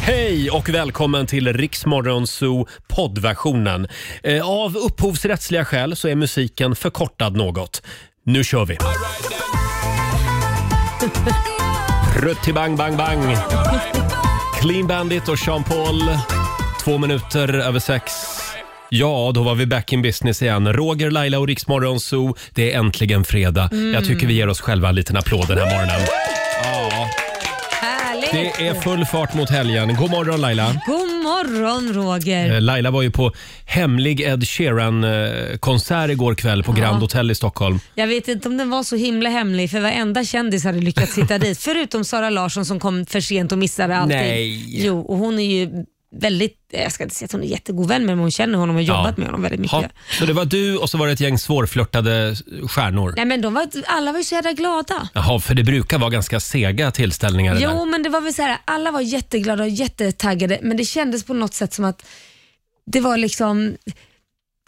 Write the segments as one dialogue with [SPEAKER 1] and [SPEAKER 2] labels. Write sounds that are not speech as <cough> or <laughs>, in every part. [SPEAKER 1] Hej och välkommen till Riksmorgon Zoo poddversionen. Eh, Av upphovsrättsliga skäl så är musiken förkortad något. Nu kör vi! Rutti bang bang bang. Clean Bandit och Sean Paul. Två minuter över sex. Ja, då var vi back in business igen. Roger, Laila och Riksmorgon Zoo. Det är äntligen fredag. Jag tycker vi ger oss själva en liten applåd den här morgonen. Ja,
[SPEAKER 2] Härligt!
[SPEAKER 1] det är full fart mot helgen. God morgon Laila.
[SPEAKER 2] God morgon Roger!
[SPEAKER 1] Eh, Laila var ju på hemlig Ed Sheeran-konsert igår kväll på Grand Hotel i Stockholm.
[SPEAKER 2] Jag vet inte om den var så himla hemlig för varenda kändis hade lyckats hitta
[SPEAKER 1] <laughs>
[SPEAKER 2] dit. Förutom Sara Larsson som kom för sent och missade allting.
[SPEAKER 1] Nej.
[SPEAKER 2] Jo, och hon är ju väldigt, eh, jag ska inte säga att hon är jättegod vän men hon känner honom och har jobbat med honom väldigt mycket.
[SPEAKER 1] Ja, så det var du och så var det ett gäng svårflörtade stjärnor.
[SPEAKER 2] Nej men de var, alla var ju så jävla glada.
[SPEAKER 1] Jaha, för det brukar vara ganska sega tillställningar. det där.
[SPEAKER 2] Jo men det var väl så här, alla var jätteglada och jättetaggade men det kändes på något sätt som att det var liksom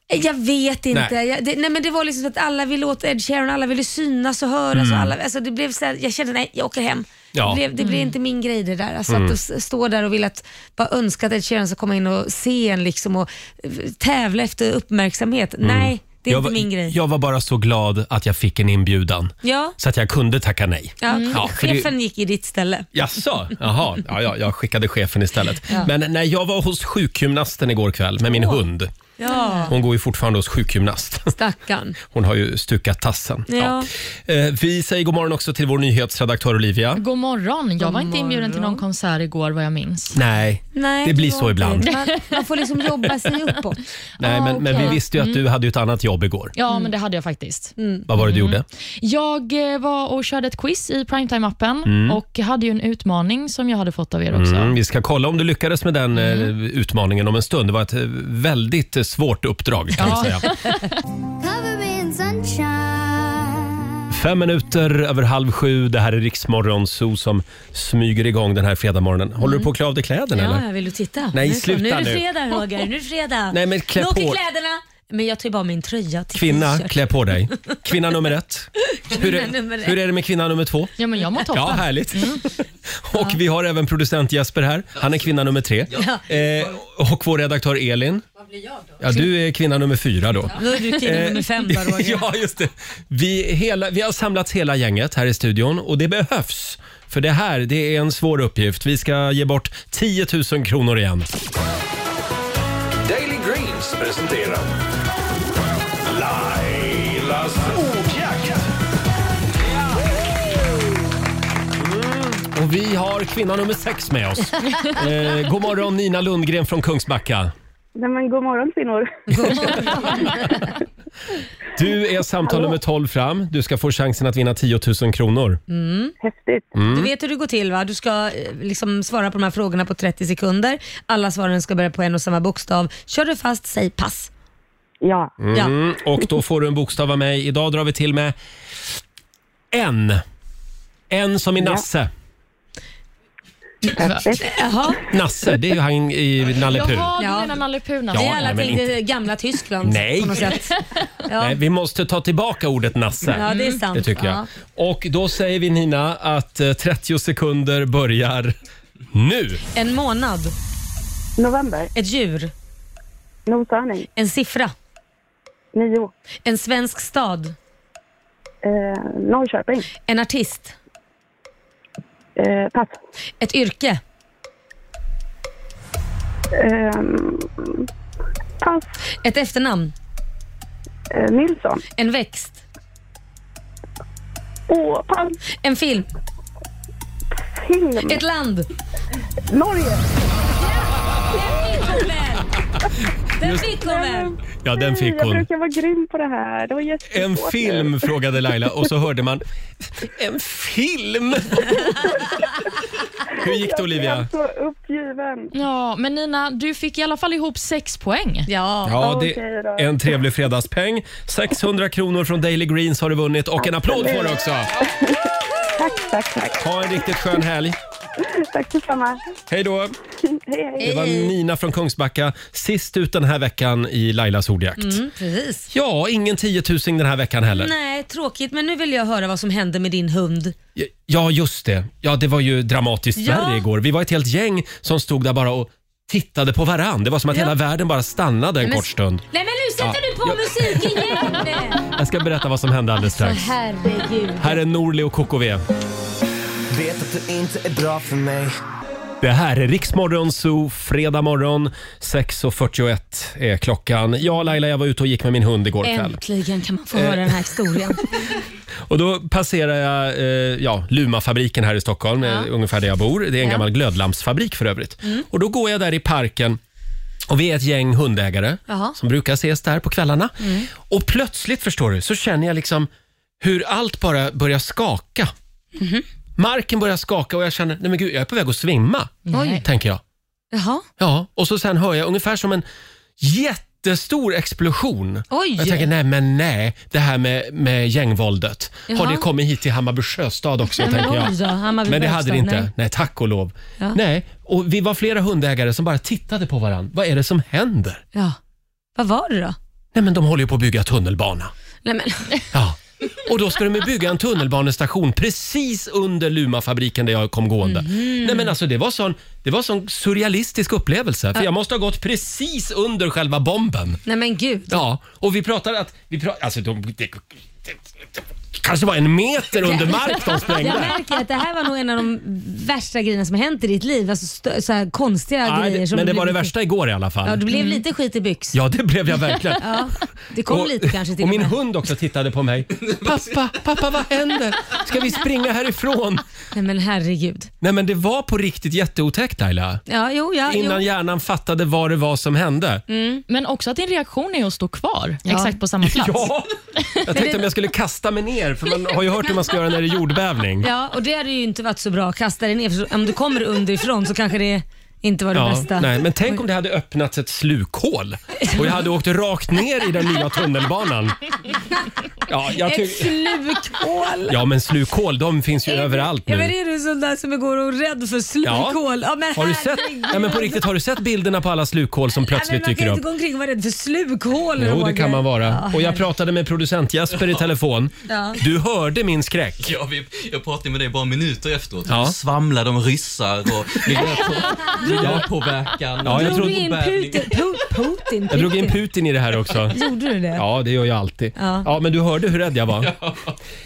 [SPEAKER 2] jag vet inte.
[SPEAKER 1] Nej.
[SPEAKER 2] Nej. Jag, det, nej men det var liksom så att alla ville åt Ed Sheeran, alla ville synas och höras. Och alla, alltså det blev så här, jag kände nej, jag åker hem.
[SPEAKER 1] Mm. Ja. Mm.
[SPEAKER 2] Det, blev, det blev inte min grej det där. Alltså Att s- stå där och vilja att, bara önska att Ed Sheeran ska komma in och se en liksom och eh, tävla efter uppmärksamhet. Nej, det är
[SPEAKER 1] Mm.
[SPEAKER 2] inte
[SPEAKER 1] jag var,
[SPEAKER 2] min grej.
[SPEAKER 1] Jag var bara så glad att jag fick en inbjudan.
[SPEAKER 2] ja,
[SPEAKER 1] Så att jag kunde tacka nej.
[SPEAKER 2] ja.
[SPEAKER 1] för det-
[SPEAKER 2] chefen gick i ditt ställe.
[SPEAKER 1] Jaså? Jaha, ja, ja, jag skickade chefen istället. Men när jag var hos sjukgymnasten igår kväll med min hund.
[SPEAKER 2] Ja,
[SPEAKER 1] Hon går ju fortfarande hos sjukgymnast.
[SPEAKER 2] stackarn.
[SPEAKER 1] Hon har ju stukat tassen.
[SPEAKER 2] Ja.
[SPEAKER 1] Eh, Vi säger god morgon också till vår nyhetsredaktör Olivia.
[SPEAKER 3] God morgon. Jag var inte inbjuden till någon konsert igår vad jag minns.
[SPEAKER 1] Nej,
[SPEAKER 2] Nej,
[SPEAKER 1] det blir
[SPEAKER 2] var
[SPEAKER 1] så
[SPEAKER 2] inte.
[SPEAKER 1] ibland.
[SPEAKER 2] Man, man får liksom jobba sig
[SPEAKER 1] <laughs>
[SPEAKER 2] uppåt.
[SPEAKER 1] Nej,
[SPEAKER 2] Ah,
[SPEAKER 1] men, men vi visste ju
[SPEAKER 2] Mm.
[SPEAKER 1] att du hade ju ett annat jobb igår.
[SPEAKER 3] Ja, men det hade jag faktiskt.
[SPEAKER 1] Vad var det du
[SPEAKER 2] Mm.
[SPEAKER 1] gjorde?
[SPEAKER 3] Jag eh, var och körde ett quiz i primetime-appen och hade ju en utmaning som jag hade fått av er också.
[SPEAKER 1] Mm, vi ska kolla om du lyckades med den eh,
[SPEAKER 2] Mm.
[SPEAKER 1] utmaningen om en stund. Det var ett eh, väldigt eh, svårt uppdrag kan man
[SPEAKER 2] <laughs>
[SPEAKER 1] säga.
[SPEAKER 4] Cover me in sunshine.
[SPEAKER 1] Fem minuter över halv sju. Det här är Riksmorgon Zoo som smyger igång den här fredagmorgonen. Håller du på att klä av dig kläderna
[SPEAKER 2] Mm. Ja,
[SPEAKER 1] eller?
[SPEAKER 2] jag vill du titta?
[SPEAKER 1] Nej,
[SPEAKER 2] nu, så.
[SPEAKER 1] sluta
[SPEAKER 2] nu är det
[SPEAKER 1] nu.
[SPEAKER 2] fredag Roger, nu är det fredag.
[SPEAKER 1] Nej, men klä
[SPEAKER 2] Nu åker
[SPEAKER 1] på.
[SPEAKER 2] kläderna. Men jag tar ju bara min tröja till
[SPEAKER 1] Kvinna,
[SPEAKER 2] t-shirt.
[SPEAKER 1] klä
[SPEAKER 2] <laughs>
[SPEAKER 1] på dig. Kvinna nummer ett. Hur
[SPEAKER 2] Kvinna nummer
[SPEAKER 1] är,
[SPEAKER 2] ett.
[SPEAKER 1] hur är det med kvinna nummer två?
[SPEAKER 3] Ja, men jag mår toppen.
[SPEAKER 1] Ja, härligt.
[SPEAKER 2] Mm.
[SPEAKER 1] <laughs> Och vi har även producent Jesper här. Han är kvinna nummer tre. Eh, och vår redaktör Elin. Vad blir jag då? Ja, du är kvinna nummer fyra då.
[SPEAKER 2] Då är du kvinna nummer fem då Roger.
[SPEAKER 1] Eh, <laughs> Ja, just det. Vi, hela, vi har samlats hela gänget här i studion och det behövs. För det här, det är en svår uppgift. Vi ska ge bort 10 000 kronor igen.
[SPEAKER 5] Daily Greens presenterar Lailas ordjakt.
[SPEAKER 2] Mm.
[SPEAKER 1] Och vi har kvinna nummer sex med oss.
[SPEAKER 2] <laughs>
[SPEAKER 1] Eh, god morgon Nina Lundgren från Kungsbacka.
[SPEAKER 6] Nej, men god morgon kvinnor. <laughs>
[SPEAKER 1] Du är samtal nummer 12 fram. Du ska få chansen att vinna 10 000 kronor.
[SPEAKER 6] Häftigt.
[SPEAKER 2] Du vet hur det går till va? Du ska eh, liksom svara på de här frågorna på 30 sekunder. Alla svaren ska börja på en och samma bokstav. Kör du fast, säg pass.
[SPEAKER 6] Ja,
[SPEAKER 2] Ja.
[SPEAKER 1] Mm, och då får du en bokstav av mig. Idag drar vi till med en. En som i Nasse.
[SPEAKER 2] Jaha,
[SPEAKER 1] Nasse, det är ju han i Nalle Puh.
[SPEAKER 3] Jaha, du
[SPEAKER 2] Ja.
[SPEAKER 3] menar Nalle Puh Nasse.
[SPEAKER 2] vi
[SPEAKER 1] Ja, nej,
[SPEAKER 2] alla
[SPEAKER 1] men
[SPEAKER 2] tänkte gamla Tyskland
[SPEAKER 1] Nej.
[SPEAKER 2] på något sätt.
[SPEAKER 1] Nej,
[SPEAKER 2] Ja,
[SPEAKER 1] vi måste ta tillbaka ordet Nasse.
[SPEAKER 2] ja det är sant.
[SPEAKER 1] Det tycker jag.
[SPEAKER 2] Ja.
[SPEAKER 1] Och då säger vi Nina att eh, 30 sekunder börjar nu.
[SPEAKER 2] En månad,
[SPEAKER 6] november.
[SPEAKER 2] ett djur,
[SPEAKER 6] Noshörning.
[SPEAKER 2] en siffra,
[SPEAKER 6] Nio.
[SPEAKER 2] en svensk stad,
[SPEAKER 6] Eh, Norrköping.
[SPEAKER 2] en artist,
[SPEAKER 6] Eh, pass.
[SPEAKER 2] ett yrke,
[SPEAKER 6] Eh, pass.
[SPEAKER 2] ett efternamn,
[SPEAKER 6] Eh, Nilsson.
[SPEAKER 2] en växt,
[SPEAKER 6] Åh, pass.
[SPEAKER 2] en film,
[SPEAKER 6] Film.
[SPEAKER 2] ett land.
[SPEAKER 6] Norge.
[SPEAKER 2] Den fick hon väl?
[SPEAKER 1] Ja, den fick
[SPEAKER 6] Jag
[SPEAKER 1] hon.
[SPEAKER 6] brukar vara grym på det här. Det var jättesvårt.
[SPEAKER 1] En
[SPEAKER 6] nu.
[SPEAKER 1] film frågade Laila och så hörde man
[SPEAKER 2] <laughs>
[SPEAKER 1] en film. Hur gick det
[SPEAKER 6] Jag
[SPEAKER 1] Olivia?
[SPEAKER 6] är så uppgiven.
[SPEAKER 3] Ja, men Nina, du fick i alla fall ihop sex poäng.
[SPEAKER 2] Ja.
[SPEAKER 1] Ja, det
[SPEAKER 6] Okej då.
[SPEAKER 1] är en trevlig fredagspeng. 600 kronor från Daily Greens har du vunnit och en applåd får du också.
[SPEAKER 6] Tack, tack, tack.
[SPEAKER 1] Ha en riktigt skön helg.
[SPEAKER 6] <laughs>
[SPEAKER 7] Tack detsamma.
[SPEAKER 1] Hej då!
[SPEAKER 7] Hej, hej.
[SPEAKER 1] Det var Nina från Kungsbacka, sist ut den här veckan i Lailas ordjakt.
[SPEAKER 2] Mm, precis.
[SPEAKER 1] Ja, ingen 10 000 den här veckan heller.
[SPEAKER 2] Nej, tråkigt, men nu vill jag höra vad som hände med din hund.
[SPEAKER 1] Ja, just det. Ja, det var ju dramatiskt
[SPEAKER 2] Ja.
[SPEAKER 1] värre igår. Vi var ett helt gäng som stod där bara och tittade på varann. Det var som att hela världen bara stannade en kort stund.
[SPEAKER 2] Nej, men nu sätter
[SPEAKER 1] Ja.
[SPEAKER 2] du på
[SPEAKER 1] Ja.
[SPEAKER 2] musik igen!
[SPEAKER 1] <laughs> Jag ska berätta vad som hände alldeles
[SPEAKER 2] Så
[SPEAKER 1] strax.
[SPEAKER 2] herregud.
[SPEAKER 1] Här är Norli och KKV.
[SPEAKER 5] Vet att du inte är bra för mig
[SPEAKER 1] Det här är Riksmorgon Zoo, fredag morgon. 6.41 är klockan. Ja, Laila, jag var ute och gick med min hund igår kväll.
[SPEAKER 2] Äntligen kan man få höra
[SPEAKER 1] Eh.
[SPEAKER 2] den här historien.
[SPEAKER 1] Och då passerar jag eh, ja, Luma-fabriken här i Stockholm, eh, ungefär där jag bor. Det är en gammal glödlampsfabrik för övrigt. Och då går jag där i parken och vi är ett gäng hundägare
[SPEAKER 2] Jaha.
[SPEAKER 1] som brukar ses där på kvällarna.
[SPEAKER 2] Mm.
[SPEAKER 1] Och plötsligt, förstår du, så känner jag liksom hur allt bara börjar skaka.
[SPEAKER 2] Mhm.
[SPEAKER 1] Marken börjar skaka och jag känner, nej men gud, jag är på väg att svimma,
[SPEAKER 8] Nej.
[SPEAKER 1] tänker jag.
[SPEAKER 2] Jaha,
[SPEAKER 1] Ja, och så sen hör jag ungefär som en jättestor explosion.
[SPEAKER 2] Oj.
[SPEAKER 1] Jag tänker, nej men nej, det här med, med gängvåldet. Har
[SPEAKER 2] Jaha.
[SPEAKER 1] det kommit hit till Hammarby sjöstad också,
[SPEAKER 2] Nej, men
[SPEAKER 1] tänker jag.
[SPEAKER 2] oj då, Hammarby
[SPEAKER 1] men det hade
[SPEAKER 2] sjöstad,
[SPEAKER 1] det inte. Nej.
[SPEAKER 2] nej.
[SPEAKER 1] tack och lov.
[SPEAKER 2] Ja.
[SPEAKER 1] Nej, och vi var flera hundägare som bara tittade på varandra. Vad är det som händer?
[SPEAKER 2] ja. Vad var det då?
[SPEAKER 1] Nej men de håller ju på att bygga tunnelbana.
[SPEAKER 2] Nej, men, <laughs>
[SPEAKER 1] Ja. Och då ska de ju bygga en tunnelbanestation precis under Lumafabriken där jag kom gående.
[SPEAKER 2] Mhm.
[SPEAKER 1] Nej men alltså det var sån, det var sån surrealistisk upplevelse. För jag måste ha gått precis under själva bomben.
[SPEAKER 2] nej men gud.
[SPEAKER 1] Ja, och vi pratade att, vi pratade, alltså de, det, det, det kanske var en meter under mark de
[SPEAKER 2] Jag
[SPEAKER 1] sprängde.
[SPEAKER 2] märker att det här var nog en av de värsta grejerna som hänt i ditt liv. Alltså stö- så här konstiga
[SPEAKER 1] Nej,
[SPEAKER 2] grejer.
[SPEAKER 1] det,
[SPEAKER 2] Som
[SPEAKER 1] men det
[SPEAKER 2] blev
[SPEAKER 1] var det
[SPEAKER 2] lite-
[SPEAKER 1] värsta igår i alla
[SPEAKER 2] Ja, det
[SPEAKER 1] fall.
[SPEAKER 2] blev lite skit i byx.
[SPEAKER 1] Ja, det blev jag verkligen.
[SPEAKER 2] Ja, det kom lite kanske till
[SPEAKER 1] och min
[SPEAKER 2] med.
[SPEAKER 1] hund också tittade på mig. Pappa, pappa vad händer? Ska vi springa härifrån?
[SPEAKER 2] Nej men herregud.
[SPEAKER 1] Nej men det var på riktigt jätteotäckt Laila.
[SPEAKER 2] Ja, jo, Mm, ja,
[SPEAKER 1] Innan
[SPEAKER 2] jo.
[SPEAKER 1] hjärnan fattade vad det var som hände.
[SPEAKER 8] Men också att din reaktion är att stå kvar exakt
[SPEAKER 1] <laughs>
[SPEAKER 8] på samma plats.
[SPEAKER 1] Ja! Jag tänkte om jag skulle kasta mig ner, för man har ju hört hur man ska göra när det är jordbävning.
[SPEAKER 2] <laughs> Ja, och det hade ju inte varit så bra. Kasta dig ner, för om du kommer underifrån så kanske det inte var det bästa.
[SPEAKER 1] nej, men tänk om det hade öppnats ett slukhål och jag hade åkt rakt ner i den
[SPEAKER 2] <laughs>
[SPEAKER 1] nya tunnelbanan. Ja, jag
[SPEAKER 2] Ett
[SPEAKER 1] ty-
[SPEAKER 2] slukhål!
[SPEAKER 1] ja men slukhål, de finns ju överallt
[SPEAKER 2] Ja, men
[SPEAKER 1] nu.
[SPEAKER 2] är du sån där som går och är rädd för slukhål? Ja. men
[SPEAKER 1] Har du sett,
[SPEAKER 2] herregud.
[SPEAKER 1] ja, men på riktigt, har du sett bilderna på alla slukhål som
[SPEAKER 2] Nej, men
[SPEAKER 1] plötsligt
[SPEAKER 2] man kan
[SPEAKER 1] dyker
[SPEAKER 2] ju
[SPEAKER 1] upp?
[SPEAKER 2] inte gå omkring och vara rädd för slukhål.
[SPEAKER 1] Jo, det
[SPEAKER 2] Roger.
[SPEAKER 1] kan man vara. Och jag
[SPEAKER 2] herregud.
[SPEAKER 1] pratade med producent Jesper i telefon.
[SPEAKER 2] Ja.
[SPEAKER 1] Du hörde min
[SPEAKER 9] <laughs>
[SPEAKER 1] skräck.
[SPEAKER 9] Ja, vi, jag pratade med dig bara minuter efteråt.
[SPEAKER 1] Ja.
[SPEAKER 9] Ja. Svamlade om ryssar och miljöpå, miljöpåverkan.
[SPEAKER 1] Ja, jag
[SPEAKER 2] Drog
[SPEAKER 1] tror-
[SPEAKER 2] du in Putin? Pu- Putin?
[SPEAKER 1] Jag drog in Putin i det här också.
[SPEAKER 2] Gjorde du det?
[SPEAKER 1] Ja, det gör jag alltid. Ja.
[SPEAKER 2] Ja.
[SPEAKER 1] men du hörde hur rädd jag var.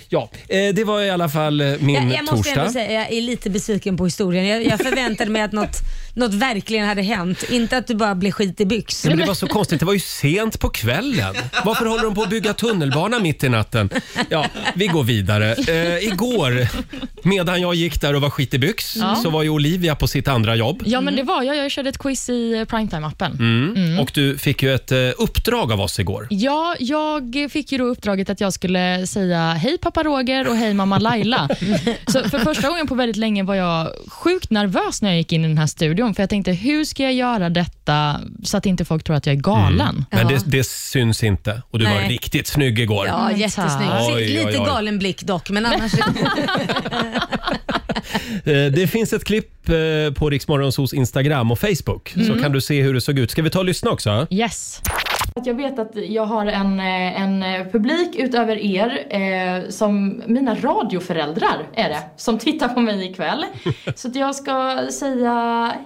[SPEAKER 1] Ja, eh, det var i alla fall eh, min
[SPEAKER 2] Jag, jag måste
[SPEAKER 1] torsdag.
[SPEAKER 2] ändå säga jag är lite besviken på historien. Jag, jag förväntade mig att något, något verkligen hade hänt. Inte att du bara blev skit i byx.
[SPEAKER 1] Nej, men det var så konstigt, det var ju sent på kvällen. Varför håller de på att bygga tunnelbana mitt i natten? Ja, vi går vidare. Eh, igår, medan jag gick där och var skit i byx, så var ju Olivia på sitt andra jobb.
[SPEAKER 8] Ja, men det
[SPEAKER 2] Mm.
[SPEAKER 8] var jag. Jag körde ett quiz i eh, primetime-appen.
[SPEAKER 1] Och du fick ju ett eh, uppdrag av oss igår.
[SPEAKER 8] Ja, jag fick ju då uppdraget att jag skulle säga hej pappa Roger och hej mamma Laila. Så för första gången på väldigt länge var jag sjukt nervös när jag gick in i den här studion, för jag tänkte hur ska jag göra detta så att inte folk tror att jag är galen?
[SPEAKER 1] Men
[SPEAKER 2] Ja.
[SPEAKER 1] det, det syns inte. Och du var
[SPEAKER 2] Nej.
[SPEAKER 1] riktigt snygg igår.
[SPEAKER 2] Ja,
[SPEAKER 8] Men
[SPEAKER 2] jättesnygg.
[SPEAKER 1] tack.
[SPEAKER 2] Sitt-
[SPEAKER 1] Oj, oj,
[SPEAKER 2] Lite
[SPEAKER 1] oj.
[SPEAKER 2] galen blick dock, <laughs> men annars...
[SPEAKER 1] Eh, Det finns ett klipp eh, på Riksmorgonsos Instagram och Facebook.
[SPEAKER 8] Mm.
[SPEAKER 1] Så kan du se hur det såg ut. Ska vi ta och lyssna också?
[SPEAKER 8] Yes. Att jag vet att jag har en, eh, en eh, publik utöver er eh, som mina radioföräldrar är det, som tittar på mig
[SPEAKER 1] <laughs>
[SPEAKER 8] ikväll. Så att jag ska säga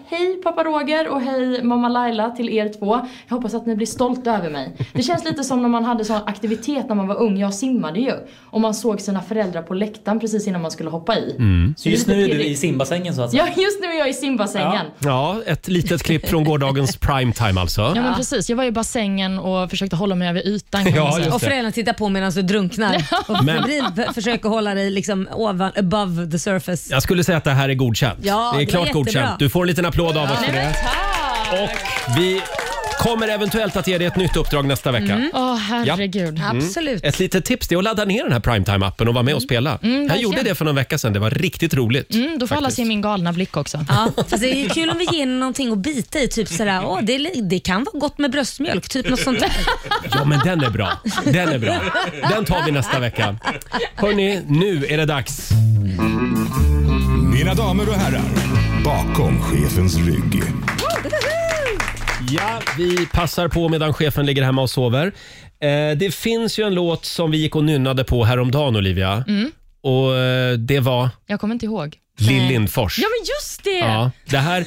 [SPEAKER 8] hej pappa Roger och hej mamma Laila till er två. Jag hoppas att ni blir stolta över mig. Det känns lite som när man hade sån aktivitet när man var ung, jag simmade ju. Och man såg sina föräldrar på läktaren precis innan man skulle hoppa i.
[SPEAKER 1] Mm.
[SPEAKER 10] Så just nu är du i simbassängen så att säga?
[SPEAKER 8] Ja, just nu är jag i simbassängen.
[SPEAKER 1] Ja, ett litet klipp från
[SPEAKER 8] <laughs>
[SPEAKER 1] gårdagens primetime alltså.
[SPEAKER 8] Ja men precis, jag var i bassängen och försökte hålla mig över ytan
[SPEAKER 1] man <laughs> Ja, säga. just
[SPEAKER 2] Och
[SPEAKER 1] det.
[SPEAKER 2] föräldrarna tittar på medan du drunknar och
[SPEAKER 1] Men-
[SPEAKER 2] febril f- försöker hålla dig liksom ovan, above the surface.
[SPEAKER 1] Jag skulle säga att det här är godkänt.
[SPEAKER 2] Ja,
[SPEAKER 1] det är
[SPEAKER 2] det
[SPEAKER 1] klart
[SPEAKER 2] var jättebra.
[SPEAKER 1] godkänt. Du får en liten applåd av oss för det. Och vi kommer eventuellt att ge dig ett nytt uppdrag nästa vecka.
[SPEAKER 8] Åh herregud.
[SPEAKER 2] Absolut.
[SPEAKER 1] Mm. Ett litet tips det är att ladda ner den här primetime-appen och vara med och spela. jag
[SPEAKER 8] Mm. verkligen.
[SPEAKER 1] gjorde det för någon vecka sedan. Det var riktigt roligt.
[SPEAKER 8] Mm, då får alla
[SPEAKER 1] faktiskt.
[SPEAKER 8] se min galna blick också.
[SPEAKER 2] Ja, fast det är ju kul om vi ger henne någonting att bita i, typ sådär, åh, det, är li- det kan vara gott med bröstmjölk, typ något
[SPEAKER 1] <laughs>
[SPEAKER 2] sånt där.
[SPEAKER 1] Ja, men den är bra. Den är
[SPEAKER 8] <laughs>
[SPEAKER 1] bra. Den tar vi nästa vecka. Hörni, nu är det dags.
[SPEAKER 11] Mina damer och herrar,
[SPEAKER 12] Bakom chefens rygg.
[SPEAKER 1] Ja, vi passar på medan chefen ligger hemma och sover. Eh, det finns ju en låt som vi gick och nynnade på häromdagen, Olivia.
[SPEAKER 8] Mm.
[SPEAKER 1] Och eh, det var
[SPEAKER 8] Jag kommer inte ihåg.
[SPEAKER 1] Lill Lindfors.
[SPEAKER 8] Ja, men just det!
[SPEAKER 1] Ja, det här,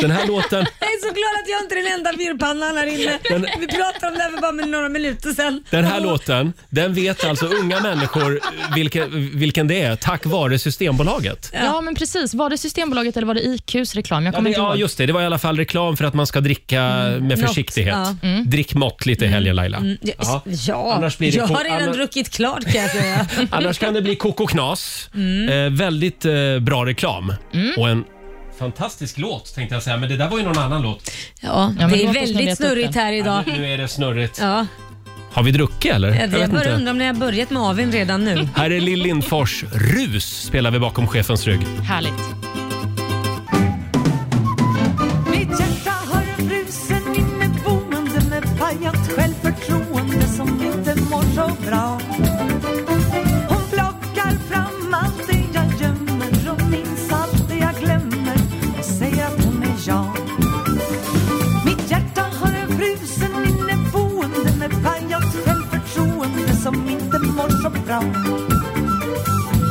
[SPEAKER 1] den här låten...
[SPEAKER 2] Jag är så glad att jag inte är den enda virrpannan här inne.
[SPEAKER 1] Den-
[SPEAKER 2] Vi pratade om det här för bara med några minuter sedan.
[SPEAKER 1] Den här låten, den vet alltså unga människor vilken, vilken det är tack vare Systembolaget.
[SPEAKER 8] Ja. men precis. Var det Systembolaget eller var det IQs reklam? Jag
[SPEAKER 1] Ja, det,
[SPEAKER 8] kommer inte
[SPEAKER 1] ja,
[SPEAKER 8] ihåg.
[SPEAKER 1] just det. Det var i alla fall reklam för att man ska dricka med
[SPEAKER 2] Något,
[SPEAKER 1] försiktighet.
[SPEAKER 2] ja. Mm.
[SPEAKER 1] Drick måttligt i helgen, Laila.
[SPEAKER 2] Mm, ja,
[SPEAKER 1] Ja.
[SPEAKER 2] ja,
[SPEAKER 1] Annars blir det
[SPEAKER 2] jag
[SPEAKER 1] ko-
[SPEAKER 2] har redan
[SPEAKER 1] anna-
[SPEAKER 2] druckit klart kan jag
[SPEAKER 1] <laughs>
[SPEAKER 2] säga.
[SPEAKER 1] Annars kan det bli koko knas.
[SPEAKER 2] Mm.
[SPEAKER 1] Eh, väldigt eh, bra reklam. Och en fantastisk låt tänkte jag säga, men det där var ju någon annan låt.
[SPEAKER 2] Ja,
[SPEAKER 8] men
[SPEAKER 2] det
[SPEAKER 8] låt
[SPEAKER 2] är
[SPEAKER 8] oss nu
[SPEAKER 2] väldigt
[SPEAKER 8] leta upp
[SPEAKER 2] snurrigt
[SPEAKER 8] den.
[SPEAKER 2] här idag.
[SPEAKER 1] Nu är det snurrigt.
[SPEAKER 2] Ja,
[SPEAKER 1] Har vi druckit eller?
[SPEAKER 2] jag
[SPEAKER 1] vet
[SPEAKER 2] börjar
[SPEAKER 1] inte.
[SPEAKER 2] undra om ni har börjat med Avin redan nu.
[SPEAKER 1] Här är Lill Lindfors. Rus spelar vi bakom chefens rygg.
[SPEAKER 8] Härligt.
[SPEAKER 7] Mitt hjärta har en frusen inneboende med pajat självförtroende som inte mår så bra. Hon plockar fram allt det jag gömmer och minns allt det jag glömmer och säger att hon är jag. Mitt hjärta har en frusen inneboende med pajat självförtroende som inte mår så bra.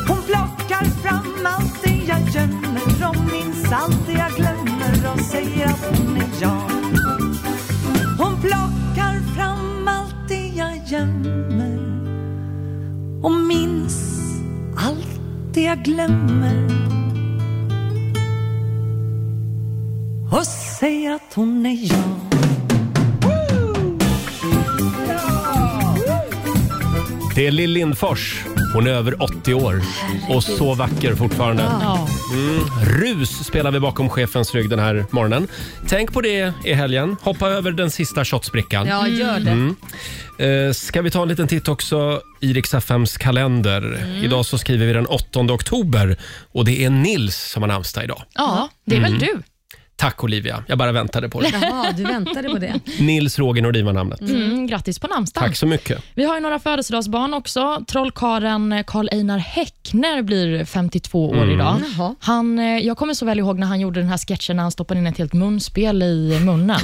[SPEAKER 7] Hon plockar fram allt det jag gömmer och minns allt det jag glömmer och säger att hon är jag. Hon plockar fram allt det jag gömmer och minns allt det jag glömmer och säger att hon är jag.
[SPEAKER 1] Det är Lill Lindfors. Hon är över 80 år och så vacker fortfarande.
[SPEAKER 8] Ja.
[SPEAKER 1] Mm. Rus spelar vi bakom chefens rygg den här morgonen. Tänk på det i helgen. Hoppa över den sista shotsbrickan.
[SPEAKER 2] Ja, gör det.
[SPEAKER 1] Mm. Eh, Ska vi ta en liten titt också i Rix FMs kalender?
[SPEAKER 8] Mm.
[SPEAKER 1] Idag så skriver vi den 8 oktober och det är Nils som har namnsdag idag.
[SPEAKER 8] Ja, det är väl
[SPEAKER 1] Mm.
[SPEAKER 8] du?
[SPEAKER 1] Tack Olivia, jag bara väntade på det.
[SPEAKER 8] Jaha,
[SPEAKER 2] du väntade på det.
[SPEAKER 1] Nils Roger Nordin var namnet.
[SPEAKER 8] Mm, grattis på namnsdagen.
[SPEAKER 1] Tack så mycket.
[SPEAKER 8] Vi har ju några födelsedagsbarn också. Trollkaren Karl Einar Häckner blir 52 år
[SPEAKER 1] Mm.
[SPEAKER 8] idag. Han, eh, jag kommer så väl ihåg när han gjorde den här sketchen när han stoppade in ett helt munspel
[SPEAKER 1] <laughs>
[SPEAKER 8] i munnen.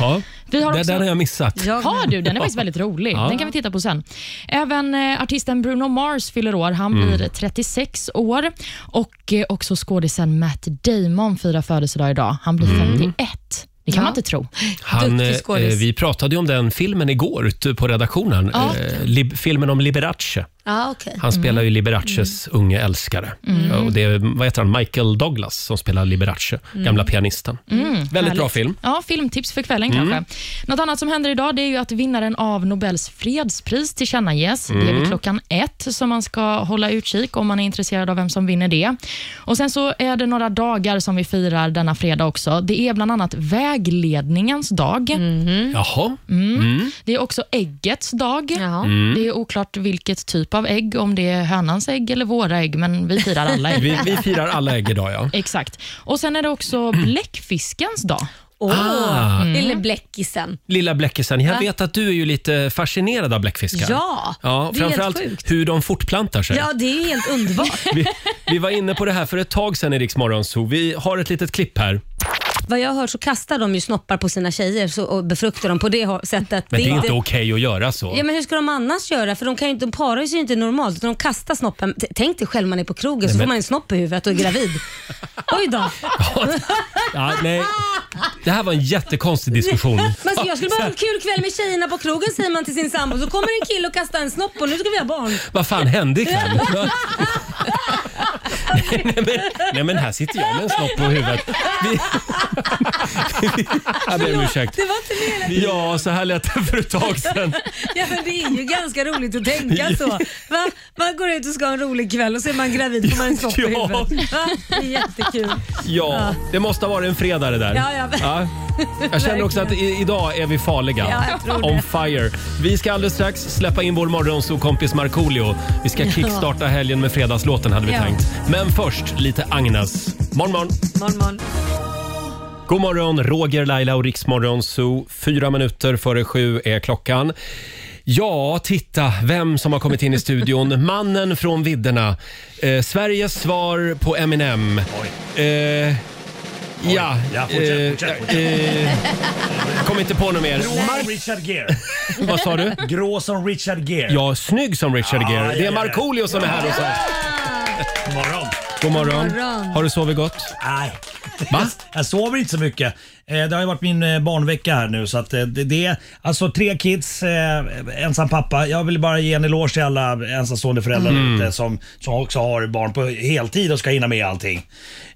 [SPEAKER 1] Ja.
[SPEAKER 8] Vi har
[SPEAKER 1] det
[SPEAKER 8] också-
[SPEAKER 1] där har jag missat.
[SPEAKER 8] Har du? Den
[SPEAKER 1] <laughs>
[SPEAKER 8] är faktiskt väldigt rolig.
[SPEAKER 1] Ja.
[SPEAKER 8] Den kan vi titta på sen. Även eh, artisten Bruno Mars fyller år. Han
[SPEAKER 1] Mm.
[SPEAKER 8] blir 36 år. Och eh, också skådisen Matt Damon firar födelsedag idag. Han blir
[SPEAKER 1] Mm.
[SPEAKER 8] 51. Det kan
[SPEAKER 2] Ja.
[SPEAKER 8] man inte tro.
[SPEAKER 1] Han,
[SPEAKER 8] Duktig
[SPEAKER 1] eh,
[SPEAKER 8] skådis.
[SPEAKER 1] vi pratade ju om den filmen igår ute på redaktionen.
[SPEAKER 8] Ja. Mm.
[SPEAKER 1] Eh, lib- filmen om Liberace.
[SPEAKER 2] Ah, okay.
[SPEAKER 1] Han spelar ju Liberaces unge älskare.
[SPEAKER 2] Mm.
[SPEAKER 1] Ja, Och det är vad heter han? Michael Douglas som spelar Liberace,
[SPEAKER 8] Mm.
[SPEAKER 1] gamla pianisten.
[SPEAKER 8] Mm,
[SPEAKER 1] Väldigt bra film.
[SPEAKER 8] Ja, filmtips för kvällen
[SPEAKER 1] Mm.
[SPEAKER 8] kanske. Något annat som händer idag det är ju att vinnaren av Nobels fredspris tillkännages. Det är
[SPEAKER 13] Mm.
[SPEAKER 8] vid klockan ett, så man ska hålla utkik om man är intresserad av vem som vinner det. Och Sen så är det några dagar som vi firar denna fredag också. Det är bland annat vägledningens dag.
[SPEAKER 1] Jaha.
[SPEAKER 8] Mm.
[SPEAKER 1] Mm.
[SPEAKER 8] Det är också äggets dag.
[SPEAKER 1] Mm.
[SPEAKER 8] Det är oklart vilket typ av ägg, om det är hönans ägg eller våra ägg, men vi firar alla ägg.
[SPEAKER 1] <laughs> Vi, vi firar alla ägg idag ja.
[SPEAKER 8] Exakt. Och Sen är
[SPEAKER 1] <clears throat>
[SPEAKER 8] det också bläckfiskens dag.
[SPEAKER 1] Ah. Mm.
[SPEAKER 2] Lille bläckisen.
[SPEAKER 1] Lilla bläckisen, jag
[SPEAKER 2] Ja.
[SPEAKER 1] vet att du är ju lite fascinerad av bläckfiskar.
[SPEAKER 2] Ja,
[SPEAKER 1] ja
[SPEAKER 2] det är
[SPEAKER 1] framförallt
[SPEAKER 2] helt sjukt.
[SPEAKER 1] hur de fortplantar sig.
[SPEAKER 2] Ja, det är ju helt
[SPEAKER 1] <laughs>
[SPEAKER 2] underbart.
[SPEAKER 1] Vi, vi var inne på det här för ett tag sedan i Rix Morgon Zoo. Vi har ett litet klipp här.
[SPEAKER 2] Vad jag har hört så kastar de ju snoppar på sina tjejer så, och befruktar dem på det ho- sättet.
[SPEAKER 1] Men det är inte okej att göra så.
[SPEAKER 2] Ja, men hur ska de annars göra? För de, kan ju inte, de parar sig ju inte normalt utan de kastar snoppen. T- Tänk dig själv man är på krogen
[SPEAKER 1] Nej,
[SPEAKER 2] så
[SPEAKER 1] men-
[SPEAKER 2] får man en snopp i huvudet och är
[SPEAKER 1] <laughs>
[SPEAKER 2] gravid. Oj då.
[SPEAKER 1] Ja, nej. Det här var en jättekonstig diskussion.
[SPEAKER 2] Men så jag skulle bara ha en kul kväll med tjejerna på krogen säger man till sin sambo. Så kommer en kille och kastar en snopp och nu ska vi ha barn.
[SPEAKER 1] Vad fan
[SPEAKER 2] <laughs>
[SPEAKER 1] hände ikväll? nej, men, nej men här sitter jag med en snopp på huvudet. Vi, <laughs> jag ber om ursäkt.
[SPEAKER 2] Det var inte meningen.
[SPEAKER 1] Ja, så här lät det för ett tag sedan.
[SPEAKER 2] Ja, men det är ju ganska roligt att tänka så. Va? Man går ut och ska ha en rolig kväll och så är man gravid och får man en snopp i
[SPEAKER 1] Ja.
[SPEAKER 2] huvudet. Va? Det är jättekul.
[SPEAKER 1] Ja, det måste ha varit en fredag det där.
[SPEAKER 2] Ja, ja.
[SPEAKER 1] Jag känner också att i, idag är vi farliga.
[SPEAKER 2] Ja, jag tror det.
[SPEAKER 1] On fire. Vi ska alldeles strax släppa in vår morgonsokompis Markoolio. Vi ska
[SPEAKER 2] Ja.
[SPEAKER 1] kickstarta helgen med fredagslåten hade vi
[SPEAKER 2] Ja.
[SPEAKER 1] tänkt. Men först lite Agnes. Morgon, morgon.
[SPEAKER 2] Morgon, morgon.
[SPEAKER 1] God morgon, Roger, Laila och Riksmorgon Zoo. Fyra minuter före sju är klockan. Ja, titta vem som har kommit in
[SPEAKER 5] <laughs>
[SPEAKER 1] i studion. Mannen från vidderna. Eh, Sveriges svar på Eminem. Eh, Ja,
[SPEAKER 5] Ja, fortsätt,
[SPEAKER 1] eh,
[SPEAKER 5] fortsätt,
[SPEAKER 1] eh, kom inte på något mer.
[SPEAKER 5] Grå som Richard Gere.
[SPEAKER 1] Vad sa du?
[SPEAKER 5] Grå som Richard Gere.
[SPEAKER 1] Ja, snygg som Richard
[SPEAKER 5] Ja,
[SPEAKER 1] Gere. Det
[SPEAKER 5] ja,
[SPEAKER 1] är
[SPEAKER 5] ja.
[SPEAKER 1] Markoolio som är här hos oss.
[SPEAKER 5] God morgon.
[SPEAKER 1] God morgon. Har du sovit gott?
[SPEAKER 5] Nej. Va? Jag sover inte så mycket. Eh, Det har ju varit min eh, barnvecka här nu. Så att eh, det, det är alltså tre kids, eh, ensam pappa. Jag vill bara ge en eloge till alla ensamstående föräldrar
[SPEAKER 1] Mm.
[SPEAKER 5] ute som, som också har barn på heltid och ska hinna med allting.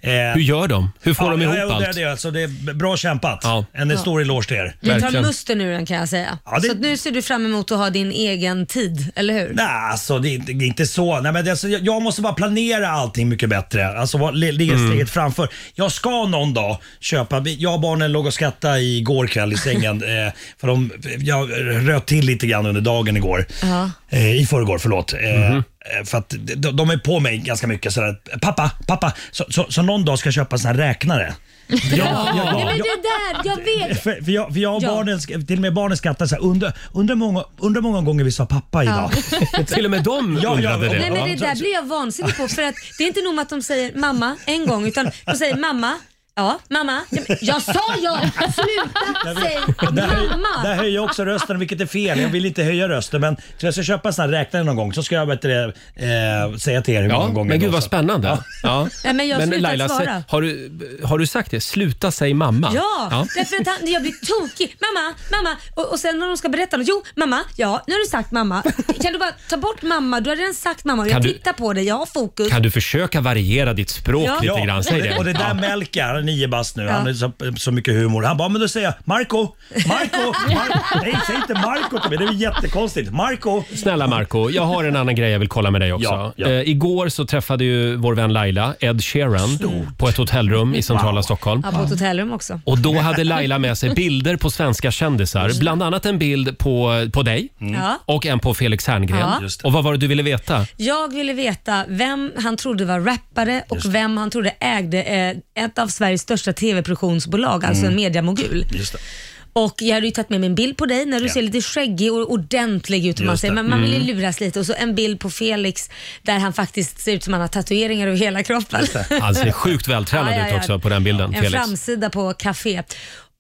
[SPEAKER 5] Eh,
[SPEAKER 1] Hur gör de? Hur får de ihop
[SPEAKER 5] jag undrar
[SPEAKER 1] allt?
[SPEAKER 5] Det, alltså, det är bra kämpat. En
[SPEAKER 2] Ja.
[SPEAKER 5] stor eloge till er.
[SPEAKER 2] Du tar musten nu den kan jag säga.
[SPEAKER 5] Ja, det-
[SPEAKER 2] Så att nu ser du fram emot att ha din egen tid, eller hur?
[SPEAKER 5] Nej, alltså det är inte, det är inte så. Nej, men det, alltså, jag- jag måste bara planera allting mycket bättre. Alltså vad- li- ligga
[SPEAKER 1] Mm.
[SPEAKER 5] steget framför. Jag ska någon dag köpa, vi- jag och barnen låg och skrattade igår kväll i sängen. eh, för de, jag röt till lite grann under dagen igår.
[SPEAKER 2] Ja.
[SPEAKER 5] Eh, I förrgår, förlåt. Eh, eh, För att de, de är på mig ganska mycket. Sådär, pappa, pappa. Så, så, så någon dag ska jag köpa en sån här
[SPEAKER 2] <laughs>
[SPEAKER 5] räknare.
[SPEAKER 2] Nej, men det där, jag vet.
[SPEAKER 5] För, för, jag, för jag och
[SPEAKER 2] Ja.
[SPEAKER 5] barnen, sk- till och med barnen skrattade så här, undrar undra många, undra många gånger vi sa pappa idag.
[SPEAKER 1] Till och med de undrade det.
[SPEAKER 2] Nej men det där blir jag vansinnig på för att det är inte nog med att de säger mamma en gång utan de säger mamma, ja mamma. Ja, men Jag sa ja! Sluta säg mamma!
[SPEAKER 5] Där höjer jag också rösten, vilket är fel. Jag vill inte höja rösten, men så jag ska köpa en sån här räknare någon gång så ska jag bättre, eh, säga till er hur
[SPEAKER 1] Ja,
[SPEAKER 5] många gånger.
[SPEAKER 1] men
[SPEAKER 5] det
[SPEAKER 1] gud
[SPEAKER 5] var
[SPEAKER 1] vad
[SPEAKER 5] så.
[SPEAKER 1] spännande. Ja.
[SPEAKER 2] Nej, men jag har slutat svara.
[SPEAKER 1] sä- har, du, har du sagt det? Sluta säg mamma.
[SPEAKER 2] Ja, därför att han, jag blir tokig. Mamma, mamma. Och, och sen när de ska berätta något. Jo, mamma, ja, nu har du sagt mamma. Kan du bara ta bort mamma? Du har redan sagt mamma. Jag
[SPEAKER 1] Kan du-
[SPEAKER 2] tittar på dig, jag har fokus.
[SPEAKER 1] Kan du försöka variera ditt språk
[SPEAKER 2] Ja.
[SPEAKER 1] lite grann? Säg det.
[SPEAKER 5] Och det där
[SPEAKER 1] Ja.
[SPEAKER 5] Melker, han är nio bast nu,
[SPEAKER 2] Ja.
[SPEAKER 5] han har så, så mycket humor. Han bara, men då säger jag Marco,
[SPEAKER 2] <laughs>
[SPEAKER 5] Marco, Mar- Nej, säg inte Marco till mig, det är jättekonstigt. Marco.
[SPEAKER 1] Snälla Marco, jag har en annan grej jag vill kolla med dig också.
[SPEAKER 5] Ja, ja.
[SPEAKER 1] Eh, igår så träffade ju vår vän Laila Ed Sheeran på ett hotellrum i centrala Stockholm.
[SPEAKER 2] Ja, på ett hotellrum också.
[SPEAKER 1] Och då hade Laila med sig bilder på svenska kändisar. Bland annat en bild på, på dig
[SPEAKER 2] Ja.
[SPEAKER 1] och en på Felix Herngren.
[SPEAKER 2] Ja. Just
[SPEAKER 1] Och vad var Mm. det du
[SPEAKER 2] <laughs>
[SPEAKER 1] ville veta?
[SPEAKER 2] Jag ville veta vem han trodde var rappare och vem han trodde ägde eh, ett av Sveriges största tv-produktionsbolag, alltså
[SPEAKER 7] Mm.
[SPEAKER 2] en mediamogul.
[SPEAKER 5] Just det.
[SPEAKER 2] Och jag hade ju tagit med mig en bild på dig när du
[SPEAKER 7] Ja.
[SPEAKER 2] ser lite skäggig och ordentlig ut. om Man
[SPEAKER 7] Just
[SPEAKER 2] säger,
[SPEAKER 7] det.
[SPEAKER 2] men man vill ju
[SPEAKER 7] Mm.
[SPEAKER 2] luras lite. Och så en bild på Felix där han faktiskt ser ut som han har tatueringar över hela kroppen.
[SPEAKER 1] Han ser Alltså, sjukt vältränad
[SPEAKER 2] Ja, ja, ja.
[SPEAKER 1] ut också på den bilden,
[SPEAKER 2] En
[SPEAKER 1] Felix.
[SPEAKER 2] framsida på café.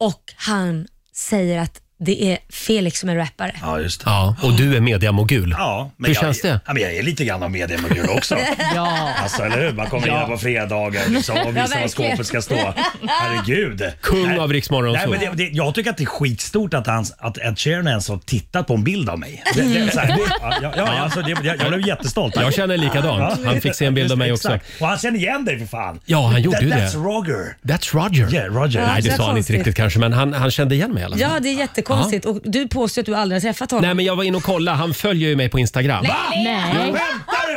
[SPEAKER 2] Och han säger att det är Felix som är rappare.
[SPEAKER 5] Ja, just
[SPEAKER 1] Ja, och du är mediamogul.
[SPEAKER 5] Ja,
[SPEAKER 1] Hur
[SPEAKER 5] jag,
[SPEAKER 1] känns det?
[SPEAKER 5] Ja, men jag är lite grann av mediemogul också.
[SPEAKER 2] <laughs> Ja.
[SPEAKER 5] Alltså eller hur? Man kommer
[SPEAKER 1] Ja.
[SPEAKER 5] in här på fredagar liksom,
[SPEAKER 1] Ja,
[SPEAKER 5] och visar
[SPEAKER 1] verkligen.
[SPEAKER 5] var skåpet ska stå. Herregud.
[SPEAKER 1] Kung
[SPEAKER 5] Nej.
[SPEAKER 1] av Rix Morgon
[SPEAKER 5] Nej,
[SPEAKER 1] Zoo.
[SPEAKER 5] men det, det, Jag tycker att det är skitstort att, hans, att Ed Sheeran ens har tittat på en bild av mig. Det, det, så här, det, ja, ja, ja, alltså, det, jag, jag blev jättestolt.
[SPEAKER 1] Mm. Jag känner likadant. Han fick se en bild av mig också.
[SPEAKER 5] Exakt. Och han känner igen dig för fan.
[SPEAKER 1] Ja, han gjorde ju det.
[SPEAKER 5] That's Roger.
[SPEAKER 1] That's Roger.
[SPEAKER 5] Yeah, Roger.
[SPEAKER 1] Nej, det
[SPEAKER 2] så
[SPEAKER 1] sa han inte
[SPEAKER 2] konstigt.
[SPEAKER 1] riktigt kanske, men han, han kände igen mig i alla fall.
[SPEAKER 2] Ja, det är jättekonstigt. Och du påstår att du aldrig har träffat honom.
[SPEAKER 1] Nej, men jag var inne och kollade. Han följer ju mig på Instagram.
[SPEAKER 8] Nej.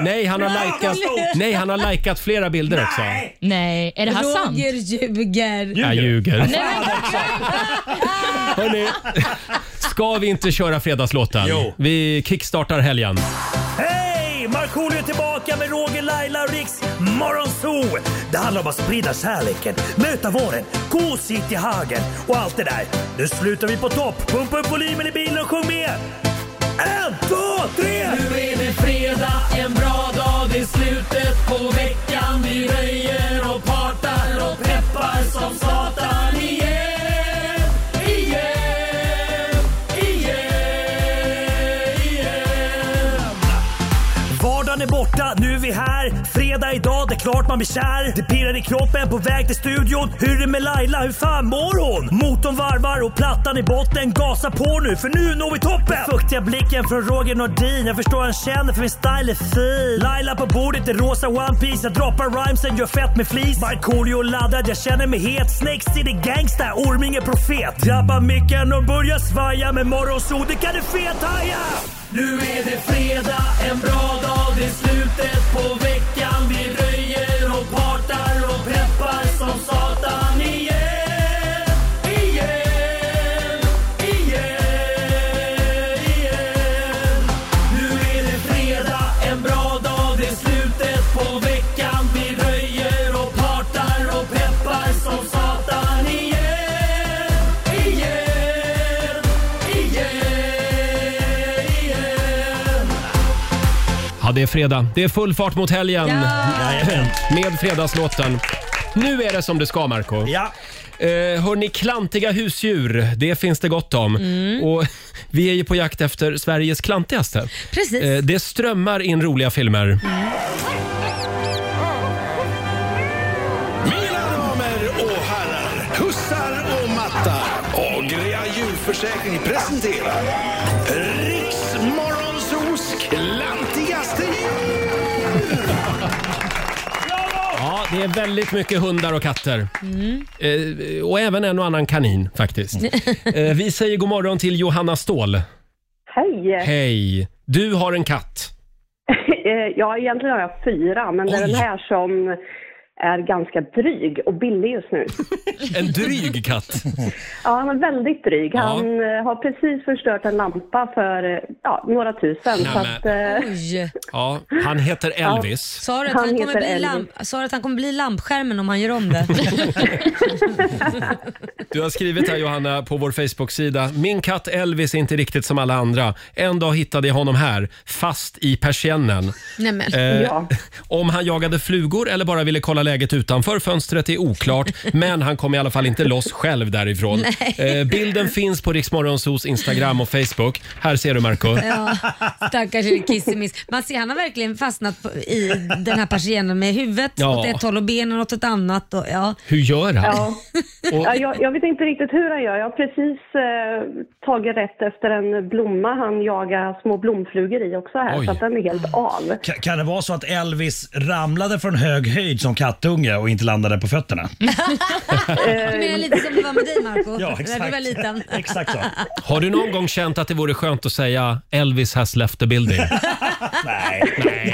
[SPEAKER 1] Nej, han har likat, nej, han har likat flera bilder också.
[SPEAKER 8] Nej, är det här sant?
[SPEAKER 2] Roger ljuger.
[SPEAKER 1] Jag ljuger.
[SPEAKER 8] Nej,
[SPEAKER 1] Hörrni, ska vi inte köra fredagslåten?
[SPEAKER 5] Jo.
[SPEAKER 1] Vi kickstartar helgen.
[SPEAKER 5] Hej! Markoolio är tillbaka med Roger, Laila och Riks Morgonzoo! Det handlar om att sprida kärleken, möta våren, gosigt i hagen och allt det där. Nu slutar vi på topp! Pumpa upp volymen i bilen och sjung med! En, två, tre!
[SPEAKER 7] Nu är det fredag, en bra dag, det är slutet på veckan. Vi röjer och partar och peppar som satan igen. Igen, igen, igen.
[SPEAKER 5] Vardagen är borta, nu är vi här. Fredag idag, det är klart man blir kär. Det pirrar i kroppen på väg till studion. Hur är det med Laila, hur fan mår hon? Motorn varvar och plattan i botten. Gasa på nu, för nu når vi toppen! Den fuktiga blicken från Roger Nordin. Jag förstår han känner, för min style är fin. Laila på bordet i rosa One Piece Jag droppar rhymesen, gör fett med flis. Markoolio laddad, jag känner mig het. Snakes city gangsta, Orminge profet. Drabbar micken och börjar svaja. Med morgonsol, det kan du fethaja!
[SPEAKER 7] Nu är det fredag, en bra dag, det är slutet på veckan. Vi röjer och partar och peppar som satan igen. Igen, igen, igen. Nu är det fredag, en bra dag, det är slutet på veckan. Vi röjer och partar och peppar som satan igen. Igen, igen, igen.
[SPEAKER 1] Ja, det är fredag. Det är full fart mot helgen. Med fredagslåten. Nu är det som det ska, Marco.
[SPEAKER 5] Ja.
[SPEAKER 1] Eh, hörni, klantiga husdjur, det finns det gott om.
[SPEAKER 2] Mm.
[SPEAKER 1] Och <laughs> vi är ju på jakt efter Sveriges klantigaste.
[SPEAKER 2] Precis.
[SPEAKER 1] Eh, det strömmar in roliga filmer.
[SPEAKER 13] Mina damer och herrar, hussar och mattar. Agria djurförsäkring presenterar Riksmorgonsos klantigaste djur.
[SPEAKER 1] Ja, det är väldigt mycket hundar och katter.
[SPEAKER 2] Mm.
[SPEAKER 1] Eh, och även en och annan kanin faktiskt. <laughs> Eh, vi säger god morgon till Johanna Ståhl.
[SPEAKER 6] Hej!
[SPEAKER 1] Hej! Du har en katt.
[SPEAKER 6] <laughs> Eh, ja, egentligen har jag fyra, men det är den här som är ganska dryg och billig just nu.
[SPEAKER 1] En dryg katt.
[SPEAKER 6] Ja, han är väldigt dryg.
[SPEAKER 1] Ja.
[SPEAKER 6] Han eh, har precis förstört en lampa för eh, ja, några tusen.
[SPEAKER 1] Nej,
[SPEAKER 6] så
[SPEAKER 1] men-
[SPEAKER 6] att, eh,
[SPEAKER 1] Ja, han heter Elvis.
[SPEAKER 2] Sa du att
[SPEAKER 6] Han
[SPEAKER 2] han, kommer
[SPEAKER 6] heter
[SPEAKER 2] bli
[SPEAKER 6] Elvis.
[SPEAKER 2] lamp, sa du att han kommer bli lampskärmen om han gör om
[SPEAKER 1] <laughs>
[SPEAKER 2] det?
[SPEAKER 1] Du har skrivit här Johanna på vår Facebook-sida. Min katt Elvis är inte riktigt som alla andra. En dag hittade jag honom här, fast i persiennen.
[SPEAKER 14] Nej men.
[SPEAKER 1] Eh, Om han jagade flugor eller bara ville kolla läget utanför fönstret
[SPEAKER 2] <laughs>
[SPEAKER 1] är oklart, men han kom i alla fall inte loss själv därifrån.
[SPEAKER 2] Nej.
[SPEAKER 1] Eh, bilden finns på Riksmorgonsos Instagram och Facebook. Här ser du Marco.
[SPEAKER 2] Ja, stackars lille kissemiss. Man ser han har verkligen fastnat på, i den här persiennen med huvudet
[SPEAKER 1] Ja.
[SPEAKER 2] åt ett håll och benen åt ett annat. Och, ja.
[SPEAKER 1] Hur gör han?
[SPEAKER 6] Ja. Ja, jag, jag vet inte riktigt hur han gör. Jag har precis eh, tagit rätt efter en blomma han jagar små blomflugor i också här,
[SPEAKER 5] Oj.
[SPEAKER 6] så att den är helt av.
[SPEAKER 5] Ka- Kan det vara så att Elvis ramlade från hög höjd som kattunge och inte landade på fötterna?
[SPEAKER 2] Du menar lite som det var med dig Marco
[SPEAKER 5] Ja,
[SPEAKER 2] Mm. när
[SPEAKER 5] exakt.
[SPEAKER 2] du var liten?
[SPEAKER 5] <laughs> Exakt så.
[SPEAKER 1] Har du någon gång känt att det vore skönt att säga Elvis has left the building?
[SPEAKER 2] <laughs>
[SPEAKER 1] <laughs> Nej.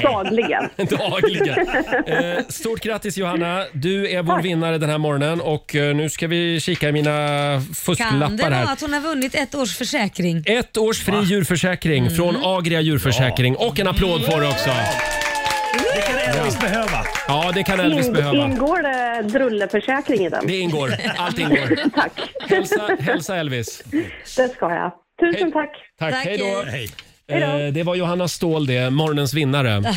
[SPEAKER 6] <laughs>
[SPEAKER 1] <laughs>
[SPEAKER 6] Dagligen.
[SPEAKER 1] Dagligen. Eh, stort grattis Johanna. Du är vår vinnare den här morgonen och eh, nu ska vi kika i mina
[SPEAKER 2] Kan det
[SPEAKER 1] fusklappar
[SPEAKER 2] vara
[SPEAKER 1] här.
[SPEAKER 2] att hon har vunnit ett års försäkring?
[SPEAKER 1] Ett års fri djurförsäkring
[SPEAKER 2] Mm.
[SPEAKER 1] från Agria djurförsäkring och en applåd får du också.
[SPEAKER 5] Det kan Elvis behöva.
[SPEAKER 1] Ja, det kan Elvis
[SPEAKER 6] In,
[SPEAKER 1] behöva.
[SPEAKER 6] ingår det drulleförsäkring i den?
[SPEAKER 1] Det ingår. Allt ingår.
[SPEAKER 6] Tack.
[SPEAKER 1] Hälsa, hälsa Elvis.
[SPEAKER 6] Det ska jag. Tusen tack.
[SPEAKER 1] Tack, hej då.
[SPEAKER 6] Hej då.
[SPEAKER 1] Eh, det var Johanna Ståhl det, morgonens vinnare.
[SPEAKER 2] Ah.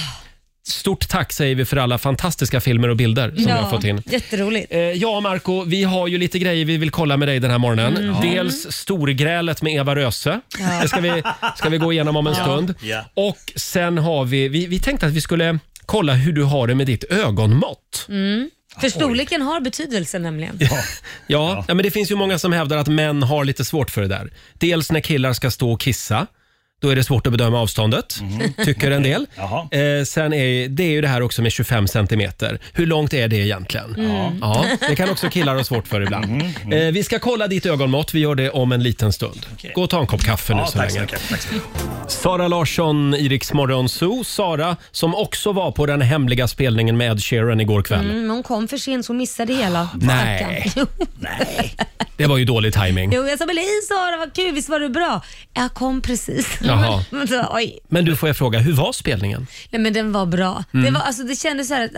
[SPEAKER 1] Stort tack säger vi för alla fantastiska filmer och bilder som vi har fått in.
[SPEAKER 2] Jätteroligt.
[SPEAKER 1] Eh, Ja, Marco, vi har ju lite grejer vi vill kolla med dig den här morgonen.
[SPEAKER 2] Mm.
[SPEAKER 1] Dels storgrälet med Eva Röse.
[SPEAKER 2] Ja.
[SPEAKER 1] Det ska vi, ska vi gå igenom om en
[SPEAKER 5] Ja.
[SPEAKER 1] stund.
[SPEAKER 5] Ja.
[SPEAKER 1] Och sen har vi, vi, vi tänkte att vi skulle kolla hur du har det med ditt ögonmått.
[SPEAKER 2] Mm. För storleken har betydelse nämligen.
[SPEAKER 1] Ja, ja. men det finns ju många som hävdar att män har lite svårt för det där. Dels när killar ska stå och kissa. Då är det svårt att bedöma avståndet,
[SPEAKER 5] Mhm.
[SPEAKER 1] tycker en del. Eh, sen är det är ju det här också med 25 centimeter. Hur långt är det egentligen?
[SPEAKER 5] Mm.
[SPEAKER 7] Ja.
[SPEAKER 1] Ja, det kan också killar ha svårt för ibland.
[SPEAKER 5] Mhm,
[SPEAKER 1] Eh, vi ska kolla ditt ögonmått. Vi gör det om en liten stund. Gå och ta en kopp kaffe nu
[SPEAKER 5] Ja,
[SPEAKER 1] så
[SPEAKER 5] tack så
[SPEAKER 1] länge.
[SPEAKER 5] mycket, tack så mycket.
[SPEAKER 1] Sara Larsson i Rix Morgon Zoo. Sara som också var på den hemliga spelningen med Ed Sheeran igår kväll.
[SPEAKER 2] Mm, men hon kom för sent så hon missade hela.
[SPEAKER 1] Nej.
[SPEAKER 2] Stackarn. Jo.
[SPEAKER 1] Det var ju dålig timing.
[SPEAKER 2] Jo, jag sa väl hej Sara, vad kul, visst var du bra? Jag kom precis. <laughs>
[SPEAKER 1] Jaha.
[SPEAKER 2] Men så, Oj.
[SPEAKER 1] Men du får jag fråga, hur var spelningen?
[SPEAKER 2] Nej, men den var bra.
[SPEAKER 1] Mm.
[SPEAKER 2] Det, var, alltså, det kändes så här, att-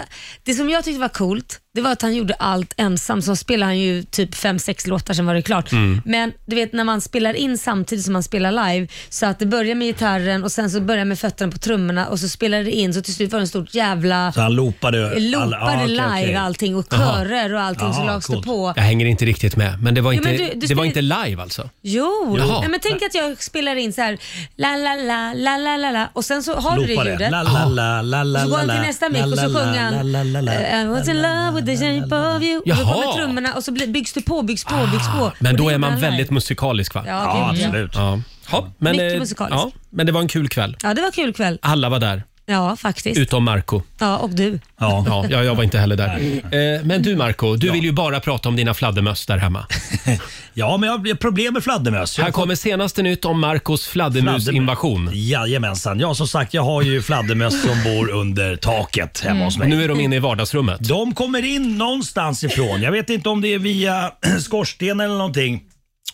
[SPEAKER 2] det som jag tyckte var coolt, det var att han gjorde allt ensam. Så spelade han ju typ fem, sex låtar, sen var det klart.
[SPEAKER 14] Mm.
[SPEAKER 2] Men du vet när man spelar in samtidigt som man spelar live, så att det börjar med gitarren och sen så börjar med fötterna på trummorna och så spelar det in, så till slut var det en stort jävla...
[SPEAKER 5] Så han loopade?
[SPEAKER 2] Loopade
[SPEAKER 1] all- ja, ah, okej,
[SPEAKER 2] live
[SPEAKER 1] okej.
[SPEAKER 2] allting och
[SPEAKER 1] Jaha.
[SPEAKER 2] körer och allting som lades det på.
[SPEAKER 1] Jag hänger inte riktigt med, men det var
[SPEAKER 2] Jo,
[SPEAKER 1] inte,
[SPEAKER 2] men du- du
[SPEAKER 1] det var
[SPEAKER 2] spelar-
[SPEAKER 1] inte live alltså?
[SPEAKER 2] Jo,
[SPEAKER 1] Jaha.
[SPEAKER 2] Nej, men tänk att jag spelar in så här la la la la la la la och sen så har du det
[SPEAKER 5] Loopa det.
[SPEAKER 2] ljudet.
[SPEAKER 5] La, la, la, la, la,
[SPEAKER 2] så går han
[SPEAKER 5] la,
[SPEAKER 2] till
[SPEAKER 5] la,
[SPEAKER 2] nästa mick och så
[SPEAKER 5] la, la,
[SPEAKER 2] sjunger
[SPEAKER 5] la,
[SPEAKER 2] han
[SPEAKER 5] la, la, la,
[SPEAKER 2] eh, I was in love with the shape of you. Och då
[SPEAKER 1] Jaha.
[SPEAKER 2] kommer trummorna och så blir- byggs det på, byggs på, byggs på.
[SPEAKER 5] Ah,
[SPEAKER 1] Men
[SPEAKER 2] Och
[SPEAKER 1] då
[SPEAKER 2] det
[SPEAKER 1] är man
[SPEAKER 2] han
[SPEAKER 1] väldigt
[SPEAKER 2] live.
[SPEAKER 1] musikalisk va?
[SPEAKER 2] Ja, Ja, gud, ja. absolut.
[SPEAKER 1] Ja. Ja, men,
[SPEAKER 2] Mycket
[SPEAKER 1] eh,
[SPEAKER 2] musikalisk.
[SPEAKER 1] Ja, men det var en kul kväll.
[SPEAKER 2] Ja, det var kul kväll.
[SPEAKER 1] Alla var där,
[SPEAKER 2] Ja, faktiskt.
[SPEAKER 1] utom Marco
[SPEAKER 2] Ja, och du.
[SPEAKER 1] Ja. ja, jag var inte heller där. Eh, Men du Marco, du vill ju bara prata om dina fladdermöss där hemma.
[SPEAKER 5] Ja, men jag har problem med fladdermöss.
[SPEAKER 1] Här kommer senaste nytt om Marcos fladdermusinvasion.
[SPEAKER 5] Jajamensan. Ja, som sagt, jag har ju fladdermöss som bor under taket hemma
[SPEAKER 2] Mm.
[SPEAKER 5] hos mig.
[SPEAKER 1] Nu är de inne i vardagsrummet.
[SPEAKER 5] De kommer in någonstans ifrån. Jag vet inte om det är via <clears throat> skorstenen eller någonting.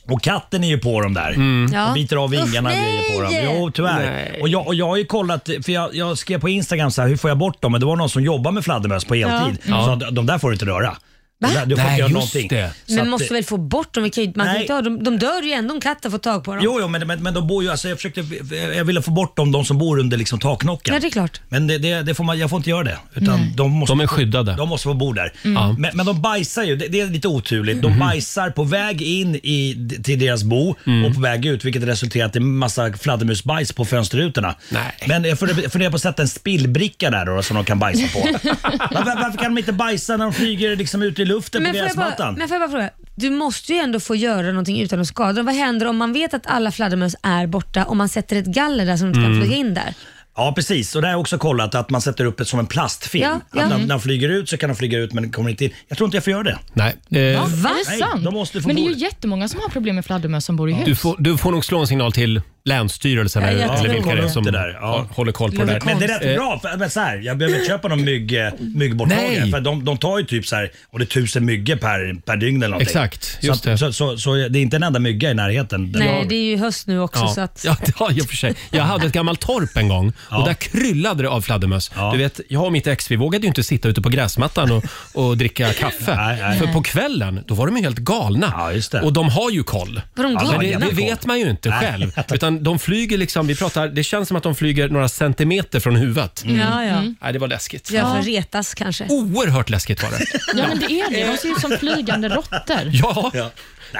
[SPEAKER 5] Och katten är ju på dem där.
[SPEAKER 2] Mm.
[SPEAKER 7] Ja.
[SPEAKER 5] Och biter av vingarna och
[SPEAKER 7] Usch,
[SPEAKER 5] grejer på dem.
[SPEAKER 7] nej!
[SPEAKER 5] Jo, tyvärr.
[SPEAKER 7] Nej.
[SPEAKER 5] Och jag, och jag har ju kollat, för jag, jag skrev på Instagram så här, hur får jag bort dem? Men det var någon som jobbar med fladdermöss på heltid.
[SPEAKER 7] Ja.
[SPEAKER 5] Så de där får du inte röra.
[SPEAKER 2] Va?
[SPEAKER 5] Du får inte göra någonting. Så
[SPEAKER 2] Men
[SPEAKER 5] att,
[SPEAKER 2] måste
[SPEAKER 5] eh,
[SPEAKER 2] väl få bort dem? Vi kan ju- Man kan
[SPEAKER 5] Nej.
[SPEAKER 2] inte ha dem. De dör ju ändå om katten får tag på dem.
[SPEAKER 5] Jo, jo men, men, men de bor ju, alltså, jag, försökte, jag ville få bort dem, de som bor under liksom, taknocken.
[SPEAKER 2] Nej, det är klart.
[SPEAKER 5] Men det, det, det får man, jag får inte göra det. Utan
[SPEAKER 2] Nej.
[SPEAKER 5] de, måste,
[SPEAKER 1] De är skyddade.
[SPEAKER 5] De måste få bo där. Mhm.
[SPEAKER 1] Mm. Ja.
[SPEAKER 5] Men, men de bajsar ju, det, det är lite oturligt. De bajsar på väg in i, till deras bo och på väg ut vilket resulterar i att det är massa fladdermusbajs på fönsterrutorna. Men jag funderar funderar på att sätta en spillbricka där då, som de kan bajsa <laughs> på. varför, varför kan de inte bajsa när de flyger liksom ut i luften
[SPEAKER 2] Men
[SPEAKER 5] på
[SPEAKER 2] får, jag bara,
[SPEAKER 5] gräsmattan?
[SPEAKER 2] men får jag bara fråga, du måste ju ändå få göra någonting utan att skada dem. Vad händer om man vet att alla fladdermöss är borta och man sätter ett galler där som de inte kan
[SPEAKER 5] Mm.
[SPEAKER 2] flyga in där?
[SPEAKER 5] Ja precis, och det har jag också kollat att man sätter upp det som en plastfilm.
[SPEAKER 2] Ja, ja.
[SPEAKER 5] Att när,
[SPEAKER 2] Mm.
[SPEAKER 5] när de flyger ut så kan de flyga ut men kommer inte in. Jag tror inte jag får göra det.
[SPEAKER 1] Nej.
[SPEAKER 8] Ja,
[SPEAKER 1] Eh,
[SPEAKER 8] är det
[SPEAKER 5] Nej,
[SPEAKER 8] sant?
[SPEAKER 5] de måste få
[SPEAKER 8] Men det är
[SPEAKER 5] bo
[SPEAKER 8] ju jättemånga som har problem med fladdermöss som bor i hus.
[SPEAKER 1] du, får, du får nog slå en signal till Länsstyrelsen
[SPEAKER 8] Ja,
[SPEAKER 1] eller,
[SPEAKER 8] jag tror
[SPEAKER 1] eller
[SPEAKER 8] det.
[SPEAKER 1] vilka det är som
[SPEAKER 5] Det där,
[SPEAKER 1] håller koll på det där.
[SPEAKER 5] Men det är rätt
[SPEAKER 1] Eh,
[SPEAKER 5] bra, för, men så här, jag behöver inte köpa någon mygg, eh, myggborttagare
[SPEAKER 1] Nej.
[SPEAKER 5] för de, de tar ju typ så här, och det är tusen myggor per, per dygn eller någonting.
[SPEAKER 1] Exakt, just
[SPEAKER 5] så,
[SPEAKER 1] det.
[SPEAKER 5] att- Så, så, så det är inte en enda mygga i närheten.
[SPEAKER 2] Nej, det är ju höst nu också
[SPEAKER 1] Ja.
[SPEAKER 2] så att...
[SPEAKER 1] Ja, <laughs> det har jag för sig. Jag hade ett gammalt torp en gång och där kryllade det av fladdermöss. Du vet, jag och mitt ex vi vågade ju inte sitta ute på gräsmattan och, och dricka kaffe. För på kvällen då var de ju helt galna. Och de har ju koll.
[SPEAKER 2] Var de
[SPEAKER 1] Men det,
[SPEAKER 2] galna?
[SPEAKER 1] det vet man ju inte
[SPEAKER 5] Nej.
[SPEAKER 1] själv. Utan de flyger liksom, vi pratar, det känns som att de flyger några centimeter från huvudet.
[SPEAKER 2] Mm. Ja, ja.
[SPEAKER 1] Nej, det var läskigt.
[SPEAKER 2] Jag får retas kanske.
[SPEAKER 5] Oh,
[SPEAKER 1] Oerhört läskigt var det.
[SPEAKER 8] Ja, men det är det. De ser ut som flygande råttor.
[SPEAKER 1] Ja.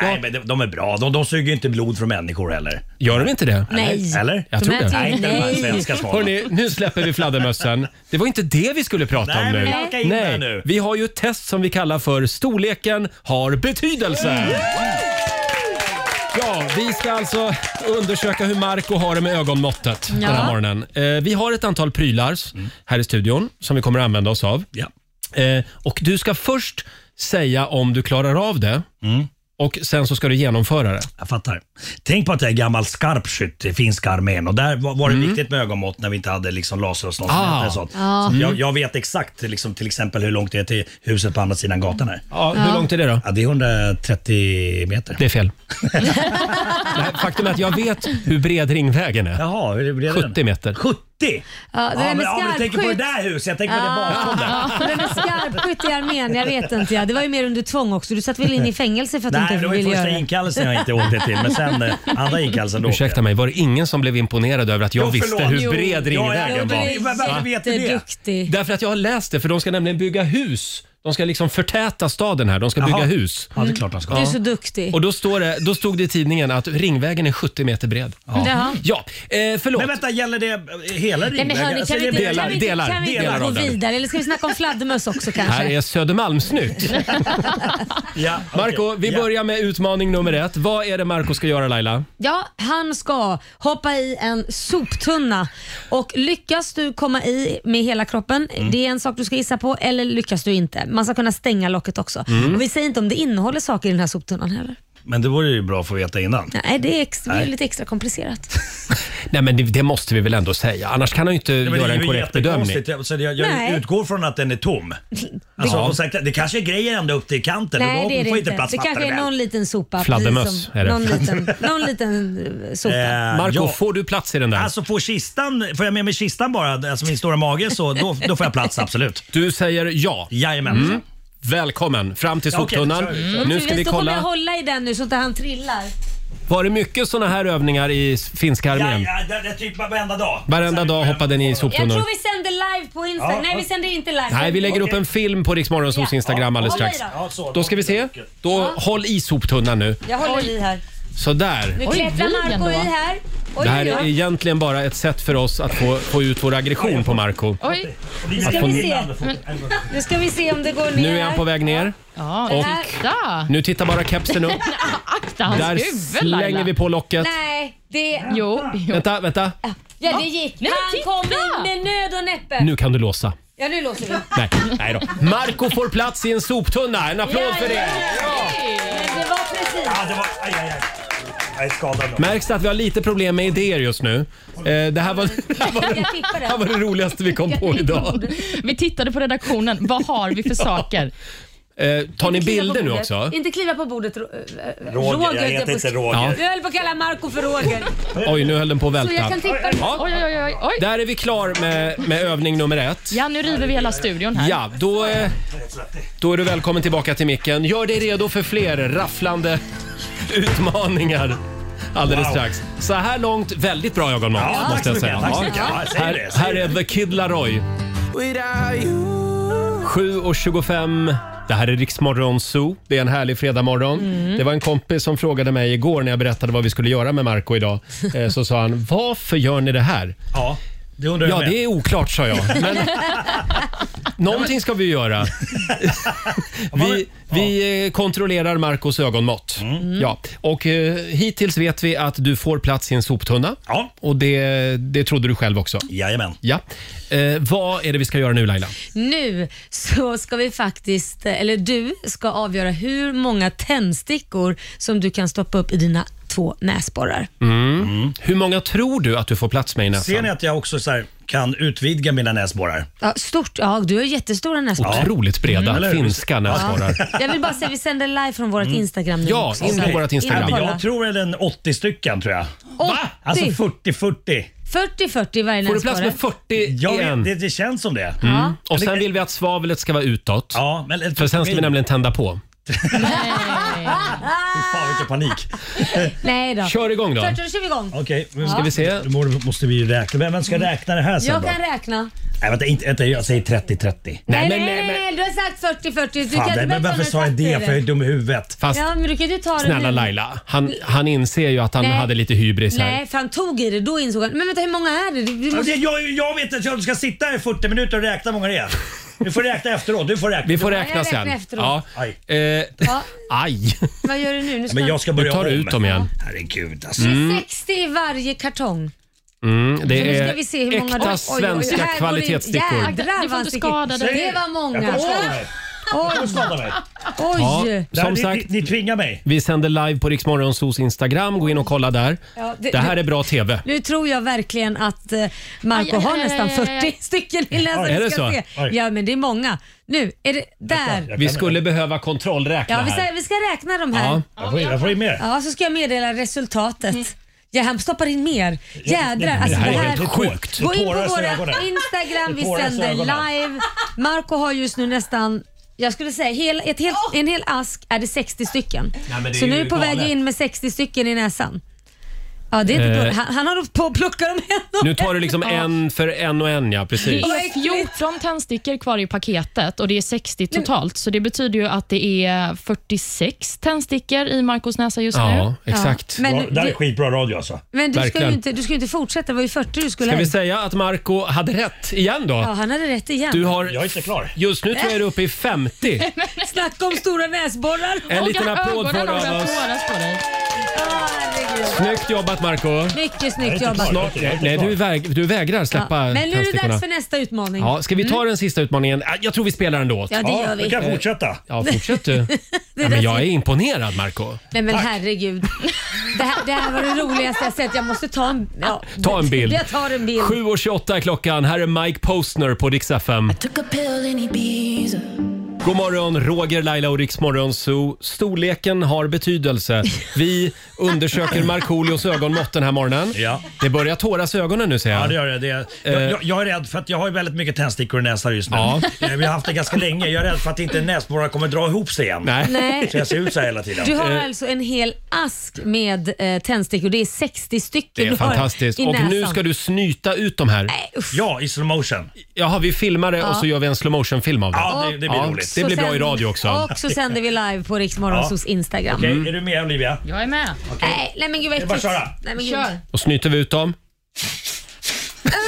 [SPEAKER 5] Nej, men de, de är bra. De, de suger ju inte blod från människor heller.
[SPEAKER 1] Gör de inte det?
[SPEAKER 2] Nej.
[SPEAKER 5] Eller?
[SPEAKER 1] Jag tror det.
[SPEAKER 5] Nej, inte den här svenska svanen.
[SPEAKER 1] Hörrni, nu släpper vi fladdermössen. Det var inte det vi skulle prata
[SPEAKER 5] Nej,
[SPEAKER 1] om
[SPEAKER 5] men
[SPEAKER 1] nu.
[SPEAKER 5] halka in där nu.
[SPEAKER 1] Vi har ju ett test som vi kallar för Storleken har betydelse. Ja, vi ska alltså undersöka hur Marco har det med ögonmåttet den här
[SPEAKER 14] Ja.
[SPEAKER 1] morgonen. Eh, vi har ett antal prylar här i studion som vi kommer att använda oss av. Eh, och du ska först säga om du klarar av det och sen så ska du genomföra det.
[SPEAKER 5] Jag fattar. Tänk på att jag är gammal skarpskytt i finska armén och där var, var det viktigt med ögonmått när vi inte hade liksom laser och sånt.
[SPEAKER 1] Mm. Ah.
[SPEAKER 5] och sånt.
[SPEAKER 1] Ja.
[SPEAKER 5] Så
[SPEAKER 1] Mm.
[SPEAKER 5] jag, jag vet exakt liksom, till exempel hur långt det är till huset på andra sidan gatan här.
[SPEAKER 1] Ja, hur Ja. långt är det då?
[SPEAKER 5] Ja, det är 130 meter.
[SPEAKER 1] Det
[SPEAKER 5] <laughs>
[SPEAKER 1] är fel. Nej, faktum är att jag vet hur bred ringvägen är.
[SPEAKER 5] Jaha, hur bred är
[SPEAKER 1] 70 meter.
[SPEAKER 5] 70?
[SPEAKER 2] Ja, det
[SPEAKER 5] Ja,
[SPEAKER 2] där
[SPEAKER 5] men-
[SPEAKER 2] med
[SPEAKER 5] ja, men tänk på det
[SPEAKER 2] skarpskytt.
[SPEAKER 5] där huset, jag tänker på det bakom där.
[SPEAKER 2] <laughs> ja, det med skarpskytt i armén, jag vet inte. Ja. Det var ju mer under tvång också. Du satt väl in i fängelse för att
[SPEAKER 5] Nej,
[SPEAKER 2] du
[SPEAKER 5] det
[SPEAKER 2] inte
[SPEAKER 5] var ju
[SPEAKER 2] ville göra
[SPEAKER 5] första
[SPEAKER 2] det?
[SPEAKER 5] inkallelsen jag inte åkte till, men sen eh, andra inkallelsen då åkte
[SPEAKER 1] Ursäkta mig, var det ingen som blev imponerad över att jag
[SPEAKER 5] Jo, förlåt.
[SPEAKER 1] visste hur
[SPEAKER 5] Jo.
[SPEAKER 1] bred
[SPEAKER 5] Ja, ja,
[SPEAKER 1] ringvägen
[SPEAKER 5] ja,
[SPEAKER 1] var?
[SPEAKER 5] det- vad- vad vet du det? Jätteduktig.
[SPEAKER 1] Därför att jag har läst det, för de ska nämligen bygga hus. De ska liksom förtäta staden här. De ska
[SPEAKER 5] Jaha.
[SPEAKER 1] bygga hus.
[SPEAKER 5] Ja, det är klart de ska.
[SPEAKER 2] Du är så duktig.
[SPEAKER 1] Och då, står det, då stod det i tidningen att ringvägen är 70 meter bred.
[SPEAKER 2] Ja. Jaha.
[SPEAKER 1] ja eh, förlåt.
[SPEAKER 5] Men vänta, gäller det eh, hela
[SPEAKER 2] Nej, men
[SPEAKER 5] ringvägen?
[SPEAKER 2] hörni,
[SPEAKER 5] Alltså,
[SPEAKER 2] kan vi
[SPEAKER 5] är det
[SPEAKER 2] inte,
[SPEAKER 5] delar-
[SPEAKER 2] kan vi inte,
[SPEAKER 1] delar-
[SPEAKER 2] kan vi inte
[SPEAKER 1] delar
[SPEAKER 2] gå
[SPEAKER 1] av den.
[SPEAKER 2] vidare? Eller ska vi snacka om fladdermöss också
[SPEAKER 1] Här
[SPEAKER 2] kanske?
[SPEAKER 5] <laughs>
[SPEAKER 1] är Södermalmsnytt.
[SPEAKER 5] ja,
[SPEAKER 1] Marco, vi börjar med utmaning nummer ett. Vad är det Marco ska göra Laila?
[SPEAKER 2] Ja, han ska hoppa i en soptunna och lyckas du komma i med hela kroppen,
[SPEAKER 1] Mm.
[SPEAKER 2] det är en sak du ska gissa på, eller lyckas du inte. Man ska kunna stänga locket också.
[SPEAKER 5] Mm.
[SPEAKER 2] Och vi säger inte om det innehåller saker i den här soptunnan heller.
[SPEAKER 5] Men det vore ju bra att få veta innan.
[SPEAKER 2] Nej, det är, ex- det är
[SPEAKER 5] Nej.
[SPEAKER 2] lite extra
[SPEAKER 1] <laughs>
[SPEAKER 2] komplicerat.
[SPEAKER 1] Nej men det, det måste vi väl ändå säga. Annars kan han ju inte
[SPEAKER 5] Nej, men
[SPEAKER 1] göra
[SPEAKER 5] det är
[SPEAKER 1] en
[SPEAKER 5] ju
[SPEAKER 1] korrekt bedömning.
[SPEAKER 5] jättekonstigt. Alltså, jag jag
[SPEAKER 2] Nej.
[SPEAKER 5] utgår från att den
[SPEAKER 2] <laughs>
[SPEAKER 5] är tom. Alltså,
[SPEAKER 1] Ja.
[SPEAKER 5] och sagt, det kanske är grejer ända upp till kanten.
[SPEAKER 2] Nej,
[SPEAKER 5] då
[SPEAKER 2] det är det
[SPEAKER 5] får
[SPEAKER 2] inte.
[SPEAKER 5] plats
[SPEAKER 2] Det kanske är någon liten sopa.
[SPEAKER 1] Fladdermöss
[SPEAKER 2] precis som-
[SPEAKER 1] är det.
[SPEAKER 2] Någon
[SPEAKER 1] <laughs>
[SPEAKER 2] liten, någon liten eh, sopa.
[SPEAKER 1] Marco, får du plats i den där?
[SPEAKER 5] Alltså får, kistan, får jag med mig kistan bara, alltså min stora mage, så då, då får jag plats absolut.
[SPEAKER 1] Du säger ja?
[SPEAKER 5] Jajamän.
[SPEAKER 1] Mm. Välkommen fram till
[SPEAKER 5] Ja, okej,
[SPEAKER 1] soptunnan.
[SPEAKER 5] då kör
[SPEAKER 2] Mm.
[SPEAKER 1] Nu ska vi
[SPEAKER 2] Då kommer jag
[SPEAKER 1] kolla.
[SPEAKER 2] hålla i den nu så att han trillar.
[SPEAKER 1] Var det mycket såna här övningar i s- finska armén?
[SPEAKER 5] Ja, ja, det är typ varenda dag.
[SPEAKER 1] Varenda dag hoppade ni i
[SPEAKER 2] Jag
[SPEAKER 1] soptunnor.
[SPEAKER 2] tror vi sänder live på Instagram.
[SPEAKER 5] Ja,
[SPEAKER 2] Nej,
[SPEAKER 5] ja.
[SPEAKER 2] vi sänder inte live.
[SPEAKER 1] Nej, vi lägger upp en film på Rix Morgonzoos
[SPEAKER 2] Ja.
[SPEAKER 1] Instagram alldeles
[SPEAKER 2] Håll i
[SPEAKER 1] strax.
[SPEAKER 2] då. Ja, så.
[SPEAKER 1] Då ska vi se. Då håll i soptunnan nu.
[SPEAKER 2] Jag håller i här. Nu
[SPEAKER 1] Sådär.
[SPEAKER 2] klättrar Marco i
[SPEAKER 8] ändå.
[SPEAKER 2] här. Oj,
[SPEAKER 1] Det här
[SPEAKER 2] oj,
[SPEAKER 1] är
[SPEAKER 2] oj.
[SPEAKER 1] egentligen bara ett sätt för oss att få, få ut vår aggression på Marco.
[SPEAKER 8] Oj.
[SPEAKER 2] Nu
[SPEAKER 1] Att
[SPEAKER 2] ska
[SPEAKER 1] få-
[SPEAKER 2] vi se. Nu ska vi se om det går ner Äh,
[SPEAKER 1] Nu är han på väg ner.
[SPEAKER 8] Ja,
[SPEAKER 1] Och
[SPEAKER 8] titta.
[SPEAKER 1] nu tittar bara
[SPEAKER 2] <laughs>
[SPEAKER 1] kepsen upp.
[SPEAKER 8] Akta hans
[SPEAKER 1] Där
[SPEAKER 8] huvud
[SPEAKER 1] slänger
[SPEAKER 8] Laila.
[SPEAKER 1] vi på locket.
[SPEAKER 2] Nej, det...
[SPEAKER 8] Jo.
[SPEAKER 1] Vänta, vänta.
[SPEAKER 2] Ja, det gick.
[SPEAKER 8] Nej,
[SPEAKER 2] han
[SPEAKER 8] titta!
[SPEAKER 2] kom in med nöd och näppe.
[SPEAKER 1] Nu kan du låsa.
[SPEAKER 2] Ja, nu låser vi.
[SPEAKER 1] Nej, nej då. Marco får plats i en soptunna. En applåd för det!
[SPEAKER 2] Men det var precis.
[SPEAKER 5] Ja, det var... Aj, aj, aj. Jag är skadad. då.
[SPEAKER 1] Märks det att vi har lite problem med idéer just nu? Eh, det här
[SPEAKER 8] <laughs>
[SPEAKER 1] var, det här var, det,
[SPEAKER 8] Jag tippar det.
[SPEAKER 1] här var det roligaste vi kom på
[SPEAKER 8] <laughs>
[SPEAKER 1] idag.
[SPEAKER 8] Vi tittade på redaktionen. Vad har vi för saker?
[SPEAKER 1] Eh, tar ni
[SPEAKER 2] Inte kliva
[SPEAKER 1] bilder
[SPEAKER 2] på
[SPEAKER 1] nu
[SPEAKER 2] bordet.
[SPEAKER 1] också?
[SPEAKER 2] Inte kliva på bordet. Ro- eh, eh,
[SPEAKER 1] Roger, jag
[SPEAKER 2] höll
[SPEAKER 1] heter
[SPEAKER 2] på-
[SPEAKER 1] inte Roger.
[SPEAKER 2] Jag höll på att kalla Marco för Roger.
[SPEAKER 1] Oj, nu höll den på att
[SPEAKER 8] Så jag
[SPEAKER 1] välta.
[SPEAKER 8] kan tippa-
[SPEAKER 1] Ja,
[SPEAKER 8] Oj, oj, oj, oj.
[SPEAKER 1] där är vi klar med, med övning nummer ett.
[SPEAKER 8] Ja, nu river vi hela studion här.
[SPEAKER 1] Ja, då, eh,
[SPEAKER 5] så att det...
[SPEAKER 1] Då är du välkommen tillbaka till micken. Gör dig redo för fler rafflande utmaningar. Alldeles
[SPEAKER 5] Wow.
[SPEAKER 1] strax. Så här långt, väldigt bra Jakob Måns,
[SPEAKER 5] Ja, tack
[SPEAKER 1] måste
[SPEAKER 5] så mycket,
[SPEAKER 1] jag säga.
[SPEAKER 5] tack så mycket. Ja, jag säger
[SPEAKER 1] här,
[SPEAKER 5] det, jag säger
[SPEAKER 1] här är The Kid Laroi.
[SPEAKER 15] Without you
[SPEAKER 1] 7.25. Det här är Riksmorgon Zoo. Det är en härlig fredagmorgon.
[SPEAKER 14] Mm.
[SPEAKER 1] Det var en kompis som frågade mig igår när jag berättade vad vi skulle göra med
[SPEAKER 15] <laughs>
[SPEAKER 1] Marco idag. Eh, Så sa han, varför gör ni det här?
[SPEAKER 5] Ja, det undrar jag
[SPEAKER 1] Ja,
[SPEAKER 5] med.
[SPEAKER 1] det är oklart sa jag.
[SPEAKER 5] <laughs>
[SPEAKER 1] Men någonting ska vi ju göra. Vi, vi eh, kontrollerar Marcos ögonmått.
[SPEAKER 5] Mm.
[SPEAKER 1] Ja. Och eh, hittills vet vi att du får plats i en soptunna. Ja. Och det, det trodde du själv också.
[SPEAKER 5] Jajamän.
[SPEAKER 1] Ja. Eh, vad är det vi ska göra nu Laila?
[SPEAKER 2] Nu så ska vi faktiskt, eller du ska avgöra hur många tändstickor som du kan stoppa upp i dina två näsborrar.
[SPEAKER 1] Mm. Hur många tror du att du får plats med i näsan?
[SPEAKER 5] Ser ni att jag också så här, kan utvidga mina näsborrar?
[SPEAKER 2] Ja, stort, ja du har jättestora näsborrar.
[SPEAKER 1] Otroligt breda
[SPEAKER 5] Eller hur? <laughs>
[SPEAKER 1] finska näsborrar.
[SPEAKER 2] Jag vill bara säga vi sänder live från vårt
[SPEAKER 5] Mm.
[SPEAKER 2] Instagram nu också, så att- och
[SPEAKER 5] Men
[SPEAKER 2] kolla.
[SPEAKER 5] jag tror det är en 80 stycken tror jag.
[SPEAKER 2] 80.
[SPEAKER 5] Alltså 40-40.
[SPEAKER 2] 40-40 i varje näsborre.
[SPEAKER 1] 40
[SPEAKER 5] ja,
[SPEAKER 1] i en?
[SPEAKER 5] Det, det känns som det.
[SPEAKER 1] Mm. Och sen vill vi att svavlet ska vara utåt.
[SPEAKER 5] Ja, men,
[SPEAKER 1] För sen ska vi nämligen tända på.
[SPEAKER 5] Fan vilken panik.
[SPEAKER 2] Nej då.
[SPEAKER 5] Kör igång då.
[SPEAKER 2] Kör, kör, kör vi igång.
[SPEAKER 5] Okej, men
[SPEAKER 2] Ja.
[SPEAKER 5] Då må- måste vi ju räkna. Vem vem
[SPEAKER 1] Mm.
[SPEAKER 5] ska räkna det här sen
[SPEAKER 2] Jag
[SPEAKER 5] då?
[SPEAKER 2] kan räkna.
[SPEAKER 5] Nej, vänta, inte, vänta, jag säger 30-30.
[SPEAKER 2] Nej, nej, nej, du har sagt 40-40. Du
[SPEAKER 5] Fan,
[SPEAKER 2] kan
[SPEAKER 5] nej,
[SPEAKER 2] inte
[SPEAKER 5] men
[SPEAKER 2] berätta
[SPEAKER 5] varför
[SPEAKER 2] om
[SPEAKER 5] sa jag
[SPEAKER 2] exakt hur
[SPEAKER 5] det? För jag är dum i huvudet.
[SPEAKER 1] Fast
[SPEAKER 2] Ja, men du kan ju ta det
[SPEAKER 1] snälla
[SPEAKER 2] nu.
[SPEAKER 1] Laila, han, han inser ju att han
[SPEAKER 2] Nej.
[SPEAKER 1] hade lite hybris här.
[SPEAKER 2] Nej, för han tog i det. Då insåg han. Men vänta, hur många är det? Du, du
[SPEAKER 5] Alltså,
[SPEAKER 2] måste...
[SPEAKER 5] jag, jag vet inte, jag ska sitta här i 40 minuter och räkna hur många det är. Du får räkna efteråt. Du får räkna.
[SPEAKER 1] Vi får
[SPEAKER 5] Du-
[SPEAKER 1] räkna
[SPEAKER 2] jag
[SPEAKER 1] sen. Eh,
[SPEAKER 2] räknar efteråt.
[SPEAKER 5] Aj.
[SPEAKER 2] Ja,
[SPEAKER 1] Aj!
[SPEAKER 2] vad gör du nu? nu ska
[SPEAKER 5] Men jag ska börja
[SPEAKER 1] Du tar
[SPEAKER 5] om.
[SPEAKER 1] ut dem igen.
[SPEAKER 5] Herregud alltså.
[SPEAKER 2] Det är
[SPEAKER 1] Mm.
[SPEAKER 2] 60 i varje kartong.
[SPEAKER 1] Mm,
[SPEAKER 2] Så nu
[SPEAKER 1] det
[SPEAKER 5] Eh,
[SPEAKER 2] ska
[SPEAKER 1] är
[SPEAKER 2] vi se hur många
[SPEAKER 1] äkta
[SPEAKER 2] Oj, oj, oj. Här
[SPEAKER 1] svenska
[SPEAKER 2] går det-
[SPEAKER 1] kvalitetsstickor.
[SPEAKER 2] Jädrar
[SPEAKER 8] Du får
[SPEAKER 2] vad
[SPEAKER 8] inte
[SPEAKER 2] sticker.
[SPEAKER 8] skada dig.
[SPEAKER 2] Det var många.
[SPEAKER 5] Jag kommer skada dig. Jag kommer skada mig.
[SPEAKER 1] Ja,
[SPEAKER 2] Oj!
[SPEAKER 5] Det här,
[SPEAKER 1] som
[SPEAKER 5] ni-
[SPEAKER 1] sagt,
[SPEAKER 5] ni, ni tvingar mig.
[SPEAKER 1] Vi sänder live på Riksmorgonsos Instagram. Gå in och kolla där.
[SPEAKER 2] Ja,
[SPEAKER 1] Det här är bra TV.
[SPEAKER 2] Nu tror jag verkligen att eh, Marco
[SPEAKER 8] Aj, aj,
[SPEAKER 2] har
[SPEAKER 8] aj,
[SPEAKER 2] nästan
[SPEAKER 8] aj, aj,
[SPEAKER 2] 40
[SPEAKER 8] aj.
[SPEAKER 2] stycken i näsan.
[SPEAKER 1] Oj. Är
[SPEAKER 2] Vi
[SPEAKER 1] det
[SPEAKER 2] ska
[SPEAKER 1] så?
[SPEAKER 2] se.
[SPEAKER 1] Oj.
[SPEAKER 2] Ja, men det är många. Nu, är det där.
[SPEAKER 1] Vi skulle behöva kontrollräkna
[SPEAKER 2] Ja, vi
[SPEAKER 1] här.
[SPEAKER 2] ska, vi ska räkna de här.
[SPEAKER 1] Ja.
[SPEAKER 5] Jag får, jag får in mer.
[SPEAKER 2] Ja, så ska jag meddela resultatet.
[SPEAKER 8] Mm.
[SPEAKER 2] Ja, han stoppar in mer.
[SPEAKER 5] det
[SPEAKER 2] Jädrar.
[SPEAKER 5] här
[SPEAKER 2] Alltså,
[SPEAKER 5] är
[SPEAKER 2] det här
[SPEAKER 5] helt sjukt.
[SPEAKER 2] Gå in på
[SPEAKER 5] Det tåras i
[SPEAKER 2] våra
[SPEAKER 5] ögonen.
[SPEAKER 2] Instagram, vi
[SPEAKER 5] Det tåras i
[SPEAKER 2] sänder
[SPEAKER 5] ögonen.
[SPEAKER 2] live. Marco har just nu nästan jag skulle säga hel, ett helt, en hel ask är det 60 stycken.
[SPEAKER 1] Nej, men det är
[SPEAKER 2] så
[SPEAKER 1] ju
[SPEAKER 2] nu är du på väg
[SPEAKER 1] galet.
[SPEAKER 2] in med 60 stycken i näsan. Ja, det är inte
[SPEAKER 1] Eh.
[SPEAKER 2] dåligt. Han, han har hållit på att plocka dem en och
[SPEAKER 1] Nu tar du liksom
[SPEAKER 2] Ja.
[SPEAKER 1] en för en och en, ja.
[SPEAKER 8] Det
[SPEAKER 1] Precis.
[SPEAKER 8] är 14 tändstickor kvar i paketet och det är 60 totalt, så det betyder ju att det är 46 tändstickor i Marcos näsa just nu.
[SPEAKER 1] Ja, exakt.
[SPEAKER 2] Men
[SPEAKER 5] ja,
[SPEAKER 2] du-
[SPEAKER 5] det här är
[SPEAKER 2] du-
[SPEAKER 5] skitbra radio alltså.
[SPEAKER 2] Men du ska, ju
[SPEAKER 1] Verkligen.
[SPEAKER 2] inte, du ska ju inte fortsätta, det var ju 40 du skulle
[SPEAKER 1] Ska
[SPEAKER 2] ha
[SPEAKER 1] vi
[SPEAKER 2] in.
[SPEAKER 1] säga att Marco hade rätt igen då?
[SPEAKER 2] Ja, han hade rätt igen.
[SPEAKER 1] Du har... Jag är inte klar. Just nu tror jag du är uppe
[SPEAKER 2] <laughs>
[SPEAKER 1] i 50.
[SPEAKER 2] Snacka om stora näsborrar.
[SPEAKER 1] En liten applåd får du av oss. Snyggt jobbat Marco
[SPEAKER 2] Mycket snyggt jobbat.
[SPEAKER 1] Snart, nej, du, väg, du vägrar släppa
[SPEAKER 2] Men nu är det
[SPEAKER 1] tändstickorna.
[SPEAKER 2] dags för nästa utmaning.
[SPEAKER 1] Ja, ska vi ta den sista utmaningen? Ah, Jag tror vi spelar ändå.
[SPEAKER 2] Ja, det Ja, gör vi. vi kan
[SPEAKER 1] Eh,
[SPEAKER 2] fortsätta.
[SPEAKER 1] Ja, fortsätt du.
[SPEAKER 2] <laughs> Det där
[SPEAKER 1] Ja, men jag
[SPEAKER 2] ser-
[SPEAKER 1] är imponerad Marco
[SPEAKER 2] Nej men herregud. Det här, det här var det roligaste jag sett. Jag måste ta en... Ja.
[SPEAKER 1] Ta en bild.
[SPEAKER 2] Jag tar en bild.
[SPEAKER 1] 7.28 är klockan. Här är Mike Postner på Dix FM. God morgon, Roger, Laila och Rix morgon, Zoo. Storleken
[SPEAKER 2] <laughs>
[SPEAKER 1] har betydelse. Vi undersöker Markoolios ögonmått den här morgonen. Det börjar tåras i ögonen nu ser jag.
[SPEAKER 5] Ja, det gör det. det jag, jag, jag är rädd för att jag har ju väldigt mycket tändstickor i näsan just nu.
[SPEAKER 1] Eh. Ja.
[SPEAKER 5] Eh, Vi har haft det ganska länge. Jag är rädd för att inte näsborrar kommer dra ihop sig igen.
[SPEAKER 2] Nej.
[SPEAKER 5] Så jag ser ut så här hela tiden.
[SPEAKER 2] Du har
[SPEAKER 1] Eh.
[SPEAKER 2] alltså en hel ask med eh, tändstickor. Det är 60 stycken
[SPEAKER 1] Det är
[SPEAKER 2] du har
[SPEAKER 1] fantastiskt.
[SPEAKER 2] i
[SPEAKER 1] Och nu
[SPEAKER 2] näsan.
[SPEAKER 1] ska du snyta ut de här.
[SPEAKER 5] Ja, i slow motion.
[SPEAKER 1] Jaha, vi filmar det
[SPEAKER 2] Ja.
[SPEAKER 1] och så gör vi en slow motion film av det.
[SPEAKER 5] Ja, det- det blir roligt.
[SPEAKER 1] Det
[SPEAKER 2] Så
[SPEAKER 1] blir bra i
[SPEAKER 2] sänd-
[SPEAKER 1] radio också.
[SPEAKER 2] Och så sänder vi live på Rix Morgonzos Instagram.
[SPEAKER 5] Okej,
[SPEAKER 1] Mm.
[SPEAKER 5] är du med Olivia?
[SPEAKER 8] Jag är med.
[SPEAKER 2] Nej, nej men gud vad
[SPEAKER 5] Det är bara
[SPEAKER 2] äckligt.
[SPEAKER 5] att köra.
[SPEAKER 2] Nej, men gud.
[SPEAKER 8] Kör.
[SPEAKER 1] Då snyter vi ut dem.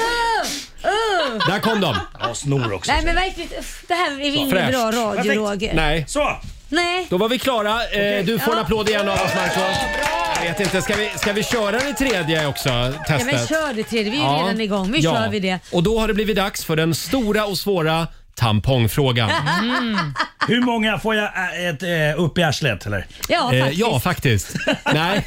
[SPEAKER 2] Uh, uh.
[SPEAKER 1] Där kom de!
[SPEAKER 5] Ja, snor också.
[SPEAKER 2] Nej men verkligen, uff, det här är ingen
[SPEAKER 1] Fräscht.
[SPEAKER 2] bra radio
[SPEAKER 1] Perfekt.
[SPEAKER 2] Roger.
[SPEAKER 1] Nej.
[SPEAKER 5] Så!
[SPEAKER 2] Nej.
[SPEAKER 1] Då var vi klara. Eh, du får en
[SPEAKER 2] Ja.
[SPEAKER 1] applåd igen av oss Marco. Jag vet inte, ska vi, ska vi köra det tredje också?
[SPEAKER 2] Ja,
[SPEAKER 1] Testet?
[SPEAKER 2] men kör det tredje, vi är ju
[SPEAKER 1] Ja.
[SPEAKER 2] redan igång. Vi
[SPEAKER 1] Ja.
[SPEAKER 2] kör vi det.
[SPEAKER 1] Och då har det blivit dags för den stora och svåra tampongfrågan.
[SPEAKER 5] Hur många får jag ä, ett, ä, upp i arslet eller?
[SPEAKER 2] <laughs> Ja,
[SPEAKER 1] Eh,
[SPEAKER 2] faktiskt. <laughs>
[SPEAKER 1] ja, faktiskt. Nej,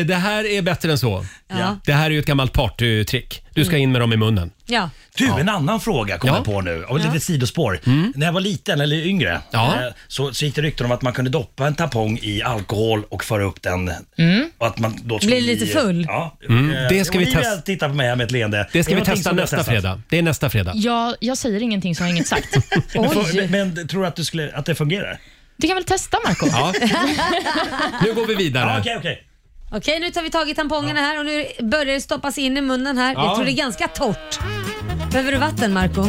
[SPEAKER 1] eh, det här är bättre än så.
[SPEAKER 2] Ja.
[SPEAKER 1] Det här är ju ett gammalt partytrick. Du
[SPEAKER 2] Mm.
[SPEAKER 1] ska in med dem i munnen.
[SPEAKER 2] Ja.
[SPEAKER 5] Du, en annan fråga kom jag på nu, och lite
[SPEAKER 2] Ja.
[SPEAKER 5] sidospår.
[SPEAKER 1] Mm.
[SPEAKER 5] När jag var liten, eller yngre, eh, så, så gick det rykten om att man kunde doppa en tampong i alkohol och föra upp den. Och att man då skulle
[SPEAKER 2] Bli lite
[SPEAKER 5] bli-
[SPEAKER 2] full.
[SPEAKER 5] Ja.
[SPEAKER 1] Mm,
[SPEAKER 5] Eh,
[SPEAKER 1] det ska vi
[SPEAKER 5] Olivia
[SPEAKER 1] testa.
[SPEAKER 5] tittar på mig här med ett leende.
[SPEAKER 1] Det ska
[SPEAKER 5] Är
[SPEAKER 1] vi
[SPEAKER 5] någonting
[SPEAKER 1] testa
[SPEAKER 5] som du har
[SPEAKER 1] nästa
[SPEAKER 5] testat?
[SPEAKER 1] fredag. Det är nästa fredag.
[SPEAKER 8] Jag, jag säger ingenting som jag inget sagt.
[SPEAKER 5] Men,
[SPEAKER 8] Oj.
[SPEAKER 5] får- men, men tror du att, du skulle, att det fungerar?
[SPEAKER 8] Du kan väl testa Marco?
[SPEAKER 2] <laughs>
[SPEAKER 1] Ja. Nu går vi vidare.
[SPEAKER 5] Ja, okej, okej.
[SPEAKER 2] Okej, nu tar vi tag i tampongerna här och nu börjar det stoppas in i munnen här.
[SPEAKER 5] Ja.
[SPEAKER 2] Jag tror det är ganska torrt. Behöver du vatten Marco?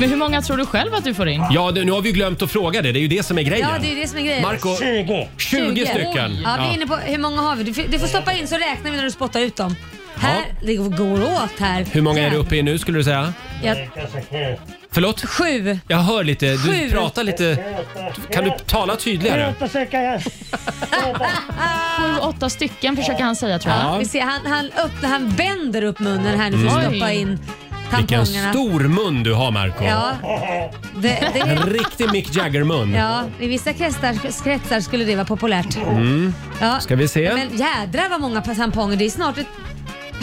[SPEAKER 8] Men hur många tror du själv att du får in?
[SPEAKER 1] Ja, det, nu har vi ju glömt att fråga det. Det är ju det som är grejen.
[SPEAKER 2] Ja, det är ju det som är grejen.
[SPEAKER 1] Marco, 20, 20 stycken.
[SPEAKER 2] Ja, vi är inne på hur många har vi? Du, f- du får stoppa in så räknar vi när du spottar ut dem. Här, det går åt här.
[SPEAKER 1] Hur många är du uppe i nu skulle du säga?
[SPEAKER 2] Jag,
[SPEAKER 1] Förlåt?
[SPEAKER 2] Sju.
[SPEAKER 1] Jag hör lite. Du
[SPEAKER 2] Sju.
[SPEAKER 1] pratar lite. Kan du tala tydligare?
[SPEAKER 8] Sju, åtta stycken försöker han säga tror jag.
[SPEAKER 1] Ja.
[SPEAKER 2] vi ser, han, han, öppnar, han bänder upp munnen här nu för att
[SPEAKER 1] Mm.
[SPEAKER 2] stoppa in tampongerna.
[SPEAKER 1] Vilken stor mun du har Marco.
[SPEAKER 2] Ja. Det,
[SPEAKER 1] En
[SPEAKER 2] det,
[SPEAKER 1] riktig Mick Jagger-mun.
[SPEAKER 2] ja, i vissa kretsar, kretsar skulle det vara populärt.
[SPEAKER 1] Mm.
[SPEAKER 2] Ja.
[SPEAKER 1] Ska vi se?
[SPEAKER 2] Men jädrar vad många tamponger. Det är snart ett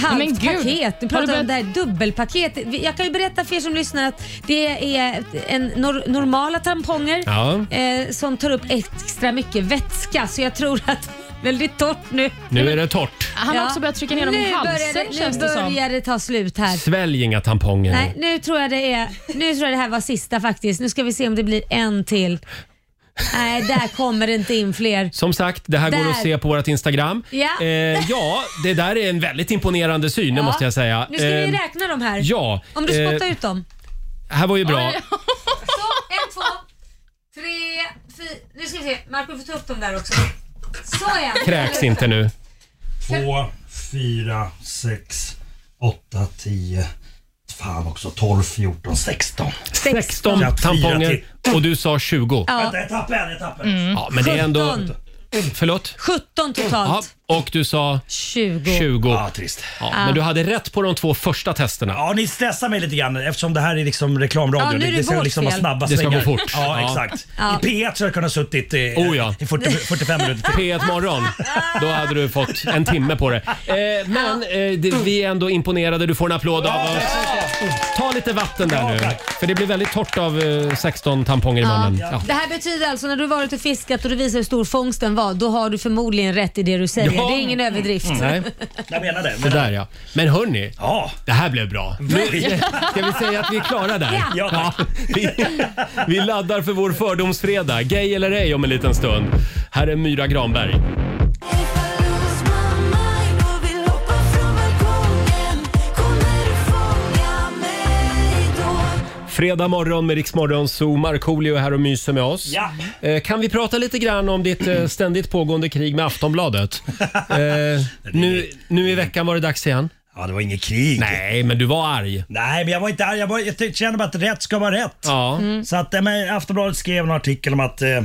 [SPEAKER 2] halvt
[SPEAKER 8] Men gud.
[SPEAKER 2] paket. Nu
[SPEAKER 8] Har
[SPEAKER 2] pratar
[SPEAKER 8] du
[SPEAKER 2] vi om det här dubbelpaketet. Vi- Jag kan ju berätta för er som lyssnar att det är en nor- normala tamponger
[SPEAKER 1] Ja.
[SPEAKER 2] eh, som tar upp extra mycket vätska. Så jag tror att <laughs> Väldigt torrt nu.
[SPEAKER 1] Nu är det torrt.
[SPEAKER 8] Han har också börjat trycka ner dem i
[SPEAKER 2] nu
[SPEAKER 8] halsen,
[SPEAKER 2] börjar det,
[SPEAKER 8] känns
[SPEAKER 2] Nu
[SPEAKER 8] det som.
[SPEAKER 2] börjar det ta slut här.
[SPEAKER 1] Svälj inga tamponger
[SPEAKER 2] Nej,
[SPEAKER 1] nu.
[SPEAKER 2] nu tror jag det är... Nu tror jag det här var sista faktiskt. Nu ska vi se om det blir en till. Nej, där kommer det inte in fler.
[SPEAKER 1] Som sagt, det här går
[SPEAKER 2] Där.
[SPEAKER 1] att se på vårt Instagram.
[SPEAKER 2] Ja.
[SPEAKER 1] Eh, ja, det där är en väldigt imponerande syn, det
[SPEAKER 2] Ja.
[SPEAKER 1] måste jag säga.
[SPEAKER 2] Nu ska vi
[SPEAKER 1] Eh,
[SPEAKER 2] räkna dem här.
[SPEAKER 1] ja.
[SPEAKER 2] Om du spottar
[SPEAKER 1] Eh,
[SPEAKER 2] ut dem.
[SPEAKER 1] här var ju bra.
[SPEAKER 2] Så, en, två, tre, fyra. Nu ska vi se. Marco du får ta upp dem där också. Såja!
[SPEAKER 1] Kräks inte nu.
[SPEAKER 5] Två, fyra, sex, åtta, tio. Fan också, 12, 14, 16.
[SPEAKER 1] 16 tamponger och du sa 20.
[SPEAKER 5] Vänta, jag tappade en, jag tappade
[SPEAKER 2] Mm.
[SPEAKER 5] en.
[SPEAKER 1] Ja, men det är ändå...
[SPEAKER 2] 17.
[SPEAKER 1] Förlåt?
[SPEAKER 2] 17 totalt.
[SPEAKER 1] Ja, och du sa?
[SPEAKER 2] 20.
[SPEAKER 1] 20.
[SPEAKER 5] Ja, trist.
[SPEAKER 1] Ja,
[SPEAKER 2] Ja.
[SPEAKER 1] Men du hade rätt på de två första testerna.
[SPEAKER 5] Ja, ni stressar mig lite grann eftersom det här är liksom reklamradio.
[SPEAKER 2] Ja, nu är det
[SPEAKER 5] det ska
[SPEAKER 2] vårt
[SPEAKER 5] liksom vara
[SPEAKER 2] fel.
[SPEAKER 5] snabba
[SPEAKER 1] Det ska gå
[SPEAKER 5] svängar.
[SPEAKER 1] fort.
[SPEAKER 5] Ja,
[SPEAKER 1] Ja.
[SPEAKER 5] exakt.
[SPEAKER 2] Ja.
[SPEAKER 5] I P1 så hade jag kunnat suttit i,
[SPEAKER 1] Oh, ja.
[SPEAKER 5] i 40, 45 minuter till.
[SPEAKER 1] P1 Morgon, då hade du fått en timme på det. Eh, men eh, det, vi är ändå imponerade. Du får en applåd av oss. Ta lite vatten där nu, för det blir väldigt torrt av eh, 16 tamponger i munnen. Ja.
[SPEAKER 2] Det här betyder alltså när du varit och fiskat och du visar hur stor fångsten var, då har du förmodligen rätt i det du säger.
[SPEAKER 1] Ja.
[SPEAKER 2] Det är ingen överdrift.
[SPEAKER 1] Mm. Nej,
[SPEAKER 5] Jag menar det.
[SPEAKER 1] det där ja. Men hörni,
[SPEAKER 5] Ja.
[SPEAKER 1] det här blev bra.
[SPEAKER 5] <laughs>
[SPEAKER 1] Nu, ska vi säga att vi är klara där?
[SPEAKER 5] Ja, tack.
[SPEAKER 1] vi, vi laddar för vår fördomsfredag, gay eller ej, om en liten stund. Här är Myra Granberg. Fredag morgon med Riksmorgon Zoo. Markoolio är här och myser med oss.
[SPEAKER 5] Ja.
[SPEAKER 1] Eh, Kan vi prata lite grann om ditt eh, ständigt pågående krig
[SPEAKER 5] <laughs>
[SPEAKER 1] med Aftonbladet? Eh, nu, nu i veckan var det dags igen.
[SPEAKER 5] Ja, det var inget krig.
[SPEAKER 1] Nej, men du var arg.
[SPEAKER 5] Nej, men jag var inte arg. Jag, var, jag tyckte- kände bara att rätt ska vara rätt.
[SPEAKER 1] Ja.
[SPEAKER 5] Så att, eh, men, Aftonbladet skrev en artikel om att eh,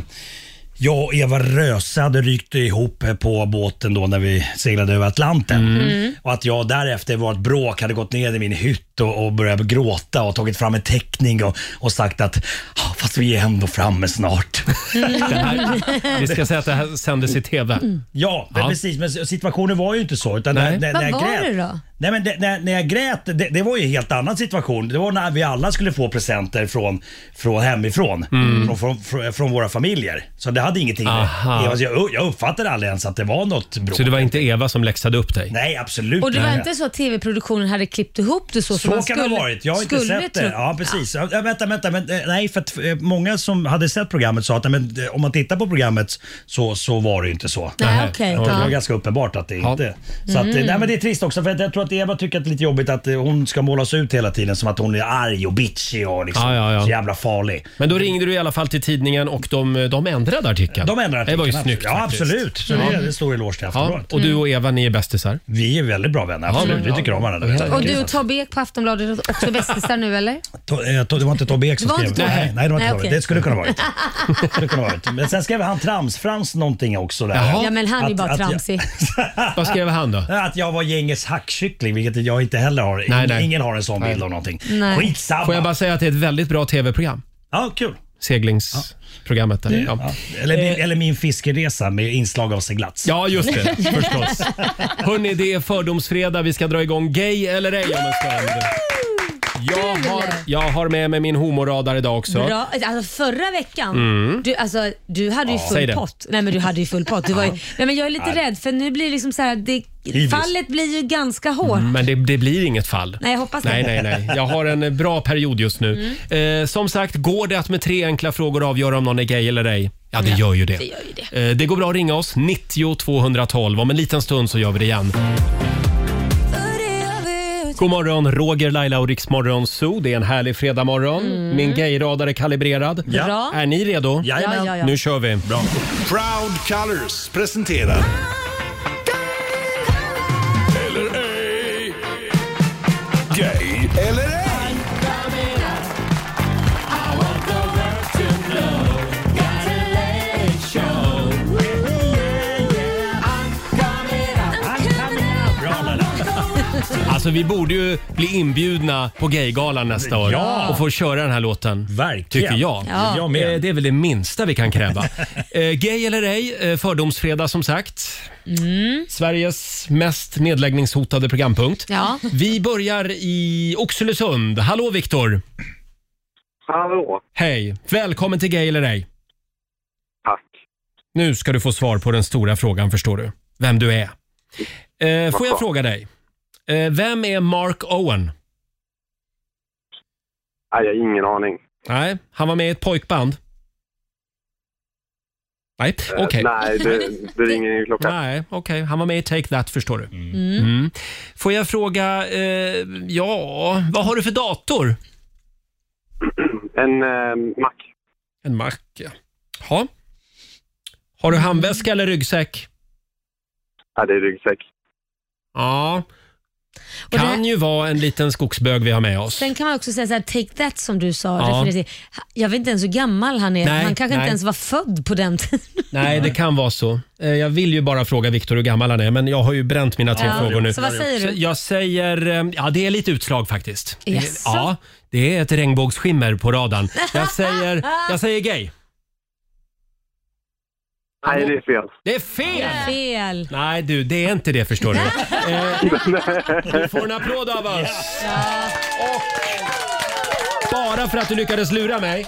[SPEAKER 5] jag och Eva Röse hade rykt ihop eh, på båten då när vi seglade över Atlanten. Och att jag därefter i vårt bråk hade gått ner i min hytt och, och börjat gråta och tagit fram en teckning och, och sagt att "Ah, fast vi är ändå framme snart.
[SPEAKER 1] Det här, vi ska säga att det här sändes i TV.
[SPEAKER 5] ja, men
[SPEAKER 1] Ja.
[SPEAKER 5] precis. Men situationen var ju inte så. Utan
[SPEAKER 1] Nej.
[SPEAKER 5] när- när- när
[SPEAKER 2] Vad
[SPEAKER 5] jag
[SPEAKER 2] var
[SPEAKER 5] grät-
[SPEAKER 2] det då?
[SPEAKER 5] Nej men det, när, när jag grät, det, det var ju en helt annan situation. Det var när vi alla skulle få presenter från, från hemifrån, från, från, från, från våra familjer. Så det hade ingenting med...
[SPEAKER 1] Mm. Aha.
[SPEAKER 5] Eva- Jag, jag uppfattade aldrig ens att det var något bråk.
[SPEAKER 1] Så det var inte Eva som läxade upp dig?
[SPEAKER 5] Nej, absolut
[SPEAKER 2] Och det var
[SPEAKER 5] Nej.
[SPEAKER 2] inte så att TV-produktionen hade klippt ihop det så som
[SPEAKER 5] Så
[SPEAKER 2] man
[SPEAKER 5] kan
[SPEAKER 2] skulle,
[SPEAKER 5] det ha varit. Jag har inte
[SPEAKER 2] skulle
[SPEAKER 5] sett
[SPEAKER 2] tro.
[SPEAKER 5] det. Ja, precis. Ja. vänta, vänta. Men, eh, nej, för att eh, många som hade sett programmet sa att nej, men, eh, om man tittar på programmet så, så var det ju inte så.
[SPEAKER 2] Nej, okej.
[SPEAKER 1] Nähä.
[SPEAKER 5] Det var
[SPEAKER 2] Ja. Mm.
[SPEAKER 5] ganska uppenbart att det
[SPEAKER 1] Ja.
[SPEAKER 5] inte... Så att, nej, men det är trist också för att jag tror att Eva tycker att det är lite jobbigt att eh, hon ska målas ut hela tiden som att hon är arg och bitchig och liksom,
[SPEAKER 1] Ja, ja, ja.
[SPEAKER 5] så jävla farlig.
[SPEAKER 1] Men då ringde du i alla fall till tidningen och de, de ändrade artikeln.
[SPEAKER 5] De ändrar
[SPEAKER 1] Det var ju
[SPEAKER 5] artikeln,
[SPEAKER 1] snyggt
[SPEAKER 5] Ja,
[SPEAKER 1] faktiskt.
[SPEAKER 5] absolut. Så det är Mm. en stor eloge till
[SPEAKER 1] Ja,
[SPEAKER 5] Aftonbladet.
[SPEAKER 1] och du och Eva, ni är bästisar.
[SPEAKER 5] Vi är väldigt bra vänner, absolut.
[SPEAKER 1] men-
[SPEAKER 5] Vi tycker om varandra.
[SPEAKER 1] Ja.
[SPEAKER 2] Och du och Tobbe Ek på Aftonbladet är också bästisar nu eller?
[SPEAKER 5] To- eh, to- Det var inte Tobbe Ek som
[SPEAKER 2] Det var
[SPEAKER 5] skrev
[SPEAKER 2] inte Tobbe?
[SPEAKER 5] Nej, nej, det var inte
[SPEAKER 2] Nej,
[SPEAKER 5] Tobbe.
[SPEAKER 2] okej.
[SPEAKER 5] Det skulle kunna varit. Det skulle kunna varit. Men sen skrev han Trams-Frans någonting också. Där.
[SPEAKER 1] Jaha.
[SPEAKER 2] Ja men han är ju
[SPEAKER 5] Att-
[SPEAKER 2] bara
[SPEAKER 5] att jag-
[SPEAKER 2] tramsig.
[SPEAKER 1] Vad skrev han
[SPEAKER 5] <laughs>
[SPEAKER 1] då?
[SPEAKER 5] Att jag var gängets hackkyckling, vilket jag inte heller har.
[SPEAKER 1] Nej, nej.
[SPEAKER 5] Ingen har en sån
[SPEAKER 1] Nej.
[SPEAKER 5] bild av någonting.
[SPEAKER 2] Nej.
[SPEAKER 5] Skitsamma!
[SPEAKER 1] Får jag bara säga att det är ett väldigt bra TV-program.
[SPEAKER 5] Ja, kul.
[SPEAKER 1] seglingsprogrammet. Där.
[SPEAKER 5] Du,
[SPEAKER 1] Ja.
[SPEAKER 5] Eller, min- eller min fiskeresa med inslag av seglats.
[SPEAKER 1] Eh. Ja, just
[SPEAKER 5] <laughs>
[SPEAKER 1] det. Förstås. Hörni, det är fördomsfredag. Vi ska dra igång Gay eller ej om en stund. Jag har, jag har med mig min homoradar idag också.
[SPEAKER 2] Bra. Alltså, förra veckan,
[SPEAKER 1] Mm.
[SPEAKER 2] du, alltså, du hade ju
[SPEAKER 1] Ja. Säg
[SPEAKER 2] full
[SPEAKER 1] det.
[SPEAKER 2] pott. Nej men du hade ju full pott. Du var ju, nej, men jag är lite
[SPEAKER 1] Ja.
[SPEAKER 2] rädd för nu blir det liksom så här, det,
[SPEAKER 1] Hybris.
[SPEAKER 2] fallet blir ju ganska hårt.
[SPEAKER 1] Mm, Men det, det blir inget fall.
[SPEAKER 2] Nej, jag Mm. hoppas det.
[SPEAKER 1] nej, nej, nej. Jag har en eh, bra period just nu. Eh, som sagt, går det att med tre enkla frågor avgöra om någon är gay eller ej? Ja, det gör ju det.
[SPEAKER 2] det gör ju
[SPEAKER 1] det. Eh, det går bra att ringa oss, 90 212. Om en liten stund så gör vi det igen. God morgon, Roger, Laila och Riksmorgon Zoo. Det är en härlig fredagmorgon.
[SPEAKER 13] Mm.
[SPEAKER 1] Min gayradar är kalibrerad.
[SPEAKER 13] Ja. Bra.
[SPEAKER 1] Är ni redo?
[SPEAKER 13] Jajamän. Ja, ja, ja.
[SPEAKER 1] Nu kör vi. Bra.
[SPEAKER 13] Proud Colors presenterar... Eller ej. Gay eller ej.
[SPEAKER 1] Alltså vi borde ju bli inbjudna på Gaygalan nästa år
[SPEAKER 5] Ja.
[SPEAKER 1] och få köra den här låten.
[SPEAKER 5] Verkligen.
[SPEAKER 1] Tycker jag.
[SPEAKER 5] Ja. Jag med.
[SPEAKER 1] Eh, Det är väl det minsta vi kan kräva. eh, gay eller ej, eh, fördomsfredag som sagt. Sveriges mest nedläggningshotade programpunkt.
[SPEAKER 2] Ja.
[SPEAKER 1] Vi börjar i Oxelösund. Hallå Viktor!
[SPEAKER 14] Hallå.
[SPEAKER 1] Hej! Välkommen till Gay eller ej. Tack. Nu ska du få svar på den stora frågan förstår du. Vem du är. Eh, får jag fråga dig? Eh, vem är Mark Owen?
[SPEAKER 14] Nej, jag har ingen aning.
[SPEAKER 1] Nej, han var med i ett pojkband. Nej,
[SPEAKER 14] Eh,
[SPEAKER 1] okej.
[SPEAKER 14] Nej, det, det ringer ingen klocka.
[SPEAKER 1] Nej, okej. Han var med i Take That förstår du.
[SPEAKER 14] Mm.
[SPEAKER 1] Mm. Får jag fråga, eh, ja, vad har du för dator?
[SPEAKER 14] En eh, Mac.
[SPEAKER 1] En Mac, ja. Ha. Har du handväska eller ryggsäck?
[SPEAKER 14] Ja, det är ryggsäck.
[SPEAKER 1] Ja. Kan ju vara en liten skogsbög vi har med oss.
[SPEAKER 2] Sen kan man också säga så här, take that som du sa.
[SPEAKER 1] Ja.
[SPEAKER 2] refererar till. Jag vet inte ens hur gammal han är.
[SPEAKER 1] Nej,
[SPEAKER 2] han kanske
[SPEAKER 1] nej.
[SPEAKER 2] inte ens var född på den tiden.
[SPEAKER 16] <laughs>
[SPEAKER 1] Nej, det kan vara så. Eh, Jag vill ju bara fråga Viktor hur gammal han är, men jag har ju bränt mina tre
[SPEAKER 2] Ja,
[SPEAKER 1] frågor nu.
[SPEAKER 2] så vad säger du?
[SPEAKER 1] Så Jag säger... eh, Ja, det är lite utslag faktiskt. Det-
[SPEAKER 2] Jaså?
[SPEAKER 1] Ja, det är ett regnbågsskimmer på radarn. Jag säger, jag säger gay.
[SPEAKER 14] Nej, det är fel.
[SPEAKER 1] Det är fel!
[SPEAKER 2] Fel.
[SPEAKER 1] Nej du, det är inte det förstår du. Eh, Du får en applåd av oss. Och bara för att du lyckades lura mig.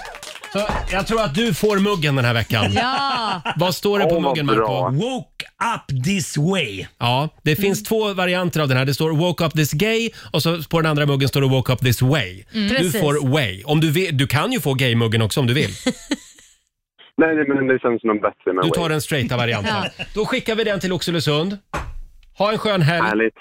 [SPEAKER 1] Så jag tror att du får muggen den här veckan.
[SPEAKER 5] Ja.
[SPEAKER 1] Vad står det på
[SPEAKER 5] Åh, vad
[SPEAKER 1] muggen
[SPEAKER 5] bra.
[SPEAKER 1] Marco?
[SPEAKER 5] Woke up this way.
[SPEAKER 1] Ja, det finns två varianter av den här. Det står “Woke up this gay” och så på den andra muggen står det “Woke up this way”.
[SPEAKER 14] Mm.
[SPEAKER 1] Du
[SPEAKER 14] Precis.
[SPEAKER 1] får “way”. Om du, vill, du kan ju få gay-muggen också om
[SPEAKER 5] <laughs>
[SPEAKER 1] du vill.
[SPEAKER 14] Nej, nej, men det känns som en bättre med
[SPEAKER 1] Du
[SPEAKER 14] Wave.
[SPEAKER 1] tar den straighta varianten. Då skickar vi den till Oxelösund. Ha en skön helg.
[SPEAKER 14] Härligt.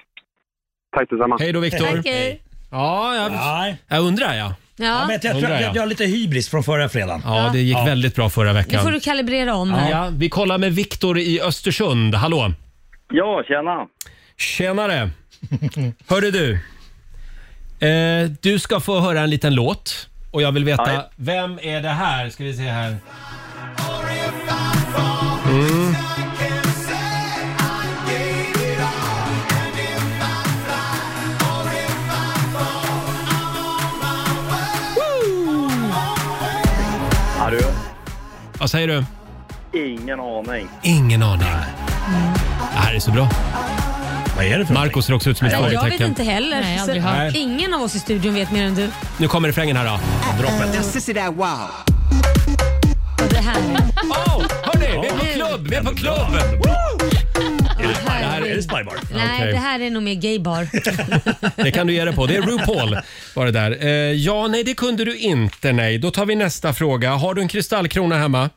[SPEAKER 14] Tack detsamma.
[SPEAKER 1] Hej då Viktor.
[SPEAKER 2] Tack, hej.
[SPEAKER 1] Ja, jag,
[SPEAKER 5] Nej.
[SPEAKER 1] jag undrar ja.
[SPEAKER 5] Ja,
[SPEAKER 2] Ja.
[SPEAKER 5] men jag, tror, jag, jag har lite hybris från förra fredagen.
[SPEAKER 1] Ja, det gick väldigt bra förra
[SPEAKER 2] Nu får
[SPEAKER 1] veckan.
[SPEAKER 2] du kalibrera om här.
[SPEAKER 1] Ja, vi kollar med Viktor i Östersund. Hallå!
[SPEAKER 16] Ja, tjena.
[SPEAKER 1] Tjenare! Hörru du. Eh, du ska få höra en liten låt och jag vill veta
[SPEAKER 16] Ja.
[SPEAKER 1] vem är det här? Ska vi se här. Mm.
[SPEAKER 16] Ja, du.
[SPEAKER 1] Vad säger du?
[SPEAKER 16] Ingen aning.
[SPEAKER 1] Ingen aning. Det här är så bra.
[SPEAKER 5] Vad är det för
[SPEAKER 1] Marco ser också ut som ett
[SPEAKER 2] Nej, jag vet
[SPEAKER 1] frågetecken.
[SPEAKER 2] inte heller.
[SPEAKER 16] Nej, jag har aldrig
[SPEAKER 2] Så
[SPEAKER 1] hört.
[SPEAKER 2] Ingen av oss i studion vet mer än du.
[SPEAKER 1] Nu kommer refrängen här då.
[SPEAKER 2] Och det här.
[SPEAKER 1] <laughs> Oh, hörni, vi är på klubb! Vi är på klubb!
[SPEAKER 5] Är det
[SPEAKER 1] Det här
[SPEAKER 5] är Spybar.
[SPEAKER 2] Nej,
[SPEAKER 1] Okej.
[SPEAKER 2] det här är nog mer gaybar.
[SPEAKER 1] Det kan du ge dig på. Det är RuPaul var det där. Eh, ja, nej det kunde du inte. Nej, då tar vi nästa fråga. Har du en kristallkrona hemma?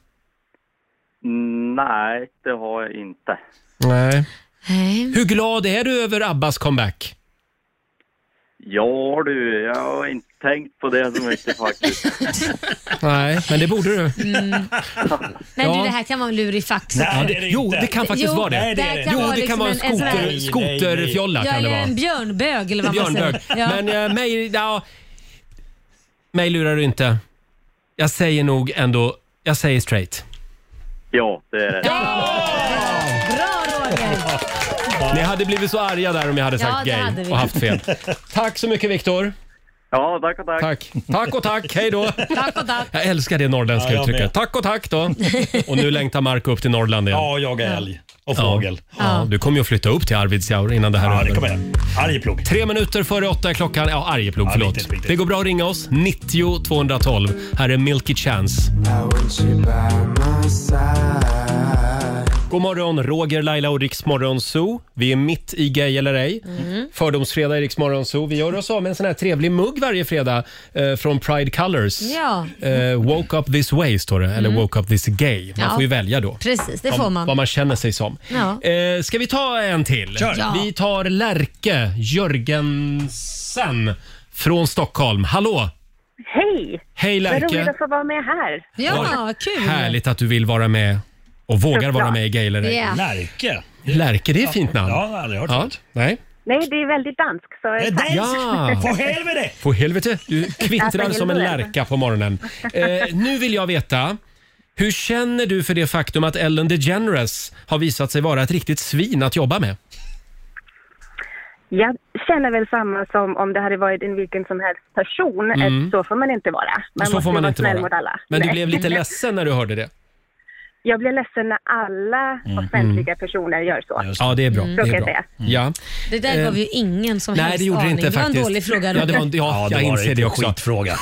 [SPEAKER 16] Nej, det har jag inte.
[SPEAKER 1] Nej. Hur glad är du över Abbas comeback?
[SPEAKER 16] Ja du, jag har inte tänkt på det så
[SPEAKER 1] <laughs>
[SPEAKER 16] mycket faktiskt.
[SPEAKER 1] Nej, men det borde du.
[SPEAKER 2] Mm. Men du, det här kan vara en lurifax.
[SPEAKER 1] Ja, jo, det kan faktiskt vara det.
[SPEAKER 2] Jo, det, här kan
[SPEAKER 1] jo,
[SPEAKER 2] vara,
[SPEAKER 1] det kan vara en
[SPEAKER 2] liksom en, en,
[SPEAKER 1] skoter,
[SPEAKER 2] sån här-
[SPEAKER 1] skoterfjolla.
[SPEAKER 2] Ja,
[SPEAKER 1] Kan det
[SPEAKER 2] eller
[SPEAKER 1] vara.
[SPEAKER 2] en björnbög eller vad man
[SPEAKER 1] Björnbög.
[SPEAKER 2] säger. Ja.
[SPEAKER 1] Men eh, mig, ja, mig lurar du inte. Jag säger nog ändå, jag säger straight.
[SPEAKER 16] Ja, det är det.
[SPEAKER 2] Bra Roger!
[SPEAKER 1] Ni hade blivit så arga där om jag hade
[SPEAKER 2] Ja,
[SPEAKER 1] sagt
[SPEAKER 2] det
[SPEAKER 1] gay
[SPEAKER 2] hade vi.
[SPEAKER 1] och haft fel. Tack så mycket Viktor.
[SPEAKER 16] Ja, tack och tack.
[SPEAKER 1] Tack. Tack och tack, hej då!
[SPEAKER 2] Tack och tack.
[SPEAKER 1] Jag älskar det norrländska
[SPEAKER 2] Ja, jag
[SPEAKER 1] uttrycket.
[SPEAKER 2] med.
[SPEAKER 1] Tack och tack då. Och nu längtar Marco upp till Norrland igen.
[SPEAKER 5] Ja, jag är älg och fågel.
[SPEAKER 1] Ja. Ja, du kommer ju att flytta upp till Arvidsjaur innan det här
[SPEAKER 5] Ja,
[SPEAKER 1] är
[SPEAKER 5] det
[SPEAKER 1] över.
[SPEAKER 5] kommer jag. Arjeplog.
[SPEAKER 1] Tre minuter före åtta är klockan. Ja, Arjeplog,
[SPEAKER 5] Ja,
[SPEAKER 1] förlåt.
[SPEAKER 5] riktigt, riktigt.
[SPEAKER 1] Det går bra att ringa oss. 90 212. Här är Milky Chance. God morgon, Roger, Laila och Riks Zoo. Vi är mitt i Gay eller ej.
[SPEAKER 2] Mm.
[SPEAKER 1] Fördomsfredag i Riks Zoo. Vi gör oss av med en sån här trevlig mugg varje fredag eh, från Pride Colors.
[SPEAKER 2] Ja.
[SPEAKER 1] Eh, woke up this way står det, eller
[SPEAKER 2] Mm.
[SPEAKER 1] woke up this gay. Man
[SPEAKER 2] Ja.
[SPEAKER 1] får ju välja då.
[SPEAKER 2] Precis, det
[SPEAKER 1] Om-
[SPEAKER 2] får man.
[SPEAKER 1] Vad man känner sig som.
[SPEAKER 2] Ja.
[SPEAKER 1] Eh, ska vi ta en till?
[SPEAKER 2] Kör. Ja.
[SPEAKER 1] Vi tar Lärke Jörgensen från Stockholm. Hallå!
[SPEAKER 17] Hej!
[SPEAKER 1] Hej, Lärke.
[SPEAKER 17] Vad roligt att få vara med här.
[SPEAKER 1] Ja, Härligt att du vill vara med och vågar vara med i Gay eller ej.
[SPEAKER 17] Ja.
[SPEAKER 5] Lärke?
[SPEAKER 1] Lärke, det är ett fint namn.
[SPEAKER 5] Ja, jag har aldrig hört
[SPEAKER 1] ja,
[SPEAKER 17] <laughs>
[SPEAKER 1] Nej.
[SPEAKER 17] Nej, det är väldigt dansk. Så
[SPEAKER 5] är dansk?
[SPEAKER 1] Ja. För helvete! För helvete,
[SPEAKER 17] <laughs>
[SPEAKER 1] du kvittrar
[SPEAKER 17] Alltså,
[SPEAKER 1] som en
[SPEAKER 17] helvete.
[SPEAKER 1] lärka på morgonen. Eh, nu vill jag veta, hur känner du för det faktum att Ellen DeGeneres har visat sig vara ett riktigt svin att jobba med?
[SPEAKER 17] Jag känner väl samma som om det hade varit en vilken som helst person. eh,
[SPEAKER 1] Mm.
[SPEAKER 17] Så får man inte vara. Man
[SPEAKER 1] Så
[SPEAKER 17] måste
[SPEAKER 1] får man
[SPEAKER 17] vara
[SPEAKER 1] inte
[SPEAKER 17] snäll
[SPEAKER 1] vara.
[SPEAKER 17] mot alla.
[SPEAKER 1] Men du
[SPEAKER 17] Nej.
[SPEAKER 1] blev
[SPEAKER 17] <laughs>
[SPEAKER 1] lite ledsen när du hörde det?
[SPEAKER 17] Jag blir ledsen när alla
[SPEAKER 1] Mm.
[SPEAKER 17] offentliga personer gör så.
[SPEAKER 1] Ja, det är bra.
[SPEAKER 17] Så
[SPEAKER 1] Det
[SPEAKER 17] kan
[SPEAKER 1] är
[SPEAKER 17] jag
[SPEAKER 1] bra. Mm.
[SPEAKER 17] säga.
[SPEAKER 1] Ja.
[SPEAKER 2] Det där gav
[SPEAKER 1] Eh,
[SPEAKER 2] ju ingen som
[SPEAKER 1] Nej,
[SPEAKER 2] helst
[SPEAKER 1] det gjorde det
[SPEAKER 2] aning.
[SPEAKER 1] inte faktiskt.
[SPEAKER 2] Det var en dålig fråga.
[SPEAKER 1] Ja, det var, en-
[SPEAKER 2] Roger.
[SPEAKER 1] ja,
[SPEAKER 5] det
[SPEAKER 1] jag
[SPEAKER 5] var
[SPEAKER 1] inser
[SPEAKER 5] riktigt
[SPEAKER 1] det också.
[SPEAKER 5] skitfråga.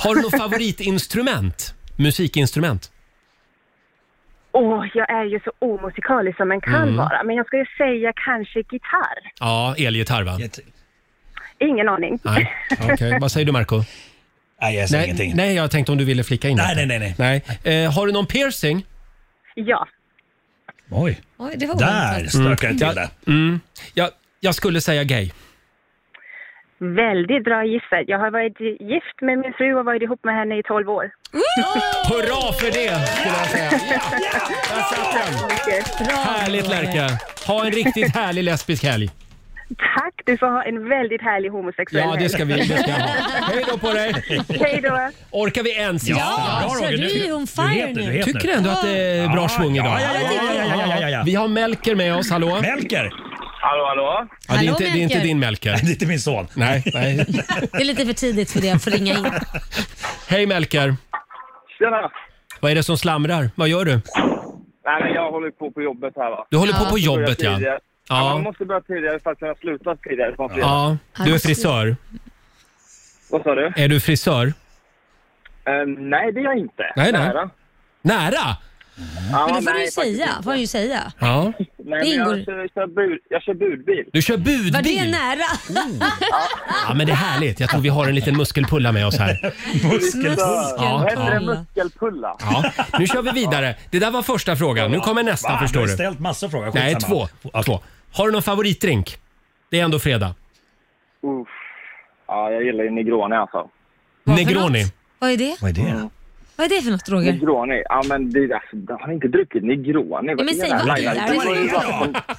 [SPEAKER 1] Har du något favoritinstrument? Musikinstrument?
[SPEAKER 17] Åh, jag är ju så omusikalisk som man kan
[SPEAKER 1] Mm.
[SPEAKER 17] vara. Men jag skulle säga kanske gitarr.
[SPEAKER 1] Ja, elgitarr va?
[SPEAKER 17] Ingen aning.
[SPEAKER 1] Nej, okej. Vad säger du Marco?
[SPEAKER 5] Nej, jag
[SPEAKER 1] nej, Nej, jag tänkte om du ville flika in
[SPEAKER 5] Nej,
[SPEAKER 1] detta.
[SPEAKER 5] nej, nej,
[SPEAKER 1] nej. Eh, Har du någon piercing?
[SPEAKER 17] <laughs> Ja.
[SPEAKER 5] Oj.
[SPEAKER 2] Oj, det var
[SPEAKER 1] Där
[SPEAKER 2] oväntat.
[SPEAKER 1] strök jag till det. Mm. Jag, jag skulle säga gay.
[SPEAKER 17] Väldigt bra gissat. Jag har varit gift med min fru och varit ihop med henne i 12 år.
[SPEAKER 1] Hurra för det! Skulle jag säga. Där satt
[SPEAKER 17] den!
[SPEAKER 1] Härligt Lärka! Ha en riktigt härlig lesbisk helg.
[SPEAKER 17] Tack! Du får ha en väldigt härlig homosexuell
[SPEAKER 1] Ja, det ska vi- det ska jag ha. Hej då på dig!
[SPEAKER 17] Hej då!
[SPEAKER 1] Orkar vi en sista?
[SPEAKER 2] Ja, Bra, Roger. du är ju on fire nu.
[SPEAKER 1] Tycker du ändå att det är bra svung idag?
[SPEAKER 5] ja, ja, ja, ja, ja, ja, ja.
[SPEAKER 1] Vi har Melker med oss, hallå?
[SPEAKER 5] Melker!
[SPEAKER 1] Hallå, hallå? Ja, det, är
[SPEAKER 2] Hallå,
[SPEAKER 1] inte, det är inte
[SPEAKER 2] Melker.
[SPEAKER 1] din Melker.
[SPEAKER 5] <laughs> det är inte min son.
[SPEAKER 1] Nej, nej.
[SPEAKER 2] Det är lite för tidigt för det. Jag får ringa
[SPEAKER 1] <laughs>
[SPEAKER 2] in.
[SPEAKER 1] Hej Melker!
[SPEAKER 18] Tjena!
[SPEAKER 1] Vad är det som slamrar? Vad gör du?
[SPEAKER 18] Nej, men jag håller på på jobbet här va.
[SPEAKER 1] Du håller på på
[SPEAKER 18] Jag måste
[SPEAKER 1] jobbet,
[SPEAKER 18] börja
[SPEAKER 1] ja.
[SPEAKER 18] tidigare.
[SPEAKER 1] Ja.
[SPEAKER 18] Man måste börja tidigare för att kunna sluta tidigare på en fredag.
[SPEAKER 1] Ja, du är frisör.
[SPEAKER 18] Vad sa du?
[SPEAKER 1] Är du frisör?
[SPEAKER 18] Eh, nej, det är jag inte.
[SPEAKER 1] Nej, nej.
[SPEAKER 18] Nära.
[SPEAKER 1] Nära?
[SPEAKER 18] Ja,
[SPEAKER 2] Men det får du ju
[SPEAKER 18] nej, faktiskt
[SPEAKER 2] säga.
[SPEAKER 18] inte.
[SPEAKER 2] Får han ju säga.
[SPEAKER 1] Ja.
[SPEAKER 18] Nej,
[SPEAKER 2] Det
[SPEAKER 18] men
[SPEAKER 2] ingår-
[SPEAKER 18] jag, kör, jag, kör bud, jag kör budbil.
[SPEAKER 1] Du kör
[SPEAKER 2] Var det
[SPEAKER 1] budbil?
[SPEAKER 2] nära?
[SPEAKER 1] Ja, men det är härligt. Jag tror vi har en liten muskelpulla med
[SPEAKER 5] <laughs>
[SPEAKER 1] oss här.
[SPEAKER 18] Muskelpulla.
[SPEAKER 1] Ja,
[SPEAKER 18] Hellre
[SPEAKER 1] ja.
[SPEAKER 18] muskelpulla.
[SPEAKER 1] Ja, nu kör vi vidare. Det där var första frågan. Nu kommer nästa,
[SPEAKER 5] Va?
[SPEAKER 1] förstår
[SPEAKER 5] har
[SPEAKER 1] du.
[SPEAKER 5] ställt massor av frågor.
[SPEAKER 1] Nej,
[SPEAKER 5] Skitsamma.
[SPEAKER 1] två. två. Har du någon favoritdrink? Det är ändå fredag.
[SPEAKER 18] Uff. Ja, jag gillar ju negroni alltså. Mm.
[SPEAKER 1] Negroni.
[SPEAKER 2] Vad är det?
[SPEAKER 5] Vad är det?
[SPEAKER 2] Vad är det för något Roger?
[SPEAKER 18] Negroni? Ja, men det, alltså, jag har inte druckit negroni.
[SPEAKER 2] men säg vad det är.
[SPEAKER 18] Laila, du har ju varit på-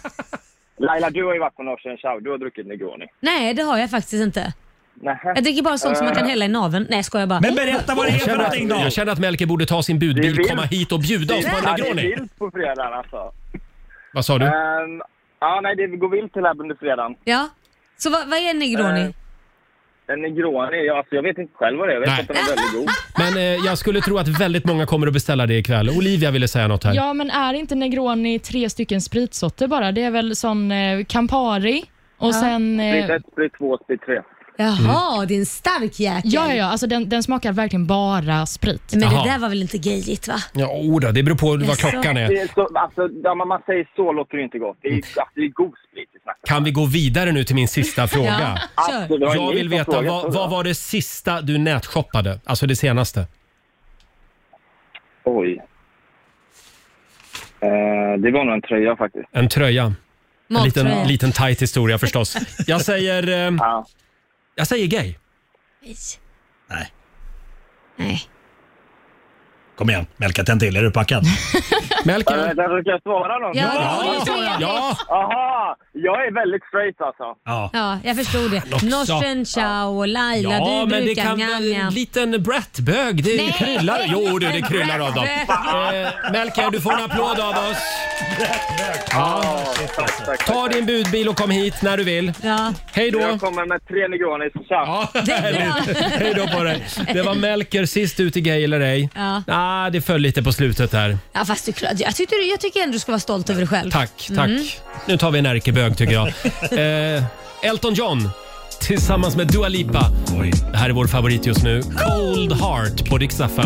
[SPEAKER 18] Laila, du har ju varit på Norsen Chow. Du har druckit negroni.
[SPEAKER 2] Nej, det har jag faktiskt inte.
[SPEAKER 18] Nähä.
[SPEAKER 2] Jag dricker bara sånt som man kan
[SPEAKER 18] Eh,
[SPEAKER 2] hälla i naveln. Nej, skojar bara.
[SPEAKER 1] Jag känner att- Jag känner att Melker borde ta sin budbil,
[SPEAKER 18] vill.
[SPEAKER 1] komma hit och bjuda oss på en
[SPEAKER 18] Ja, Det är
[SPEAKER 1] negroni.
[SPEAKER 18] vilt på fredagen alltså.
[SPEAKER 1] Vad sa du?
[SPEAKER 18] Ehm, ja, nej, det går vilt till här under fredagen.
[SPEAKER 2] Ja. Så vad, vad är
[SPEAKER 18] Eh.
[SPEAKER 2] negroni?
[SPEAKER 18] En negroni, ja, alltså, jag vet inte själv vad det är. Jag vet
[SPEAKER 1] Nej.
[SPEAKER 18] att den är väldigt
[SPEAKER 2] <laughs>
[SPEAKER 18] god.
[SPEAKER 1] Men eh, jag skulle tro att väldigt många kommer att beställa det ikväll. Olivia ville säga något här.
[SPEAKER 8] Ja, men är inte Negroni tre stycken spritsorter bara? Det är väl sån eh, Campari och sen...
[SPEAKER 18] Sprit
[SPEAKER 8] Eh,
[SPEAKER 18] 1, sprit 2, sprit 3.
[SPEAKER 2] Jaha,
[SPEAKER 1] Mm.
[SPEAKER 2] det är en stark jäkel.
[SPEAKER 8] ja, ja, ja. Alltså den, den smakar verkligen bara sprit.
[SPEAKER 2] Men
[SPEAKER 1] Jaha.
[SPEAKER 2] det där var väl inte gayigt va?
[SPEAKER 1] Ja, oda, det beror på vad klockan
[SPEAKER 18] Det
[SPEAKER 1] är.
[SPEAKER 18] är så, alltså, ja, men man säger så låter det inte gott. Det är, alltså, det är god sprit vi snackar
[SPEAKER 1] Mm. Kan vi gå vidare nu till min sista fråga?
[SPEAKER 18] Alltså, det var
[SPEAKER 1] Jag
[SPEAKER 18] ingen
[SPEAKER 1] vill
[SPEAKER 18] som
[SPEAKER 1] veta,
[SPEAKER 18] frågade,
[SPEAKER 1] vad,
[SPEAKER 18] tror jag.
[SPEAKER 1] vad var det sista du nätshoppade? Alltså det senaste?
[SPEAKER 18] Oj. Eh, det var nog en tröja faktiskt.
[SPEAKER 1] En tröja. En
[SPEAKER 18] Mattröja.
[SPEAKER 1] liten, liten tight historia
[SPEAKER 2] <laughs>
[SPEAKER 1] förstås. Jag säger... Eh, Jag säger gay.
[SPEAKER 5] Kom igen, Melker, tänd till. Är du packad?
[SPEAKER 1] Melker?
[SPEAKER 18] Jag vet inte, Eh, ska jag svara någon?
[SPEAKER 2] Ja, det vore trevligt. Ja.
[SPEAKER 18] Aha, jag är väldigt straight alltså.
[SPEAKER 1] Ja.
[SPEAKER 2] Ja, jag förstod det.
[SPEAKER 1] också.
[SPEAKER 2] Norsen ciao, Laila,
[SPEAKER 1] ja,
[SPEAKER 2] du
[SPEAKER 1] men det
[SPEAKER 2] brukar
[SPEAKER 1] kan
[SPEAKER 2] njam,
[SPEAKER 1] vara en
[SPEAKER 2] njam.
[SPEAKER 1] liten bratbög. Det
[SPEAKER 2] Nej.
[SPEAKER 1] kryllar. Jo, du, det kryllar
[SPEAKER 2] <laughs>
[SPEAKER 1] av dem. Eh, Melker, du får en applåd av oss. Ja.
[SPEAKER 5] alltså.
[SPEAKER 1] Ta din budbil och kom hit när du vill.
[SPEAKER 2] Ja.
[SPEAKER 1] Hej då!
[SPEAKER 18] Jag kommer med tre negronis. Tja!
[SPEAKER 1] Härligt. <laughs> Hej då på dig! Det var Melker sist ut i Gay eller ej.
[SPEAKER 2] Ja.
[SPEAKER 1] Ah, det föll lite på slutet där.
[SPEAKER 2] Ja, fast du, klar- jag, tyckte, du- jag tycker ändå du ska vara stolt över dig själv.
[SPEAKER 1] Tack, tack.
[SPEAKER 2] Mm.
[SPEAKER 1] Nu tar vi en ärkebög tycker
[SPEAKER 2] <laughs>
[SPEAKER 1] jag. Eh, Elton John tillsammans med Dua Lipa. Det här är vår favorit just nu. Cold Heart på Rix FM.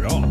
[SPEAKER 1] Bra.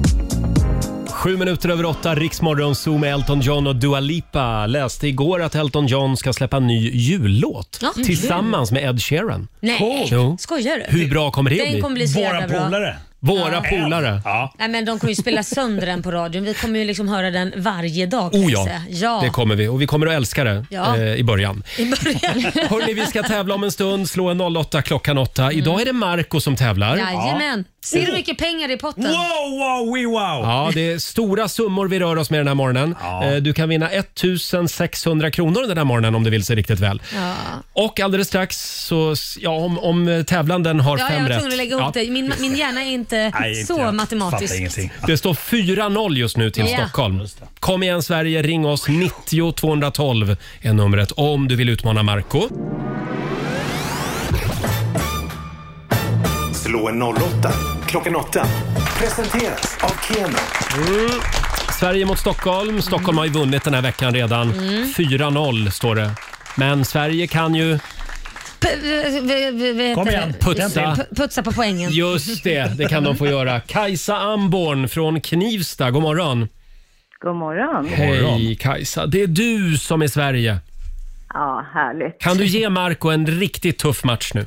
[SPEAKER 1] Sju minuter över åtta, Riksmorgon Zoo med Elton John och Dua Lipa. Läste igår att Elton John ska släppa en ny jullåt
[SPEAKER 2] Ja, kul.
[SPEAKER 1] tillsammans med Ed Sheeran.
[SPEAKER 2] Nej,
[SPEAKER 1] Jo.
[SPEAKER 2] skojar du?
[SPEAKER 1] Hur bra kommer det
[SPEAKER 2] Den
[SPEAKER 1] att bli?
[SPEAKER 2] kommer bli så Våra jävla bra. polare.
[SPEAKER 1] Våra
[SPEAKER 2] Ja.
[SPEAKER 1] polare. Ja.
[SPEAKER 2] Nej, men de kommer ju spela sönder den på radion. Vi kommer ju liksom höra den varje dag. kan
[SPEAKER 1] Oh
[SPEAKER 2] jag
[SPEAKER 1] ja,
[SPEAKER 2] säga. ja.
[SPEAKER 1] det kommer vi. Och vi kommer att älska det
[SPEAKER 2] Ja.
[SPEAKER 1] eh, i början.
[SPEAKER 2] I
[SPEAKER 1] <laughs>
[SPEAKER 2] början.
[SPEAKER 1] Hörni, vi ska tävla om en stund. Slå en 08 klockan 8.
[SPEAKER 2] Mm.
[SPEAKER 1] Idag är det Marco som tävlar.
[SPEAKER 2] Jajamän. Ser du hur mycket pengar i potten?
[SPEAKER 1] Wow,
[SPEAKER 5] wow, we wow!
[SPEAKER 1] Ja, det är stora summor vi rör oss med den här morgonen. Eh, Du kan vinna 1600 kronor den här morgonen om det vill sig riktigt väl.
[SPEAKER 2] Ja.
[SPEAKER 1] Och alldeles strax, så, ja, om, om tävlanden har
[SPEAKER 2] Ja, jag
[SPEAKER 1] fem
[SPEAKER 2] var
[SPEAKER 1] rätt.
[SPEAKER 2] tvungen att lägga ihop
[SPEAKER 1] Ja.
[SPEAKER 2] det. Min, min hjärna är inte så matematisk.
[SPEAKER 1] Det står 4-0 just nu till
[SPEAKER 2] Ja.
[SPEAKER 1] Stockholm. Kom igen Sverige, ring oss. 90 212 är numret om du vill utmana Marco.
[SPEAKER 12] Slå en 08 klockan 8. Presenteras av Keno.
[SPEAKER 1] Mm. Sverige mot Stockholm. Stockholm har ju vunnit den här veckan redan.
[SPEAKER 2] Mm.
[SPEAKER 1] 4-0 står det. Men Sverige kan ju...
[SPEAKER 2] P- v- v- v- vet
[SPEAKER 1] Kom
[SPEAKER 2] du-
[SPEAKER 1] igen, putsa.
[SPEAKER 2] P- Putsa på poängen.
[SPEAKER 1] Just det, det kan de få göra. Kajsa Amborn från Knivsta, god morgon.
[SPEAKER 19] God morgon.
[SPEAKER 1] Hej Kajsa, det är du som är Sverige.
[SPEAKER 19] Ja, härligt.
[SPEAKER 1] Kan du ge Marco en riktigt tuff match nu?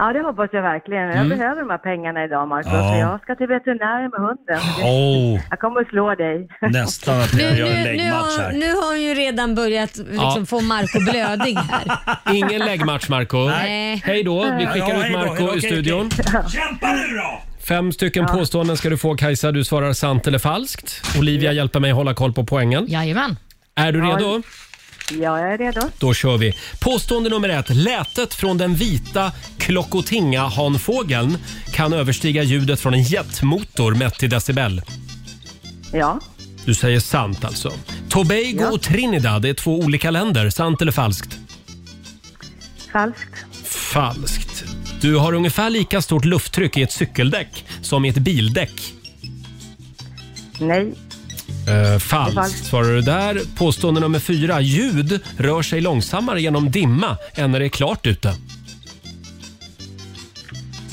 [SPEAKER 19] Ja, det hoppas jag verkligen. Jag
[SPEAKER 1] Mm.
[SPEAKER 19] behöver de här pengarna idag, Marco,
[SPEAKER 1] Ja.
[SPEAKER 19] för jag ska till veterinären med hunden.
[SPEAKER 1] Oh.
[SPEAKER 19] Jag kommer att slå dig.
[SPEAKER 5] Nästan att jag
[SPEAKER 19] Nu-
[SPEAKER 5] gör en
[SPEAKER 19] nu-
[SPEAKER 2] Nu
[SPEAKER 5] läggmatch
[SPEAKER 2] har,
[SPEAKER 5] här.
[SPEAKER 2] nu har hon ju redan börjat liksom
[SPEAKER 1] Ja. Mm.
[SPEAKER 2] få Marco blödig här.
[SPEAKER 1] Ingen läggmatch Marco.
[SPEAKER 2] Nej.
[SPEAKER 1] Hej då, vi
[SPEAKER 2] Ja,
[SPEAKER 1] skickar
[SPEAKER 2] hej
[SPEAKER 1] ut
[SPEAKER 2] då,
[SPEAKER 1] Marco
[SPEAKER 2] hej då,
[SPEAKER 1] i
[SPEAKER 2] okej,
[SPEAKER 1] studion.
[SPEAKER 5] Kämpa nu då!
[SPEAKER 1] Fem stycken påståenden ska du få Kajsa. Du svarar sant eller falskt. Olivia hjälper mig hålla koll på poängen.
[SPEAKER 8] Jajamän.
[SPEAKER 1] Är du redo?
[SPEAKER 19] Ja, jag är redo.
[SPEAKER 1] Då kör vi. Påstående nummer ett. Lätet från den vita klockotinga-hanfågeln kan överstiga ljudet från en jetmotor mätt i decibel.
[SPEAKER 19] Ja,
[SPEAKER 1] Du säger sant alltså. Tobago och Trinidad är två olika länder. Sant eller falskt?
[SPEAKER 19] falskt.
[SPEAKER 1] Falskt. Du har ungefär lika stort lufttryck i ett cykeldäck som i ett bildäck.
[SPEAKER 19] Nej,
[SPEAKER 1] Eh, falskt
[SPEAKER 19] Falskt.
[SPEAKER 1] svarar du där. Påstående nummer fyra. Ljud rör sig långsammare genom dimma än när det är klart ute.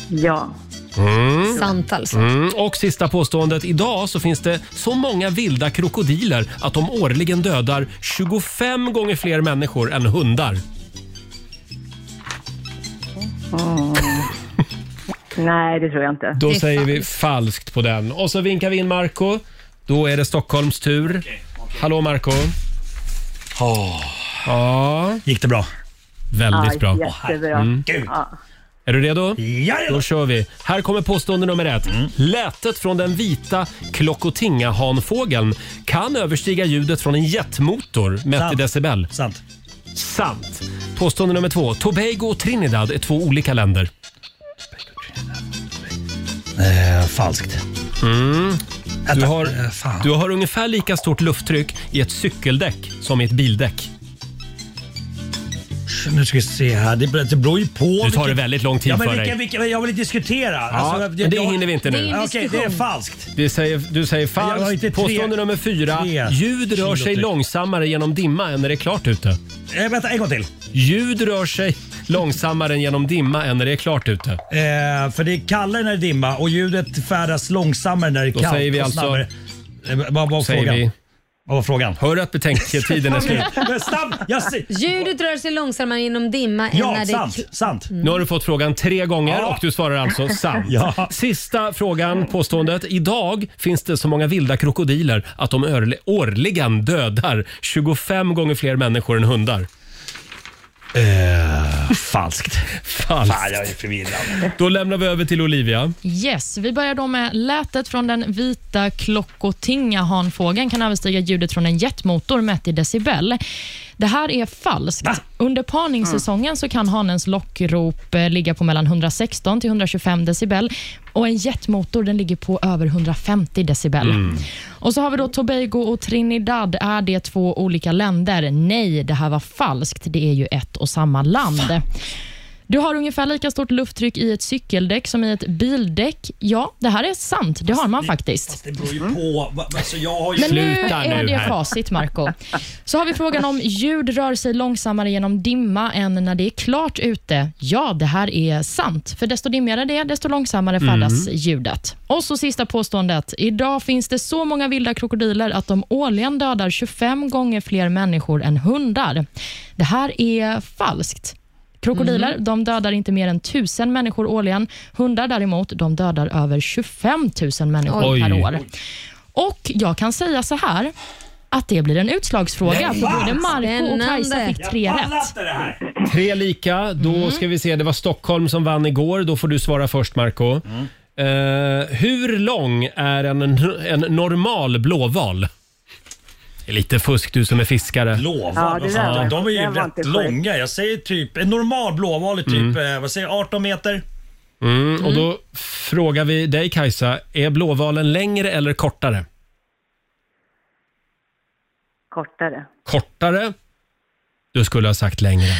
[SPEAKER 19] ja.
[SPEAKER 1] Mm.
[SPEAKER 2] Sant alltså.
[SPEAKER 1] Mm. Och sista påståendet. Idag så finns det så många vilda krokodiler att de årligen dödar 25 gånger fler människor än hundar.
[SPEAKER 19] Mm. Nej, det tror jag inte.
[SPEAKER 1] Då säger vi falskt på den. Och så vinkar vi in Marco. Då är det Stockholms tur. Hallå Marco. Ja.
[SPEAKER 5] Gick det bra?
[SPEAKER 19] Ah,
[SPEAKER 1] Väldigt bra.
[SPEAKER 19] Jättebra.
[SPEAKER 1] Mm.
[SPEAKER 19] Ja.
[SPEAKER 1] Är du redo?
[SPEAKER 5] Jajamän.
[SPEAKER 1] Då kör vi. Här kommer påstående nummer ett.
[SPEAKER 5] Mm.
[SPEAKER 1] Lätet från den vita klockotingahanfågeln kan överstiga ljudet från en jetmotor mätt i decibel.
[SPEAKER 5] Sant.
[SPEAKER 1] Sant. Påstående nummer två. Tobago och Trinidad är två olika länder.
[SPEAKER 5] Eh, falskt.
[SPEAKER 1] Mm. Du, har,
[SPEAKER 5] eh, fan.
[SPEAKER 1] du har ungefär lika stort lufttryck i ett cykeldäck som i ett bildäck.
[SPEAKER 5] Nu ska vi se här. Det, ber- det beror ju på...
[SPEAKER 1] Du tar det väldigt lång tid
[SPEAKER 5] ja, men
[SPEAKER 1] för
[SPEAKER 5] vilka,
[SPEAKER 1] dig.
[SPEAKER 5] Vilka, jag vill inte diskutera. Alltså,
[SPEAKER 1] Ja, men det hinner vi inte nu. Det är en
[SPEAKER 5] Okej, det är
[SPEAKER 1] diskussion.
[SPEAKER 5] falskt.
[SPEAKER 1] Du säger, du säger
[SPEAKER 5] Jag har
[SPEAKER 1] falskt.
[SPEAKER 5] inte tre-
[SPEAKER 1] Påstående nummer fyra.
[SPEAKER 5] tre typ.
[SPEAKER 1] Ljud rör sig
[SPEAKER 5] kilotryck.
[SPEAKER 1] långsammare genom dimma än när det är klart ute.
[SPEAKER 5] Eh, vänta, en gång till.
[SPEAKER 1] Ljud rör sig långsammare än genom dimma än när det är klart ute.
[SPEAKER 5] Eh, för det är kallare när det är dimma och ljudet färdas långsammare när det är
[SPEAKER 1] Då
[SPEAKER 5] kallt.
[SPEAKER 1] säger vi
[SPEAKER 5] och
[SPEAKER 1] alltså-
[SPEAKER 5] snabbare. Eh, vad var
[SPEAKER 1] Säger
[SPEAKER 5] frågan?
[SPEAKER 1] vi.
[SPEAKER 5] Vad var frågan?
[SPEAKER 1] Hör du att betänketiden
[SPEAKER 5] <laughs>
[SPEAKER 1] är slut?
[SPEAKER 5] Snabb! Jag ser...
[SPEAKER 2] Ljudet rör sig långsammare genom dimma än
[SPEAKER 5] Ja,
[SPEAKER 2] när det
[SPEAKER 5] sant. sant.
[SPEAKER 1] Nu har du fått frågan tre gånger och du svarar alltså sant.
[SPEAKER 5] Ja.
[SPEAKER 1] Sista frågan, påståendet. Idag finns det så många vilda krokodiler att de örli- årligen dödar 25 gånger fler människor än hundar.
[SPEAKER 5] Eh, falskt.
[SPEAKER 1] Falskt.
[SPEAKER 5] Fan, jag är förvirrad.
[SPEAKER 1] Då lämnar vi över till Olivia.
[SPEAKER 8] Yes, vi börjar då med lätet från den vita klockotinga hanfågeln kan överstiga ljudet från en jetmotor mätt i decibel. Det här är falskt. Under parningssäsongen så kan hanens lockrop eh, ligga på mellan 116 till 125 decibel och en jetmotor den ligger på över 150 decibel.
[SPEAKER 7] Mm.
[SPEAKER 8] Och så har vi då Tobago och Trinidad. Är det två olika länder? Nej, det här var falskt. Det är ju ett och samma land. Du har ungefär lika stort lufttryck i ett cykeldäck som i ett bildäck. Ja, det här är sant. Det har man faktiskt.
[SPEAKER 5] Det beror ju på. va- Alltså jag har ju...
[SPEAKER 8] Men nu är det facit, Marco. Så har vi frågan om ljud rör sig långsammare genom dimma än när det är klart ute. Ja, det här är sant. För desto dimmigare det är, desto långsammare färdas
[SPEAKER 7] Mm.
[SPEAKER 8] ljudet. Och så sista påståendet. Idag finns det så många vilda krokodiler att de årligen dödar 25 gånger fler människor än hundar. Det här är falskt. Krokodiler
[SPEAKER 7] Mhm.
[SPEAKER 8] de dödar inte mer än 1000 människor årligen. Hundar däremot de dödar över 25 000 människor
[SPEAKER 7] Oj.
[SPEAKER 8] per år.
[SPEAKER 7] Oj.
[SPEAKER 8] Och jag kan säga så här att det blir en utslagsfråga
[SPEAKER 7] Nej,
[SPEAKER 8] för både
[SPEAKER 7] fan.
[SPEAKER 8] Marco och Kajsa
[SPEAKER 7] Spännande.
[SPEAKER 8] fick tre
[SPEAKER 7] Jag
[SPEAKER 8] rätt.
[SPEAKER 1] Tre lika. Då
[SPEAKER 5] Mm.
[SPEAKER 1] ska vi se. Det var Stockholm som vann igår. Då får du svara först, Marco.
[SPEAKER 5] Mm.
[SPEAKER 1] Eh, hur lång är en, en normal blåval? Det är lite fusk du som är fiskare.
[SPEAKER 5] Blåval, vad fan, de är ju rätt långa. Jag säger typ, en normal blåval är typ, eh, vad säger jag, 18 meter?
[SPEAKER 1] Mm, och då frågar vi dig Kajsa, är blåvalen längre eller kortare?
[SPEAKER 19] Kortare.
[SPEAKER 1] Kortare? Du skulle ha sagt längre.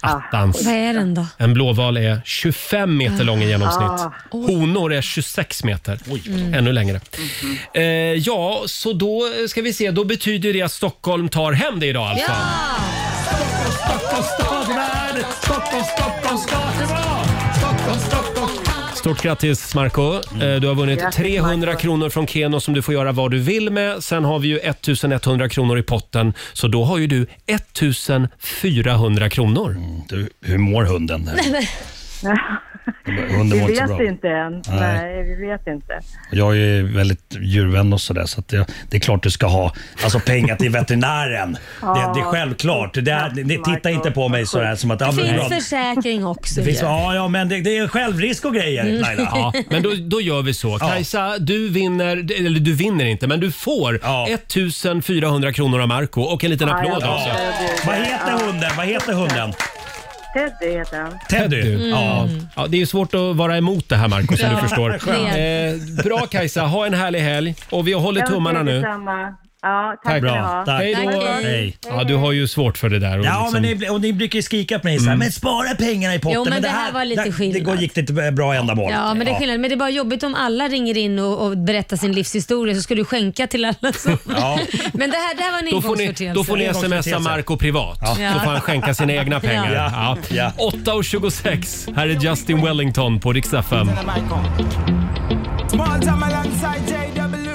[SPEAKER 1] Attans.
[SPEAKER 2] Vad är den då?
[SPEAKER 1] En blåval är 25 meter lång i genomsnitt.
[SPEAKER 2] Ah. Oj.
[SPEAKER 1] Honor är 26 meter.
[SPEAKER 2] Mm.
[SPEAKER 1] Ännu längre. Eh, ja, så då ska vi se. Då betyder det att Stockholm tar hem det idag alltså.
[SPEAKER 7] Stockholms stad värld, Stockholms, Stockholms stad det var. Stockholms, Stockholms...
[SPEAKER 1] Stort grattis Marco Eh, Du har vunnit
[SPEAKER 7] Grattis,
[SPEAKER 1] 300 kronor från Keno som du får göra vad du vill med. Sen har vi ju 1100 kronor i potten. Så då har ju du 1400 kronor. du, hur mår hunden?
[SPEAKER 5] <laughs> Hunden
[SPEAKER 19] vi
[SPEAKER 5] mår inte
[SPEAKER 19] vet
[SPEAKER 5] bra.
[SPEAKER 19] inte än.
[SPEAKER 5] Nej.
[SPEAKER 19] Nej. vi vet inte.
[SPEAKER 5] Och Jag är ju väldigt djurvän och sådär så att jag, det är klart du ska ha alltså,
[SPEAKER 19] <laughs>
[SPEAKER 5] pengar till veterinären. Det, det är självklart. Det är, ni, titta inte på mig sådär som att... ja,
[SPEAKER 2] Det
[SPEAKER 5] men
[SPEAKER 2] finns
[SPEAKER 5] bra.
[SPEAKER 2] försäkring också.
[SPEAKER 5] det finns,
[SPEAKER 2] ju.
[SPEAKER 5] ja, ja, men det, det är självrisk och grejer
[SPEAKER 2] Mm.
[SPEAKER 5] Laila.
[SPEAKER 19] <laughs>
[SPEAKER 1] Ja, men då, då gör vi så.
[SPEAKER 5] Ja.
[SPEAKER 1] Kajsa, du vinner, eller du vinner inte, men du får 1400 kronor av Marco och en liten
[SPEAKER 19] Ja,
[SPEAKER 1] applåd
[SPEAKER 19] jag
[SPEAKER 1] också.
[SPEAKER 19] vet, jag vet.
[SPEAKER 5] Vad heter hunden? Vad heter hunden?
[SPEAKER 19] Teddy heter han.
[SPEAKER 5] Teddy.
[SPEAKER 19] Mm.
[SPEAKER 1] Ja. ja, det är ju svårt att vara emot det här Marco som
[SPEAKER 19] Ja,
[SPEAKER 1] du förstår.
[SPEAKER 19] skönt.
[SPEAKER 1] Eh, bra Kajsa, ha en härlig helg och vi håller
[SPEAKER 19] Jag vill
[SPEAKER 1] tummarna
[SPEAKER 19] säga
[SPEAKER 1] nu.
[SPEAKER 19] detsamma. Ja, tack ska ni ha.
[SPEAKER 1] Hej då. Ja, du har ju svårt för det där. och
[SPEAKER 5] Ja,
[SPEAKER 1] liksom-
[SPEAKER 5] men ni, och ni brukar ju skrika på mig såhär,
[SPEAKER 1] Mm.
[SPEAKER 5] men spara pengarna i potten.
[SPEAKER 2] Jo, men det här var lite
[SPEAKER 5] det- Det
[SPEAKER 2] skillnad.
[SPEAKER 5] går- gick lite bra ändamål.
[SPEAKER 2] Ja, men det är skillnad. Men det är bara jobbigt om alla ringer in och, och berättar sin livshistoria så ska du skänka till alla. som-
[SPEAKER 5] Ja.
[SPEAKER 2] Men det här, det här var en
[SPEAKER 1] Då får ni,
[SPEAKER 2] engångsföreteelse.
[SPEAKER 1] då får ni smsa Marco privat,
[SPEAKER 2] Ja.
[SPEAKER 1] så får han skänka sina egna pengar.
[SPEAKER 5] Ja.
[SPEAKER 1] Ja. 8.26, här är Justin Wellington på Rix FM.
[SPEAKER 7] Small time alongside JW.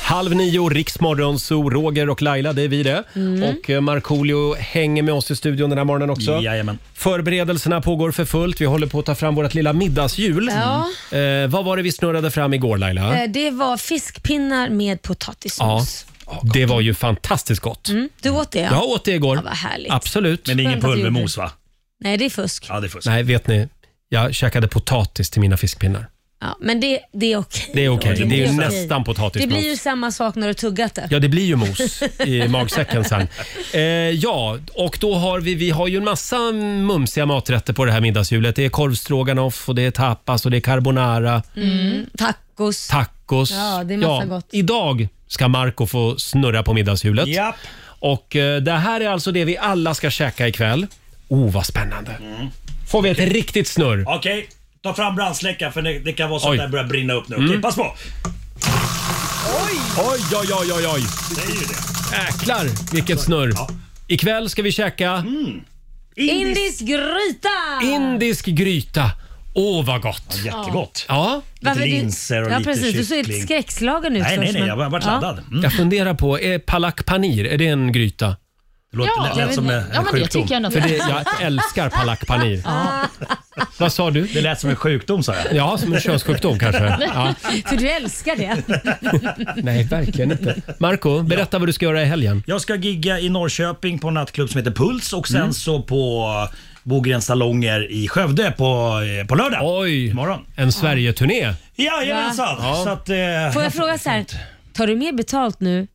[SPEAKER 1] Halv nio, Riksmorgon, så Roger och Laila, det är vi det.
[SPEAKER 7] Mm.
[SPEAKER 1] Och eh, Markoolio hänger med oss i studion den här morgonen också.
[SPEAKER 5] Jajamän.
[SPEAKER 1] Förberedelserna pågår för fullt. Vi håller på att ta fram vårt lilla middagshjul.
[SPEAKER 2] Ja.
[SPEAKER 1] Eh, vad var det vi snurrade fram igår Laila?
[SPEAKER 2] Eh, Det var fiskpinnar med
[SPEAKER 1] ja.
[SPEAKER 2] potatissås.
[SPEAKER 1] Det var ju fantastiskt gott.
[SPEAKER 2] Mm. Du åt det?
[SPEAKER 1] Jag åt det igår.
[SPEAKER 2] Ja, vad härligt.
[SPEAKER 1] Absolut.
[SPEAKER 2] Men det är ingen Skönt att du pulvermos, gjorde
[SPEAKER 5] va?
[SPEAKER 2] Nej, det är fusk.
[SPEAKER 5] Ja, det är fusk.
[SPEAKER 1] Nej, vet ni? Jag käkade potatis till mina fiskpinnar.
[SPEAKER 2] Ja, men det, det är okej.
[SPEAKER 1] Det är okej.
[SPEAKER 2] Roger.
[SPEAKER 1] Det är ju
[SPEAKER 2] okej.
[SPEAKER 1] nästan potatismos.
[SPEAKER 2] Det blir ju samma sak när du har tuggat det.
[SPEAKER 1] Ja, det blir ju mos i magsäcken sen. Eh, ja, och då har vi, vi har ju en massa mumsiga maträtter på det här middagshjulet. Det är korvstroganoff och det är tapas och det är carbonara,
[SPEAKER 2] Mm. Tacos.
[SPEAKER 1] tacos.
[SPEAKER 2] Ja, det är massa gott.
[SPEAKER 1] Idag ska Marco få snurra på middagshjulet.
[SPEAKER 5] Japp.
[SPEAKER 1] Och eh, det här är alltså det vi alla ska käka ikväll. Oh, vad spännande. Får vi ett riktigt snurr?
[SPEAKER 5] Okej, ta fram brandsläckaren för det, det kan vara så
[SPEAKER 1] Oj.
[SPEAKER 5] att det här börjar brinna upp nu.
[SPEAKER 1] Mm.
[SPEAKER 5] Okej, pass på!
[SPEAKER 1] Oj! Oj, oj, oj, oj, oj.
[SPEAKER 5] Det är ju det.
[SPEAKER 1] Jäklar vilket snurr. Ikväll ska vi käka
[SPEAKER 2] Indisk gryta!
[SPEAKER 1] indisk gryta. Åh, vad gott!
[SPEAKER 2] Ja, jättegott.
[SPEAKER 1] Ja.
[SPEAKER 2] Varför är det- ja, precis. Du såg ett skräckslagen ut. först, men-
[SPEAKER 1] Jag funderar på, är palak panir, är det en gryta? Det låter
[SPEAKER 8] Ja,
[SPEAKER 1] lät
[SPEAKER 8] jag vet
[SPEAKER 1] som
[SPEAKER 8] inte.
[SPEAKER 1] en
[SPEAKER 8] Ja, men det
[SPEAKER 1] sjukdom.
[SPEAKER 8] tycker jag ändå att
[SPEAKER 1] För
[SPEAKER 8] det
[SPEAKER 1] det,
[SPEAKER 8] är.
[SPEAKER 1] jag älskar palak panir. Vad sa du? Det lät som en sjukdom sa <laughs> jag. Ja, som en könssjukdom kanske. Ja.
[SPEAKER 2] För du älskar
[SPEAKER 5] <laughs>
[SPEAKER 2] det.
[SPEAKER 1] Nej, verkligen inte. Marco, berätta vad du ska göra i helgen.
[SPEAKER 5] Jag ska gigga i Norrköping på en nattklubb som heter Puls och sen
[SPEAKER 1] Mm.
[SPEAKER 5] så på Bogrens salonger i Skövde på, eh, på lördag.
[SPEAKER 1] Oj!
[SPEAKER 5] Imorgon.
[SPEAKER 1] En Sverige-turné.
[SPEAKER 5] Jajamensan!
[SPEAKER 2] Va?
[SPEAKER 5] Så att, eh,
[SPEAKER 2] Får jag fråga så här, tar du mer betalt nu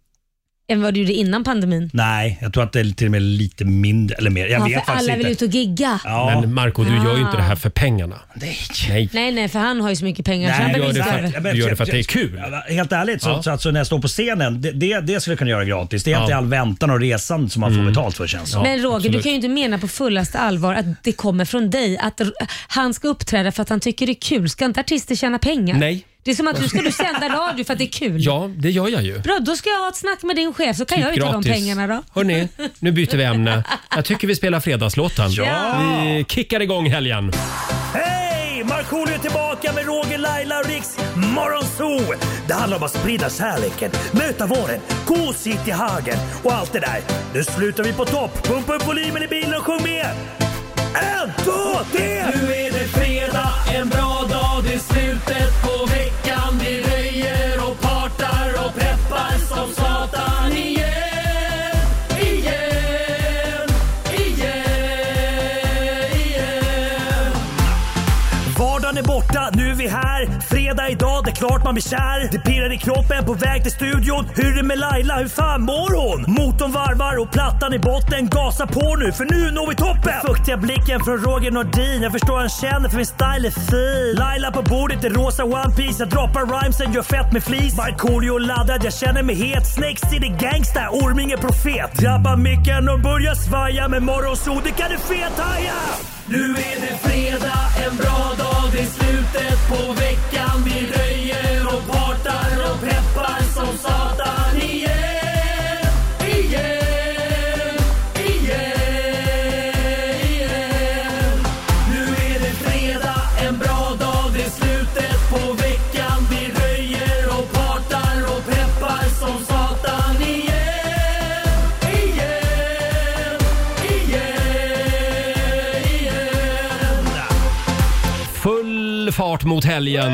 [SPEAKER 2] än vad du gjorde innan pandemin?
[SPEAKER 5] Nej, jag tror att det är till och med lite mindre, eller mer. Jag
[SPEAKER 2] Ja,
[SPEAKER 5] vet
[SPEAKER 2] för
[SPEAKER 5] faktiskt
[SPEAKER 2] alla
[SPEAKER 5] inte.
[SPEAKER 2] vill ut och gigga.
[SPEAKER 1] Men Marco, du gör ju inte det här för pengarna.
[SPEAKER 5] Nej.
[SPEAKER 1] Nej.
[SPEAKER 2] Nej, nej, för han har ju så mycket pengar så han
[SPEAKER 5] du gör
[SPEAKER 2] behöver
[SPEAKER 5] det
[SPEAKER 2] inte
[SPEAKER 5] för-
[SPEAKER 2] över.
[SPEAKER 5] jag vet-
[SPEAKER 1] Du gör det för att det är kul.
[SPEAKER 5] Ja, Helt ärligt, så,
[SPEAKER 1] Ja.
[SPEAKER 5] så, alltså, när jag står på scenen, det, det, det skulle jag kunna göra gratis. Det är
[SPEAKER 1] Ja. Mm.
[SPEAKER 5] alltid all väntan och resan som man får betalt för känns det
[SPEAKER 2] Men Roger, du kan ju inte mena på fullaste allvar att det kommer från dig. Att r- han ska uppträda för att han tycker det är kul. Ska inte artister tjäna pengar?
[SPEAKER 1] Nej.
[SPEAKER 2] Det är som att du ska du sända radio för att det är kul.
[SPEAKER 1] Ja, det gör jag ju.
[SPEAKER 2] Bra, då ska jag ha ett snack med din chef så kan jag ju ta de pengarna då.
[SPEAKER 1] Typ Hörni, nu byter vi ämne. Jag tycker vi spelar fredagslåten.
[SPEAKER 5] Ja.
[SPEAKER 1] Vi kickar igång helgen.
[SPEAKER 5] Hej! Markoolio är tillbaka med Roger, Laila och Riks Morgonzoo! Det handlar om att sprida kärleken, möta våren, gosigt i hagen och allt det där. Nu slutar vi på topp! Pumpa upp volymen i bilen och sjung med! En, två, tre! Nu är det fredag, en bra dag, det är slutet på veckan. Vi röjer och partar och peppar som satan igen, igen, igen, igen. Vardagen är borta, nu är vi här. Fredag idag, det är klart man blir kär. Det pirrar i kroppen på väg till studion. Hur är det med Laila, hur fan mår hon? Motorn varvar och plattan i botten. Gasa på nu, för nu når vi toppen! Den fuktiga blicken från Roger Nordin. Jag förstår han känner för min style är fin. Laila på bordet i rosa One Piece Jag droppar rhymesen, gör fett med flis. Markoolio laddad, jag känner mig het. Snake City gangsta, Orminge profet. Drabbar micken och börjar svaja. Med morgonsol, det kan du fethaja! Nu är det fredag, en bra dag, det är slutet på veckan Vi röjer och partar och peppar som satan igen Igen, igen, igen Nu är det fredag, en bra dag, det är slutet på veckan Vi röjer och partar och peppar som satan igen Igen, igen, igen
[SPEAKER 1] Full fart mot helgen.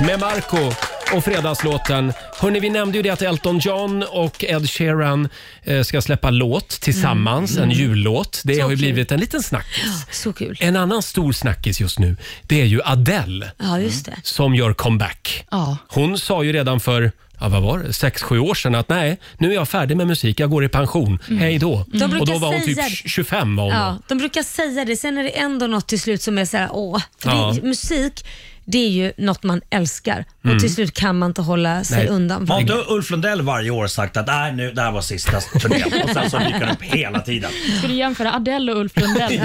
[SPEAKER 1] Med Marco och fredagslåten. Hörni, vi nämnde ju det att Elton John och Ed Sheeran eh, ska släppa låt tillsammans,
[SPEAKER 2] Mm.
[SPEAKER 1] en
[SPEAKER 2] Mm.
[SPEAKER 1] jullåt. Det
[SPEAKER 2] Så
[SPEAKER 1] har ju
[SPEAKER 2] kul.
[SPEAKER 1] blivit en liten snackis.
[SPEAKER 2] Så kul.
[SPEAKER 1] En annan stor snackis just nu, det är ju Adele
[SPEAKER 2] Ja, just det.
[SPEAKER 1] som gör comeback.
[SPEAKER 8] Ja.
[SPEAKER 1] Hon sa ju redan för, ja, vad var det, 6-7 år sedan att nej, nu är jag färdig med musik, jag går i pension, hej då.
[SPEAKER 2] Mm. De brukar
[SPEAKER 1] Och då var hon
[SPEAKER 2] säga-
[SPEAKER 1] typ 25 var hon då.
[SPEAKER 2] Ja, de brukar säga det, sen är det ändå något till slut som är såhär, åh. För
[SPEAKER 1] Ja.
[SPEAKER 2] det, musik, det är ju något man älskar och
[SPEAKER 5] Mm.
[SPEAKER 2] till slut kan man inte hålla sig undan.
[SPEAKER 5] Har
[SPEAKER 2] från
[SPEAKER 5] inte
[SPEAKER 2] det.
[SPEAKER 5] Ulf Lundell varje år sagt att nej, nu, det här var sista turnén och sen så dyker han upp hela tiden?
[SPEAKER 8] Ska du jämföra Adele och Ulf
[SPEAKER 1] <laughs>
[SPEAKER 8] Lundell?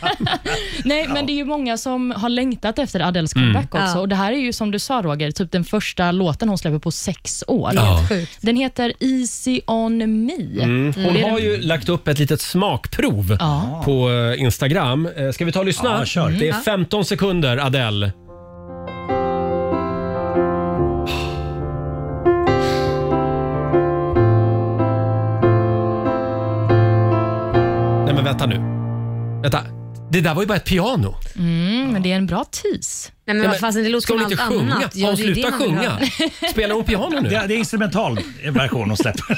[SPEAKER 8] <laughs> Nej, men det är ju många som har längtat efter Adeles comeback
[SPEAKER 7] Mm.
[SPEAKER 8] också.
[SPEAKER 7] Ja.
[SPEAKER 8] Och Det här är ju som du sa Roger, typ den första låten hon släpper på sex år.
[SPEAKER 1] Det är helt Ja.
[SPEAKER 8] Den heter Easy on me.
[SPEAKER 1] Mm. Hon
[SPEAKER 8] Och det är
[SPEAKER 1] har
[SPEAKER 8] den-
[SPEAKER 1] ju lagt upp ett litet smakprov på eh, Instagram. Eh, Ska vi ta och lyssna?
[SPEAKER 5] Ja, kör.
[SPEAKER 1] Det är
[SPEAKER 5] Mm.
[SPEAKER 1] 15 sekunder, Adele. Nej men vänta nu. Vänta. Det där var ju bara ett piano.
[SPEAKER 8] Mm, men det är en bra tease.
[SPEAKER 2] Nej, men vad fasen, det låter
[SPEAKER 1] Ska hon
[SPEAKER 2] som
[SPEAKER 1] inte
[SPEAKER 2] allt
[SPEAKER 1] sjunga?
[SPEAKER 2] annat.
[SPEAKER 1] Ja,
[SPEAKER 2] Ja,
[SPEAKER 1] hon
[SPEAKER 2] det är det
[SPEAKER 1] slutar
[SPEAKER 2] man vill
[SPEAKER 1] sjunga. Spelar hon piano nu?
[SPEAKER 5] Det, det är instrumental version hon släpper.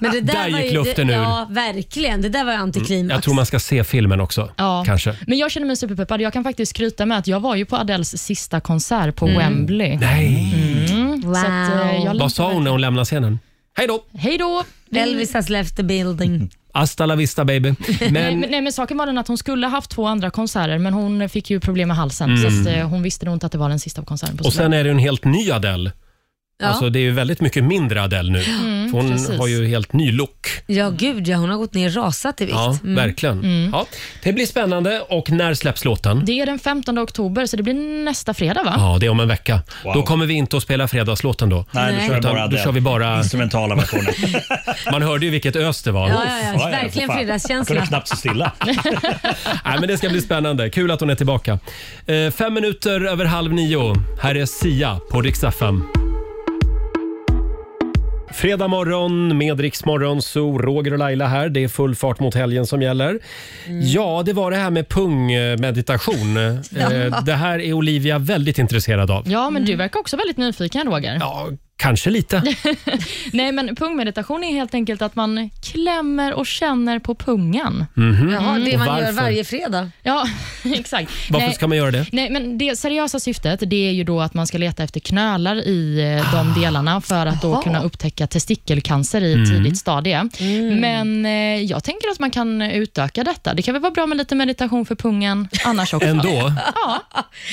[SPEAKER 2] Men det där,
[SPEAKER 1] Där
[SPEAKER 2] var
[SPEAKER 1] gick
[SPEAKER 2] ju,
[SPEAKER 1] luften
[SPEAKER 2] det,
[SPEAKER 1] ur. Mm.
[SPEAKER 2] Ja, verkligen. Det där var ju antiklimax.
[SPEAKER 1] Jag tror man ska se filmen också.
[SPEAKER 8] Ja.
[SPEAKER 1] Kanske.
[SPEAKER 8] Men jag känner mig superpeppad. Jag kan faktiskt skryta med att jag var ju på Adeles sista konsert på Wembley.
[SPEAKER 1] Nej.
[SPEAKER 8] Mm. Så att, eh, jag längtar
[SPEAKER 1] Vad sa hon när hon lämnade scenen? Hej då!
[SPEAKER 8] Hej då!
[SPEAKER 2] Elvis has left the
[SPEAKER 1] Mm.
[SPEAKER 2] building.
[SPEAKER 1] Hasta la
[SPEAKER 2] <laughs>
[SPEAKER 1] vista baby.
[SPEAKER 8] Nej,
[SPEAKER 1] Men
[SPEAKER 8] men, nej, men saken var den att hon skulle haft två andra konserter, men hon fick ju problem med halsen.
[SPEAKER 1] Mm.
[SPEAKER 8] Så att, eh, hon visste nog inte att det var den sista konserten. På
[SPEAKER 1] Och sen
[SPEAKER 8] Solveig.
[SPEAKER 1] är det en helt ny Adele.
[SPEAKER 2] Ja.
[SPEAKER 1] Alltså det är ju väldigt mycket mindre Adele nu.
[SPEAKER 2] Mm,
[SPEAKER 1] För hon
[SPEAKER 2] precis.
[SPEAKER 1] har ju helt ny look.
[SPEAKER 2] Ja, gud ja. Hon har gått ner rasat i vikt.
[SPEAKER 1] Ja,
[SPEAKER 2] Mm.
[SPEAKER 1] verkligen.
[SPEAKER 8] Mm.
[SPEAKER 1] Ja, det blir spännande. Och när släpps låten?
[SPEAKER 8] Det är den 15 oktober, så det blir nästa fredag, va?
[SPEAKER 1] Ja, det är om en vecka. Då kommer vi inte att spela fredagslåten då.
[SPEAKER 8] Nej, då kör vi
[SPEAKER 1] Utan
[SPEAKER 8] bara
[SPEAKER 1] då
[SPEAKER 8] Adele.
[SPEAKER 1] kör vi bara...
[SPEAKER 5] Instrumentala versioner.
[SPEAKER 1] Man hörde ju vilket ös det var.
[SPEAKER 2] Ja, ja, ja. Ja, ja, Verkligen för fan. fredagskänsla. Jag kunde knappt
[SPEAKER 5] stå stilla.
[SPEAKER 1] Nej, men det ska bli spännande. Kul att hon är tillbaka. Eh, fem minuter över halv nio. Här är Sia på Rix FM. Fredag morgon med Rix Morgon, så Roger och Laila här. Det är full fart mot helgen som gäller. Ja, det var det här med pungmeditation. Eh, Det här är Olivia väldigt intresserad av.
[SPEAKER 8] Ja, men du verkar också väldigt nyfiken, Roger.
[SPEAKER 1] Ja. Kanske lite.
[SPEAKER 8] Nej, men pungmeditation är helt enkelt att man klämmer och känner på pungan.
[SPEAKER 1] Mhm.
[SPEAKER 2] Jaha, det
[SPEAKER 1] Och
[SPEAKER 2] man gör
[SPEAKER 1] varför?
[SPEAKER 2] varje fredag.
[SPEAKER 8] Ja, <laughs> exakt.
[SPEAKER 1] Varför
[SPEAKER 8] Nej.
[SPEAKER 1] ska man göra det?
[SPEAKER 8] Nej, men det seriösa syftet det är ju då att man ska leta efter knölar i eh, de delarna för att då
[SPEAKER 2] Jaha.
[SPEAKER 8] kunna upptäcka testikelcancer i ett
[SPEAKER 2] Mm.
[SPEAKER 8] tidigt stadie. Men eh, jag tänker att man kan utöka detta. Det kan väl vara bra med lite meditation för pungen annars också.
[SPEAKER 1] Ändå?
[SPEAKER 8] Ja.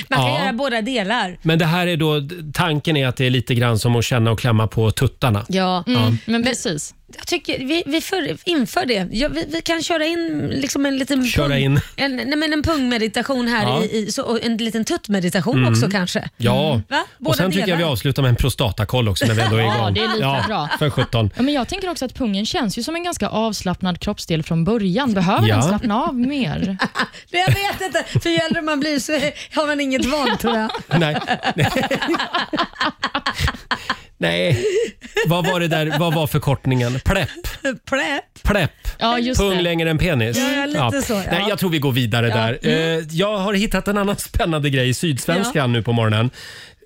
[SPEAKER 2] Man kan
[SPEAKER 1] Ja.
[SPEAKER 2] göra båda delar.
[SPEAKER 1] Men det här är då, tanken är att det är lite grann som att känna och klämma på tuttarna.
[SPEAKER 2] Ja,
[SPEAKER 1] Ja.
[SPEAKER 8] men precis.
[SPEAKER 2] Mm. Jag tycker vi, vi för, inför det. Ja, vi, vi kan köra in liksom en liten
[SPEAKER 1] Köra in.
[SPEAKER 2] En, nej, men en pungmeditation här
[SPEAKER 1] Ja.
[SPEAKER 2] i, i så, och en liten tuttmeditation
[SPEAKER 1] Mm.
[SPEAKER 2] också kanske.
[SPEAKER 1] Ja,
[SPEAKER 2] Va? Båda
[SPEAKER 1] och sen tycker jag
[SPEAKER 2] delar.
[SPEAKER 1] vi avslutar med en prostatakoll också när vi ändå är igång.
[SPEAKER 8] Ja, det är lika bra.
[SPEAKER 1] För 17.
[SPEAKER 8] Ja, men jag tänker också att pungen känns ju som en ganska avslappnad kroppsdel från början. Behöver
[SPEAKER 1] Ja.
[SPEAKER 8] den slappna av mer?
[SPEAKER 2] Men jag vet inte, för ju äldre man blir så har man inget val tror
[SPEAKER 1] <laughs>
[SPEAKER 2] jag.
[SPEAKER 1] Nej. Nej, vad var det där, vad var förkortningen? Plepp,
[SPEAKER 2] Pläpp.
[SPEAKER 1] plepp.
[SPEAKER 2] Ja, just
[SPEAKER 1] Pung
[SPEAKER 2] det.
[SPEAKER 1] längre än penis.
[SPEAKER 2] Ja, ja, lite så, ja.
[SPEAKER 1] Nej, jag tror vi går vidare
[SPEAKER 2] Ja.
[SPEAKER 1] där.
[SPEAKER 2] Mm.
[SPEAKER 1] Eh, Jag har hittat en annan <laughs> spännande grej i Sydsvenskan
[SPEAKER 2] Ja.
[SPEAKER 1] nu på morgonen.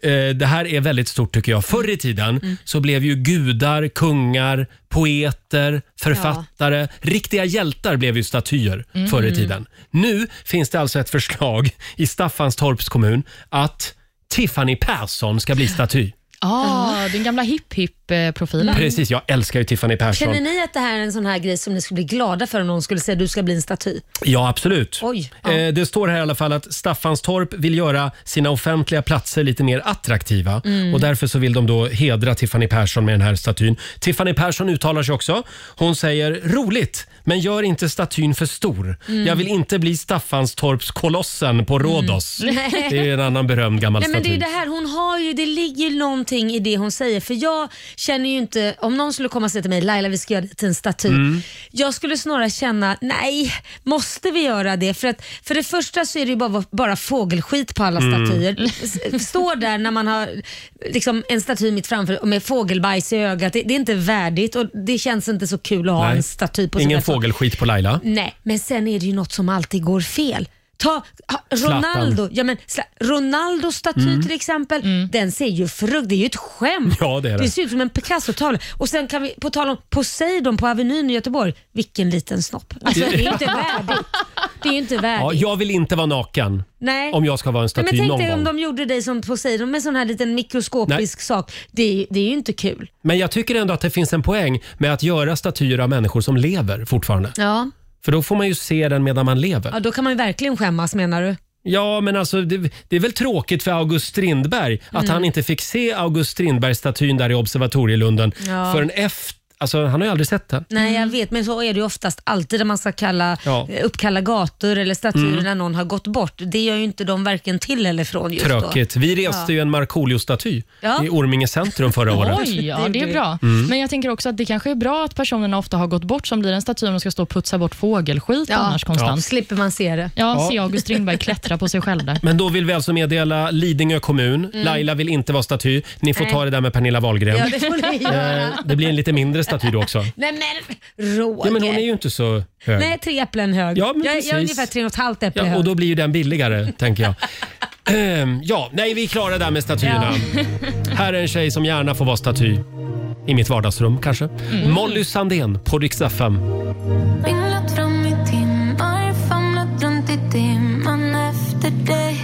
[SPEAKER 1] Eh, Det här är väldigt stort tycker jag.
[SPEAKER 2] Mm.
[SPEAKER 1] Förr i tiden så blev ju gudar, kungar, poeter, författare, riktiga hjältar blev ju statyer
[SPEAKER 12] Mm.
[SPEAKER 1] förr i tiden. Nu finns det alltså ett förslag i Staffanstorps kommun att Tiffany Persson ska bli staty.
[SPEAKER 2] Mm.
[SPEAKER 8] Ah, den gamla hipp-hipp-profilen.
[SPEAKER 1] Precis, jag älskar ju Tiffany Persson.
[SPEAKER 2] Känner ni att det här är en sån här grej som ni skulle bli glada för om någon skulle säga att du ska bli en staty?
[SPEAKER 1] Ja, absolut.
[SPEAKER 2] Oj.
[SPEAKER 1] Eh, Det står här i alla fall att Staffanstorp vill göra sina offentliga platser lite mer attraktiva
[SPEAKER 12] Mm.
[SPEAKER 1] och därför så vill de då hedra Tiffany Persson med den här statyn. Tiffany Persson uttalar sig också. Hon säger “Roligt, men gör inte statyn för stor.
[SPEAKER 2] Mm.
[SPEAKER 1] Jag vill inte bli Staffanstorpskolossen på Rhodos.”
[SPEAKER 2] <laughs> Nej.
[SPEAKER 1] Det är en annan berömd gammal
[SPEAKER 2] Nej, men det är
[SPEAKER 1] staty.
[SPEAKER 2] ju det här, hon har ju, det ligger ju någonting i det hon säger. För jag känner ju inte, om någon skulle komma och säga till mig, Laila vi ska göra det till en staty.
[SPEAKER 7] Mm.
[SPEAKER 2] Jag skulle snarare känna, nej, måste vi göra det? För, att, för det första så är det ju bara, bara fågelskit på alla
[SPEAKER 7] Mm.
[SPEAKER 2] statyer. S- Står där när man har liksom, en staty mitt framför och med fågelbajs i ögat, det, det är inte värdigt och det känns inte så kul att ha
[SPEAKER 1] Nej.
[SPEAKER 2] en staty på
[SPEAKER 1] Ingen
[SPEAKER 2] sin plats.
[SPEAKER 1] fågelskit på Laila.
[SPEAKER 2] Nej, men sen är det ju något som alltid går fel. Ta ha,
[SPEAKER 1] Zlatan.
[SPEAKER 2] Ronaldo, ja, men, Zla- Ronaldos staty
[SPEAKER 1] Mm.
[SPEAKER 2] till exempel. Den ser ju frukt, det är ju ett skämt.
[SPEAKER 1] Ja, det är det.
[SPEAKER 2] ser ut som en Picasso-tavla. Och sen kan vi, på tal om Poseidon på Avenyn i Göteborg, vilken liten snopp. Alltså, det är ju inte värdigt. Det är ju inte
[SPEAKER 1] Ja,
[SPEAKER 2] värdigt.
[SPEAKER 1] jag vill inte vara naken
[SPEAKER 2] Nej.
[SPEAKER 1] om jag ska vara en
[SPEAKER 2] Nej,
[SPEAKER 1] staty
[SPEAKER 2] men
[SPEAKER 1] någon
[SPEAKER 2] tänk dig
[SPEAKER 1] gång.
[SPEAKER 2] om de gjorde dig som Poseidon med sån här liten mikroskopisk sak. Det är, ju- det är ju inte kul.
[SPEAKER 1] Men jag tycker ändå att det finns en poäng med att göra statyer av människor som lever fortfarande.
[SPEAKER 2] Ja.
[SPEAKER 1] För då får man ju se den medan man lever.
[SPEAKER 2] ja, då kan man ju verkligen skämmas menar du?
[SPEAKER 1] Ja, men alltså det, det är väl tråkigt för August Strindberg att
[SPEAKER 2] Mm.
[SPEAKER 1] han inte fick se August Strindberg-statyn där i Observatorielunden
[SPEAKER 2] Ja.
[SPEAKER 1] förrän efter... Alltså, han har ju aldrig sett den.
[SPEAKER 2] Nej, jag vet, men så är det ju oftast alltid när man ska kalla,
[SPEAKER 1] Mm. Ja.
[SPEAKER 2] eh, uppkalla gator eller statyer
[SPEAKER 1] Mm.
[SPEAKER 2] när någon har gått bort. Det gör ju inte de varken till eller från just
[SPEAKER 1] Tråkigt.
[SPEAKER 2] då.
[SPEAKER 1] Vi reste
[SPEAKER 2] Ja.
[SPEAKER 1] ju en Markoolio-staty
[SPEAKER 2] Ja.
[SPEAKER 1] i Orminge centrum förra året.
[SPEAKER 8] Oj, ja, det är bra.
[SPEAKER 1] Mm.
[SPEAKER 8] Men jag tänker också att det kanske är bra att personerna ofta har gått bort som blir en staty om de ska stå och putsa bort fågelskit annars konstant.
[SPEAKER 2] Slipper man se det.
[SPEAKER 8] Ja,
[SPEAKER 1] Ja.
[SPEAKER 8] se August Strindberg klättra på sig själv <laughs> där.
[SPEAKER 1] Men då vill vi alltså meddela Lidingö kommun.
[SPEAKER 8] Mm.
[SPEAKER 1] Laila vill inte vara staty. Ni får
[SPEAKER 2] Nej.
[SPEAKER 1] ta det där med Pernilla Wahlgren.
[SPEAKER 2] Ja, det får ni göra.
[SPEAKER 1] <laughs> Eh, det blir en lite mindre staty då också.
[SPEAKER 2] Nej men Roger.
[SPEAKER 1] Ja, men hon är ju inte så hög.
[SPEAKER 2] Nej, tre äpplen hög.
[SPEAKER 1] Ja, men
[SPEAKER 2] jag, jag
[SPEAKER 1] precis.
[SPEAKER 2] är ungefär tre och ett halvt äpple
[SPEAKER 1] Ja,
[SPEAKER 2] hög.
[SPEAKER 1] och då blir ju den billigare,
[SPEAKER 2] <laughs>
[SPEAKER 1] tänker jag. Ehm, ja, nej, vi är klara där med statyerna. Här är en tjej som gärna får vara staty. I mitt vardagsrum kanske.
[SPEAKER 7] Mm.
[SPEAKER 1] Molly Sandén på Rix FM.
[SPEAKER 7] Ringlat fram i timmar, famlat runt i timman efter dig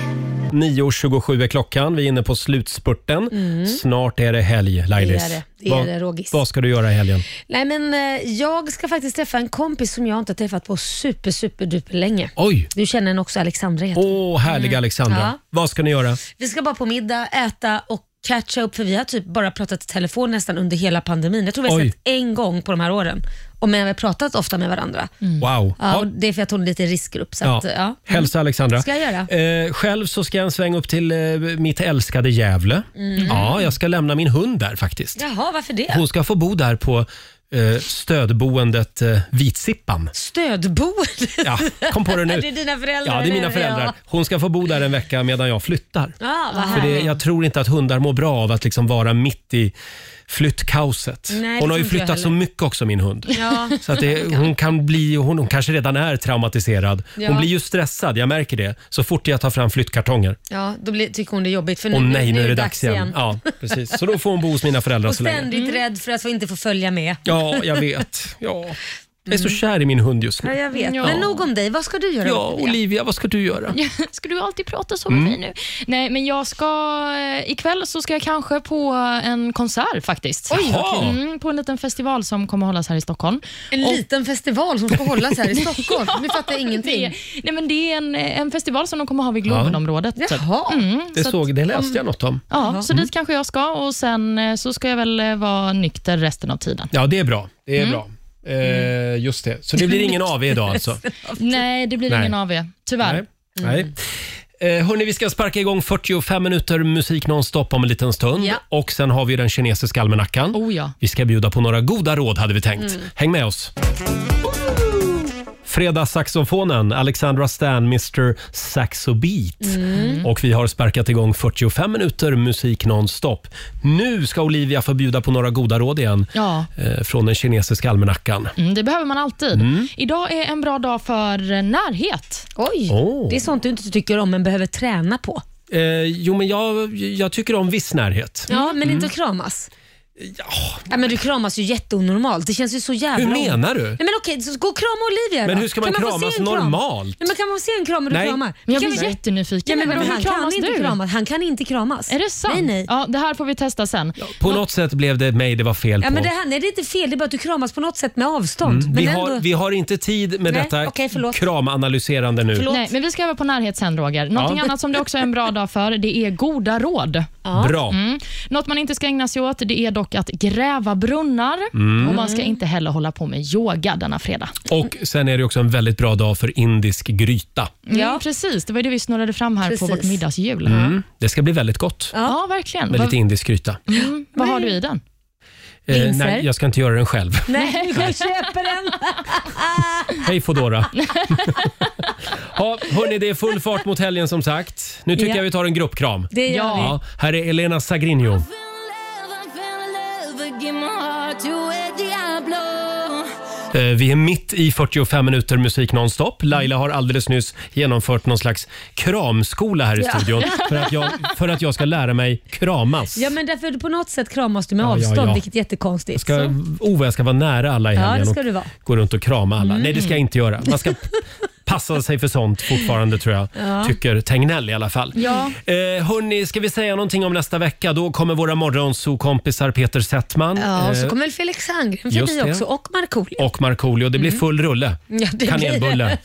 [SPEAKER 1] 9.27 är klockan. Vi är inne på slutspurten.
[SPEAKER 2] Mm.
[SPEAKER 1] Snart är det helg, Lailis.
[SPEAKER 2] Det är det. Det är
[SPEAKER 1] Vad-
[SPEAKER 2] det, Rogis.
[SPEAKER 1] Vad ska du göra i helgen?
[SPEAKER 2] Nej, men, eh, jag ska faktiskt träffa en kompis som jag inte har träffat på super, super duper länge.
[SPEAKER 1] Oj!
[SPEAKER 2] Du känner henne också, Alexandra heter hon.
[SPEAKER 1] Åh, härliga
[SPEAKER 2] Mm.
[SPEAKER 1] Alexandra.
[SPEAKER 2] Ja.
[SPEAKER 1] Vad ska ni göra?
[SPEAKER 2] Vi ska bara på middag, äta och catcha upp för vi har typ bara pratat i telefon nästan under hela pandemin. Jag tror vi har
[SPEAKER 1] Oj.
[SPEAKER 2] sett en gång på de här åren. Och men vi har pratat ofta med varandra.
[SPEAKER 1] Wow.
[SPEAKER 2] Mm. Ja, och det är för att hon är lite i riskgrupp. Så
[SPEAKER 1] Ja.
[SPEAKER 2] att, ja. Mm.
[SPEAKER 1] Hälsa Alexandra.
[SPEAKER 2] Ska jag göra.
[SPEAKER 1] Eh, själv så ska jag en sväng upp till eh, mitt älskade Gävle.
[SPEAKER 2] Mm.
[SPEAKER 1] Ja, jag ska lämna min hund där faktiskt.
[SPEAKER 2] Jaha, varför det?
[SPEAKER 1] Hon ska få bo där på eh, stödboendet eh, Vitsippan.
[SPEAKER 2] Stödboende? <laughs>
[SPEAKER 1] Ja, kom på det nu.
[SPEAKER 2] det är dina föräldrar.
[SPEAKER 1] Ja, det är mina
[SPEAKER 2] eller?
[SPEAKER 1] föräldrar.
[SPEAKER 2] Ja.
[SPEAKER 1] Hon ska få bo där en vecka medan jag flyttar.
[SPEAKER 2] Ja, vad
[SPEAKER 1] För det,
[SPEAKER 2] härligt.
[SPEAKER 1] jag tror inte att hundar mår bra av att liksom vara mitt i flytt kaoset.
[SPEAKER 2] Nej, det
[SPEAKER 1] hon har
[SPEAKER 2] tror inte
[SPEAKER 1] ju
[SPEAKER 2] jag
[SPEAKER 1] flyttat så
[SPEAKER 2] heller.
[SPEAKER 1] mycket också min hund.
[SPEAKER 2] Ja.
[SPEAKER 1] Så att det, hon kan bli, hon, hon kanske redan är traumatiserad.
[SPEAKER 2] Ja.
[SPEAKER 1] Hon blir ju stressad, jag märker det, så fort jag tar fram flyttkartonger.
[SPEAKER 2] Ja, då blir, tycker hon det är jobbigt för nu,
[SPEAKER 1] Åh nej, nu är det dags igen. Ja, precis. Så då får hon bo hos mina föräldrar
[SPEAKER 2] Och
[SPEAKER 1] så länge.
[SPEAKER 2] ständigt rädd för att få inte få följa med.
[SPEAKER 1] Ja, jag vet. Ja. Jag är så kär i min hund just nu.
[SPEAKER 2] Ja, jag vet. Men nog om dig. Vad ska du göra?
[SPEAKER 1] Ja, Olivia, vad ska du göra?
[SPEAKER 8] Ska du alltid prata så med
[SPEAKER 1] Mm.
[SPEAKER 8] mig nu? Nej, men jag ska... eh, Ikväll så ska jag kanske på en konsert faktiskt.
[SPEAKER 2] Oj, vad
[SPEAKER 1] Jaha. kul.
[SPEAKER 8] Mm, på en liten festival som kommer hållas här i Stockholm.
[SPEAKER 2] En liten festival som ska hållas
[SPEAKER 1] <laughs>
[SPEAKER 2] här i Stockholm? Nu fattar jag ingenting.
[SPEAKER 8] Det, nej, men det är en, eh, en festival som de kommer ha vid Globenområdet.
[SPEAKER 2] Ja.
[SPEAKER 8] typ.
[SPEAKER 2] Jaha.
[SPEAKER 8] Mm,
[SPEAKER 1] Det,
[SPEAKER 8] så att-
[SPEAKER 1] såg, det läste jag något om.
[SPEAKER 8] Ja, så
[SPEAKER 1] Mm.
[SPEAKER 8] dit kanske jag ska och sen eh, så ska jag väl eh, vara nykter resten av tiden.
[SPEAKER 1] Ja, det är bra. Det är
[SPEAKER 8] Mm.
[SPEAKER 1] bra. Eh, just det. Så det blir ingen av idag alltså?
[SPEAKER 8] Nej, det blir
[SPEAKER 1] Nej.
[SPEAKER 8] ingen av er. Tyvärr.
[SPEAKER 1] Nej. Nej.
[SPEAKER 8] Mm.
[SPEAKER 1] Eh, hörni, vi ska sparka igång 45 minuter musik nonstop om en liten stund.
[SPEAKER 8] Ja.
[SPEAKER 1] Och sen har vi den kinesiska almanackan.
[SPEAKER 8] Oh, ja.
[SPEAKER 1] Vi ska bjuda på några goda råd hade vi tänkt.
[SPEAKER 8] Mm.
[SPEAKER 1] Häng med oss. Fredagssaxofonen, Alexandra Stan, Mr Saxo Beat.
[SPEAKER 7] Mm.
[SPEAKER 1] Och vi har sparkat igång 45 minuter musik nonstop. Nu ska Olivia få bjuda på några goda råd igen
[SPEAKER 8] Ja.
[SPEAKER 1] eh, från den kinesiska almanackan.
[SPEAKER 8] Mm, det behöver man alltid.
[SPEAKER 1] Mm.
[SPEAKER 8] Idag är en bra dag för eh, närhet.
[SPEAKER 2] Oj,
[SPEAKER 1] Åh.
[SPEAKER 2] det är sånt du inte tycker om men behöver träna på.
[SPEAKER 1] Eh, jo, men jag, jag tycker om viss närhet.
[SPEAKER 2] Ja, men
[SPEAKER 1] Mm.
[SPEAKER 2] inte att kramas. Ja. men du kramas ju jätteonormalt. Det känns ju så jävla...
[SPEAKER 1] Hur menar du?
[SPEAKER 2] Nej, men okej, så gå och krama Olivia
[SPEAKER 1] Men
[SPEAKER 2] då.
[SPEAKER 1] hur ska man
[SPEAKER 2] Kan få
[SPEAKER 1] kramas
[SPEAKER 2] se en kram?
[SPEAKER 1] normalt?
[SPEAKER 2] Nej, men kan man få se en kram och du
[SPEAKER 1] Nej.
[SPEAKER 2] kramar?
[SPEAKER 1] Men jag
[SPEAKER 2] Kan
[SPEAKER 1] blir
[SPEAKER 2] vi-
[SPEAKER 8] jättenyfiken.
[SPEAKER 2] Nej, men, vadå,
[SPEAKER 8] Men
[SPEAKER 2] han
[SPEAKER 8] hur kramas
[SPEAKER 2] kan inte
[SPEAKER 8] du?
[SPEAKER 2] kramas. Han kan inte kramas.
[SPEAKER 8] Är det sant?
[SPEAKER 2] Nej, nej.
[SPEAKER 8] Ja, det här får vi testa sen.
[SPEAKER 1] På något sätt blev det mig det var fel
[SPEAKER 2] Ja,
[SPEAKER 1] på.
[SPEAKER 2] men det, här, nej, det är inte fel, det är bara att du kramas på något sätt med avstånd.
[SPEAKER 1] Mm.
[SPEAKER 2] Men
[SPEAKER 1] Vi,
[SPEAKER 2] ändå...
[SPEAKER 1] har, vi har inte tid med
[SPEAKER 2] Nej,
[SPEAKER 1] detta
[SPEAKER 2] okej, förlåt.
[SPEAKER 1] kramanalyserande nu.
[SPEAKER 8] Nej, men vi ska över på närhet sen, Roger. Någonting
[SPEAKER 1] Ja.
[SPEAKER 8] annat som det också är en bra dag för, det är goda råd.
[SPEAKER 1] Ja. Bra.
[SPEAKER 8] Mm. Något man inte ska ägna sig åt, det är dock att gräva brunnar.
[SPEAKER 1] Mm.
[SPEAKER 8] Och man ska inte heller hålla på med yoga denna fredag.
[SPEAKER 1] Och sen är det också en väldigt bra dag för indisk gryta.
[SPEAKER 8] Mm, ja, precis. Det var ju det vi snurrade fram här på
[SPEAKER 2] Precis.
[SPEAKER 8] vårt middagshjul.
[SPEAKER 1] Mm. Det ska bli väldigt gott
[SPEAKER 8] Ja. verkligen.
[SPEAKER 1] med
[SPEAKER 8] Vad-
[SPEAKER 1] lite indisk gryta.
[SPEAKER 8] mm, vad har du i den?
[SPEAKER 1] Eh,
[SPEAKER 8] linser.
[SPEAKER 1] nej, jag ska inte göra
[SPEAKER 2] <laughs>
[SPEAKER 1] den själv.
[SPEAKER 2] Nej, vi går och köper den. <laughs>
[SPEAKER 1] Hej Foodora. ja, hörni, det är full fart mot helgen som sagt. Nu tycker
[SPEAKER 2] Ja.
[SPEAKER 1] jag vi tar en gruppkram.
[SPEAKER 2] Det gör vi.
[SPEAKER 1] här är Elena Sagrinho. Eh, Vi är mitt i 45 minuter musik nonstop. Laila har alldeles nyss genomfört någon slags kramskola här i
[SPEAKER 2] Ja. <laughs>
[SPEAKER 1] studion för att, jag, för att jag ska lära mig kramas.
[SPEAKER 2] Ja, men därför på något sätt kramas du med
[SPEAKER 1] Ja, ja,
[SPEAKER 2] avstånd,
[SPEAKER 1] ja.
[SPEAKER 2] vilket är jättekonstigt.
[SPEAKER 1] Jag ska,
[SPEAKER 2] Så.
[SPEAKER 1] oh, vad jag ska vara nära alla i
[SPEAKER 2] Ja, det
[SPEAKER 1] helgen
[SPEAKER 2] ska du vara.
[SPEAKER 1] och gå runt och krama alla.
[SPEAKER 2] Mm.
[SPEAKER 1] Nej, det ska jag inte göra. Man ska passa sig för sånt fortfarande tror jag,
[SPEAKER 2] Ja.
[SPEAKER 1] tycker Tegnell i alla fall.
[SPEAKER 2] Ja.
[SPEAKER 1] Eh, hörni, ska vi säga någonting om nästa vecka? Då kommer våra morgonsokompisar Peter Settman
[SPEAKER 2] Ja, och så
[SPEAKER 1] eh,
[SPEAKER 2] kommer väl Felix Herngren
[SPEAKER 1] just
[SPEAKER 2] förbi
[SPEAKER 1] det.
[SPEAKER 2] också och Markoolio.
[SPEAKER 1] och Markoolio. Det blir full rulle.
[SPEAKER 2] Mm. Ja, det blir-
[SPEAKER 1] Kanelbulle.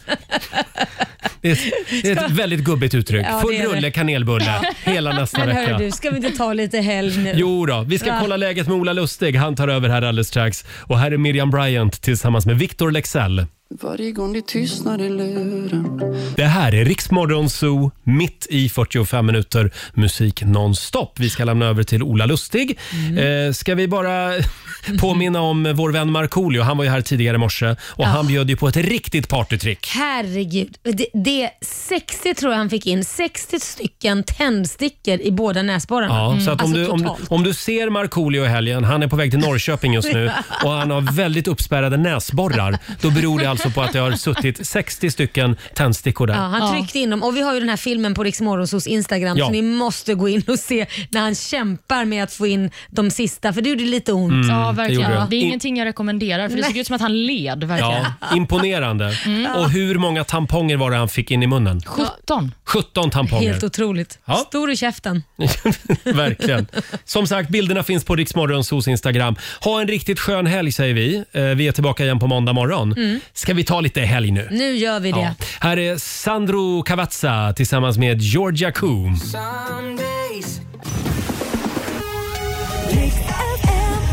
[SPEAKER 1] Det är, det är ett väldigt gubbigt uttryck.
[SPEAKER 2] Ja,
[SPEAKER 1] Full
[SPEAKER 2] det är det.
[SPEAKER 1] rulle, kanelbulle,
[SPEAKER 2] <laughs>
[SPEAKER 1] hela nästa
[SPEAKER 2] Men
[SPEAKER 1] vecka.
[SPEAKER 2] hörru du, ska vi inte ta lite helg nu?
[SPEAKER 1] Jo då, vi ska
[SPEAKER 2] Va?
[SPEAKER 1] kolla läget med Ola Lustig. Han tar över här alldeles strax. Och här är Miriam Bryant tillsammans med Victor Lexell.
[SPEAKER 7] Varje gång det tystnar i luren
[SPEAKER 1] Det här är Riksmorgon Zoo, mitt i 45 minuter musik nonstop. Vi ska lämna över till Ola Lustig.
[SPEAKER 2] Mm.
[SPEAKER 1] Eh, ska vi bara <laughs> påminna om vår vän Markoolio. Han var ju här tidigare i morse och han bjöd ju på ett riktigt partytrick.
[SPEAKER 2] Herregud. Det, det 60 tror jag han fick in. 60 stycken tändstickor i båda näsborrarna.
[SPEAKER 1] Ja, så att om,
[SPEAKER 2] alltså
[SPEAKER 1] du, om,
[SPEAKER 2] totalt.
[SPEAKER 1] om du ser Markoolio i helgen, han är på väg till Norrköping just
[SPEAKER 2] <laughs>
[SPEAKER 1] nu och han har väldigt uppspärrade näsborrar. Då beror det alltså på att det har suttit 60 stycken tändstickor där.
[SPEAKER 2] Ja, han tryckte in dem och vi har ju den här filmen på Rix Morgonzos Instagram
[SPEAKER 1] Ja.
[SPEAKER 2] så ni måste gå in och se när han kämpar med att få in de sista för det gjorde lite ont.
[SPEAKER 1] Mm,
[SPEAKER 8] Ja, verkligen.
[SPEAKER 1] gjorde
[SPEAKER 8] Det,
[SPEAKER 1] det.
[SPEAKER 8] är
[SPEAKER 1] In-
[SPEAKER 8] ingenting jag rekommenderar, för det såg ut som att han led. Verkligen.
[SPEAKER 2] <laughs>
[SPEAKER 1] Ja, imponerande.
[SPEAKER 8] Mm.
[SPEAKER 1] Och hur många tamponger var det han fick in i munnen?
[SPEAKER 8] 17.
[SPEAKER 1] 17 tamponger.
[SPEAKER 2] Helt otroligt.
[SPEAKER 1] Ja.
[SPEAKER 2] Stor i käften.
[SPEAKER 1] <laughs> Verkligen. Som sagt, bilderna finns på Riksmorgonsos Instagram. Ha en riktigt skön helg säger vi. Eh, Vi är tillbaka igen på måndag morgon.
[SPEAKER 2] Mm.
[SPEAKER 1] Ska vi ta lite helg nu?
[SPEAKER 2] Nu gör vi det.
[SPEAKER 1] Ja. Här är Sandro Cavazza tillsammans med Georgia Coom.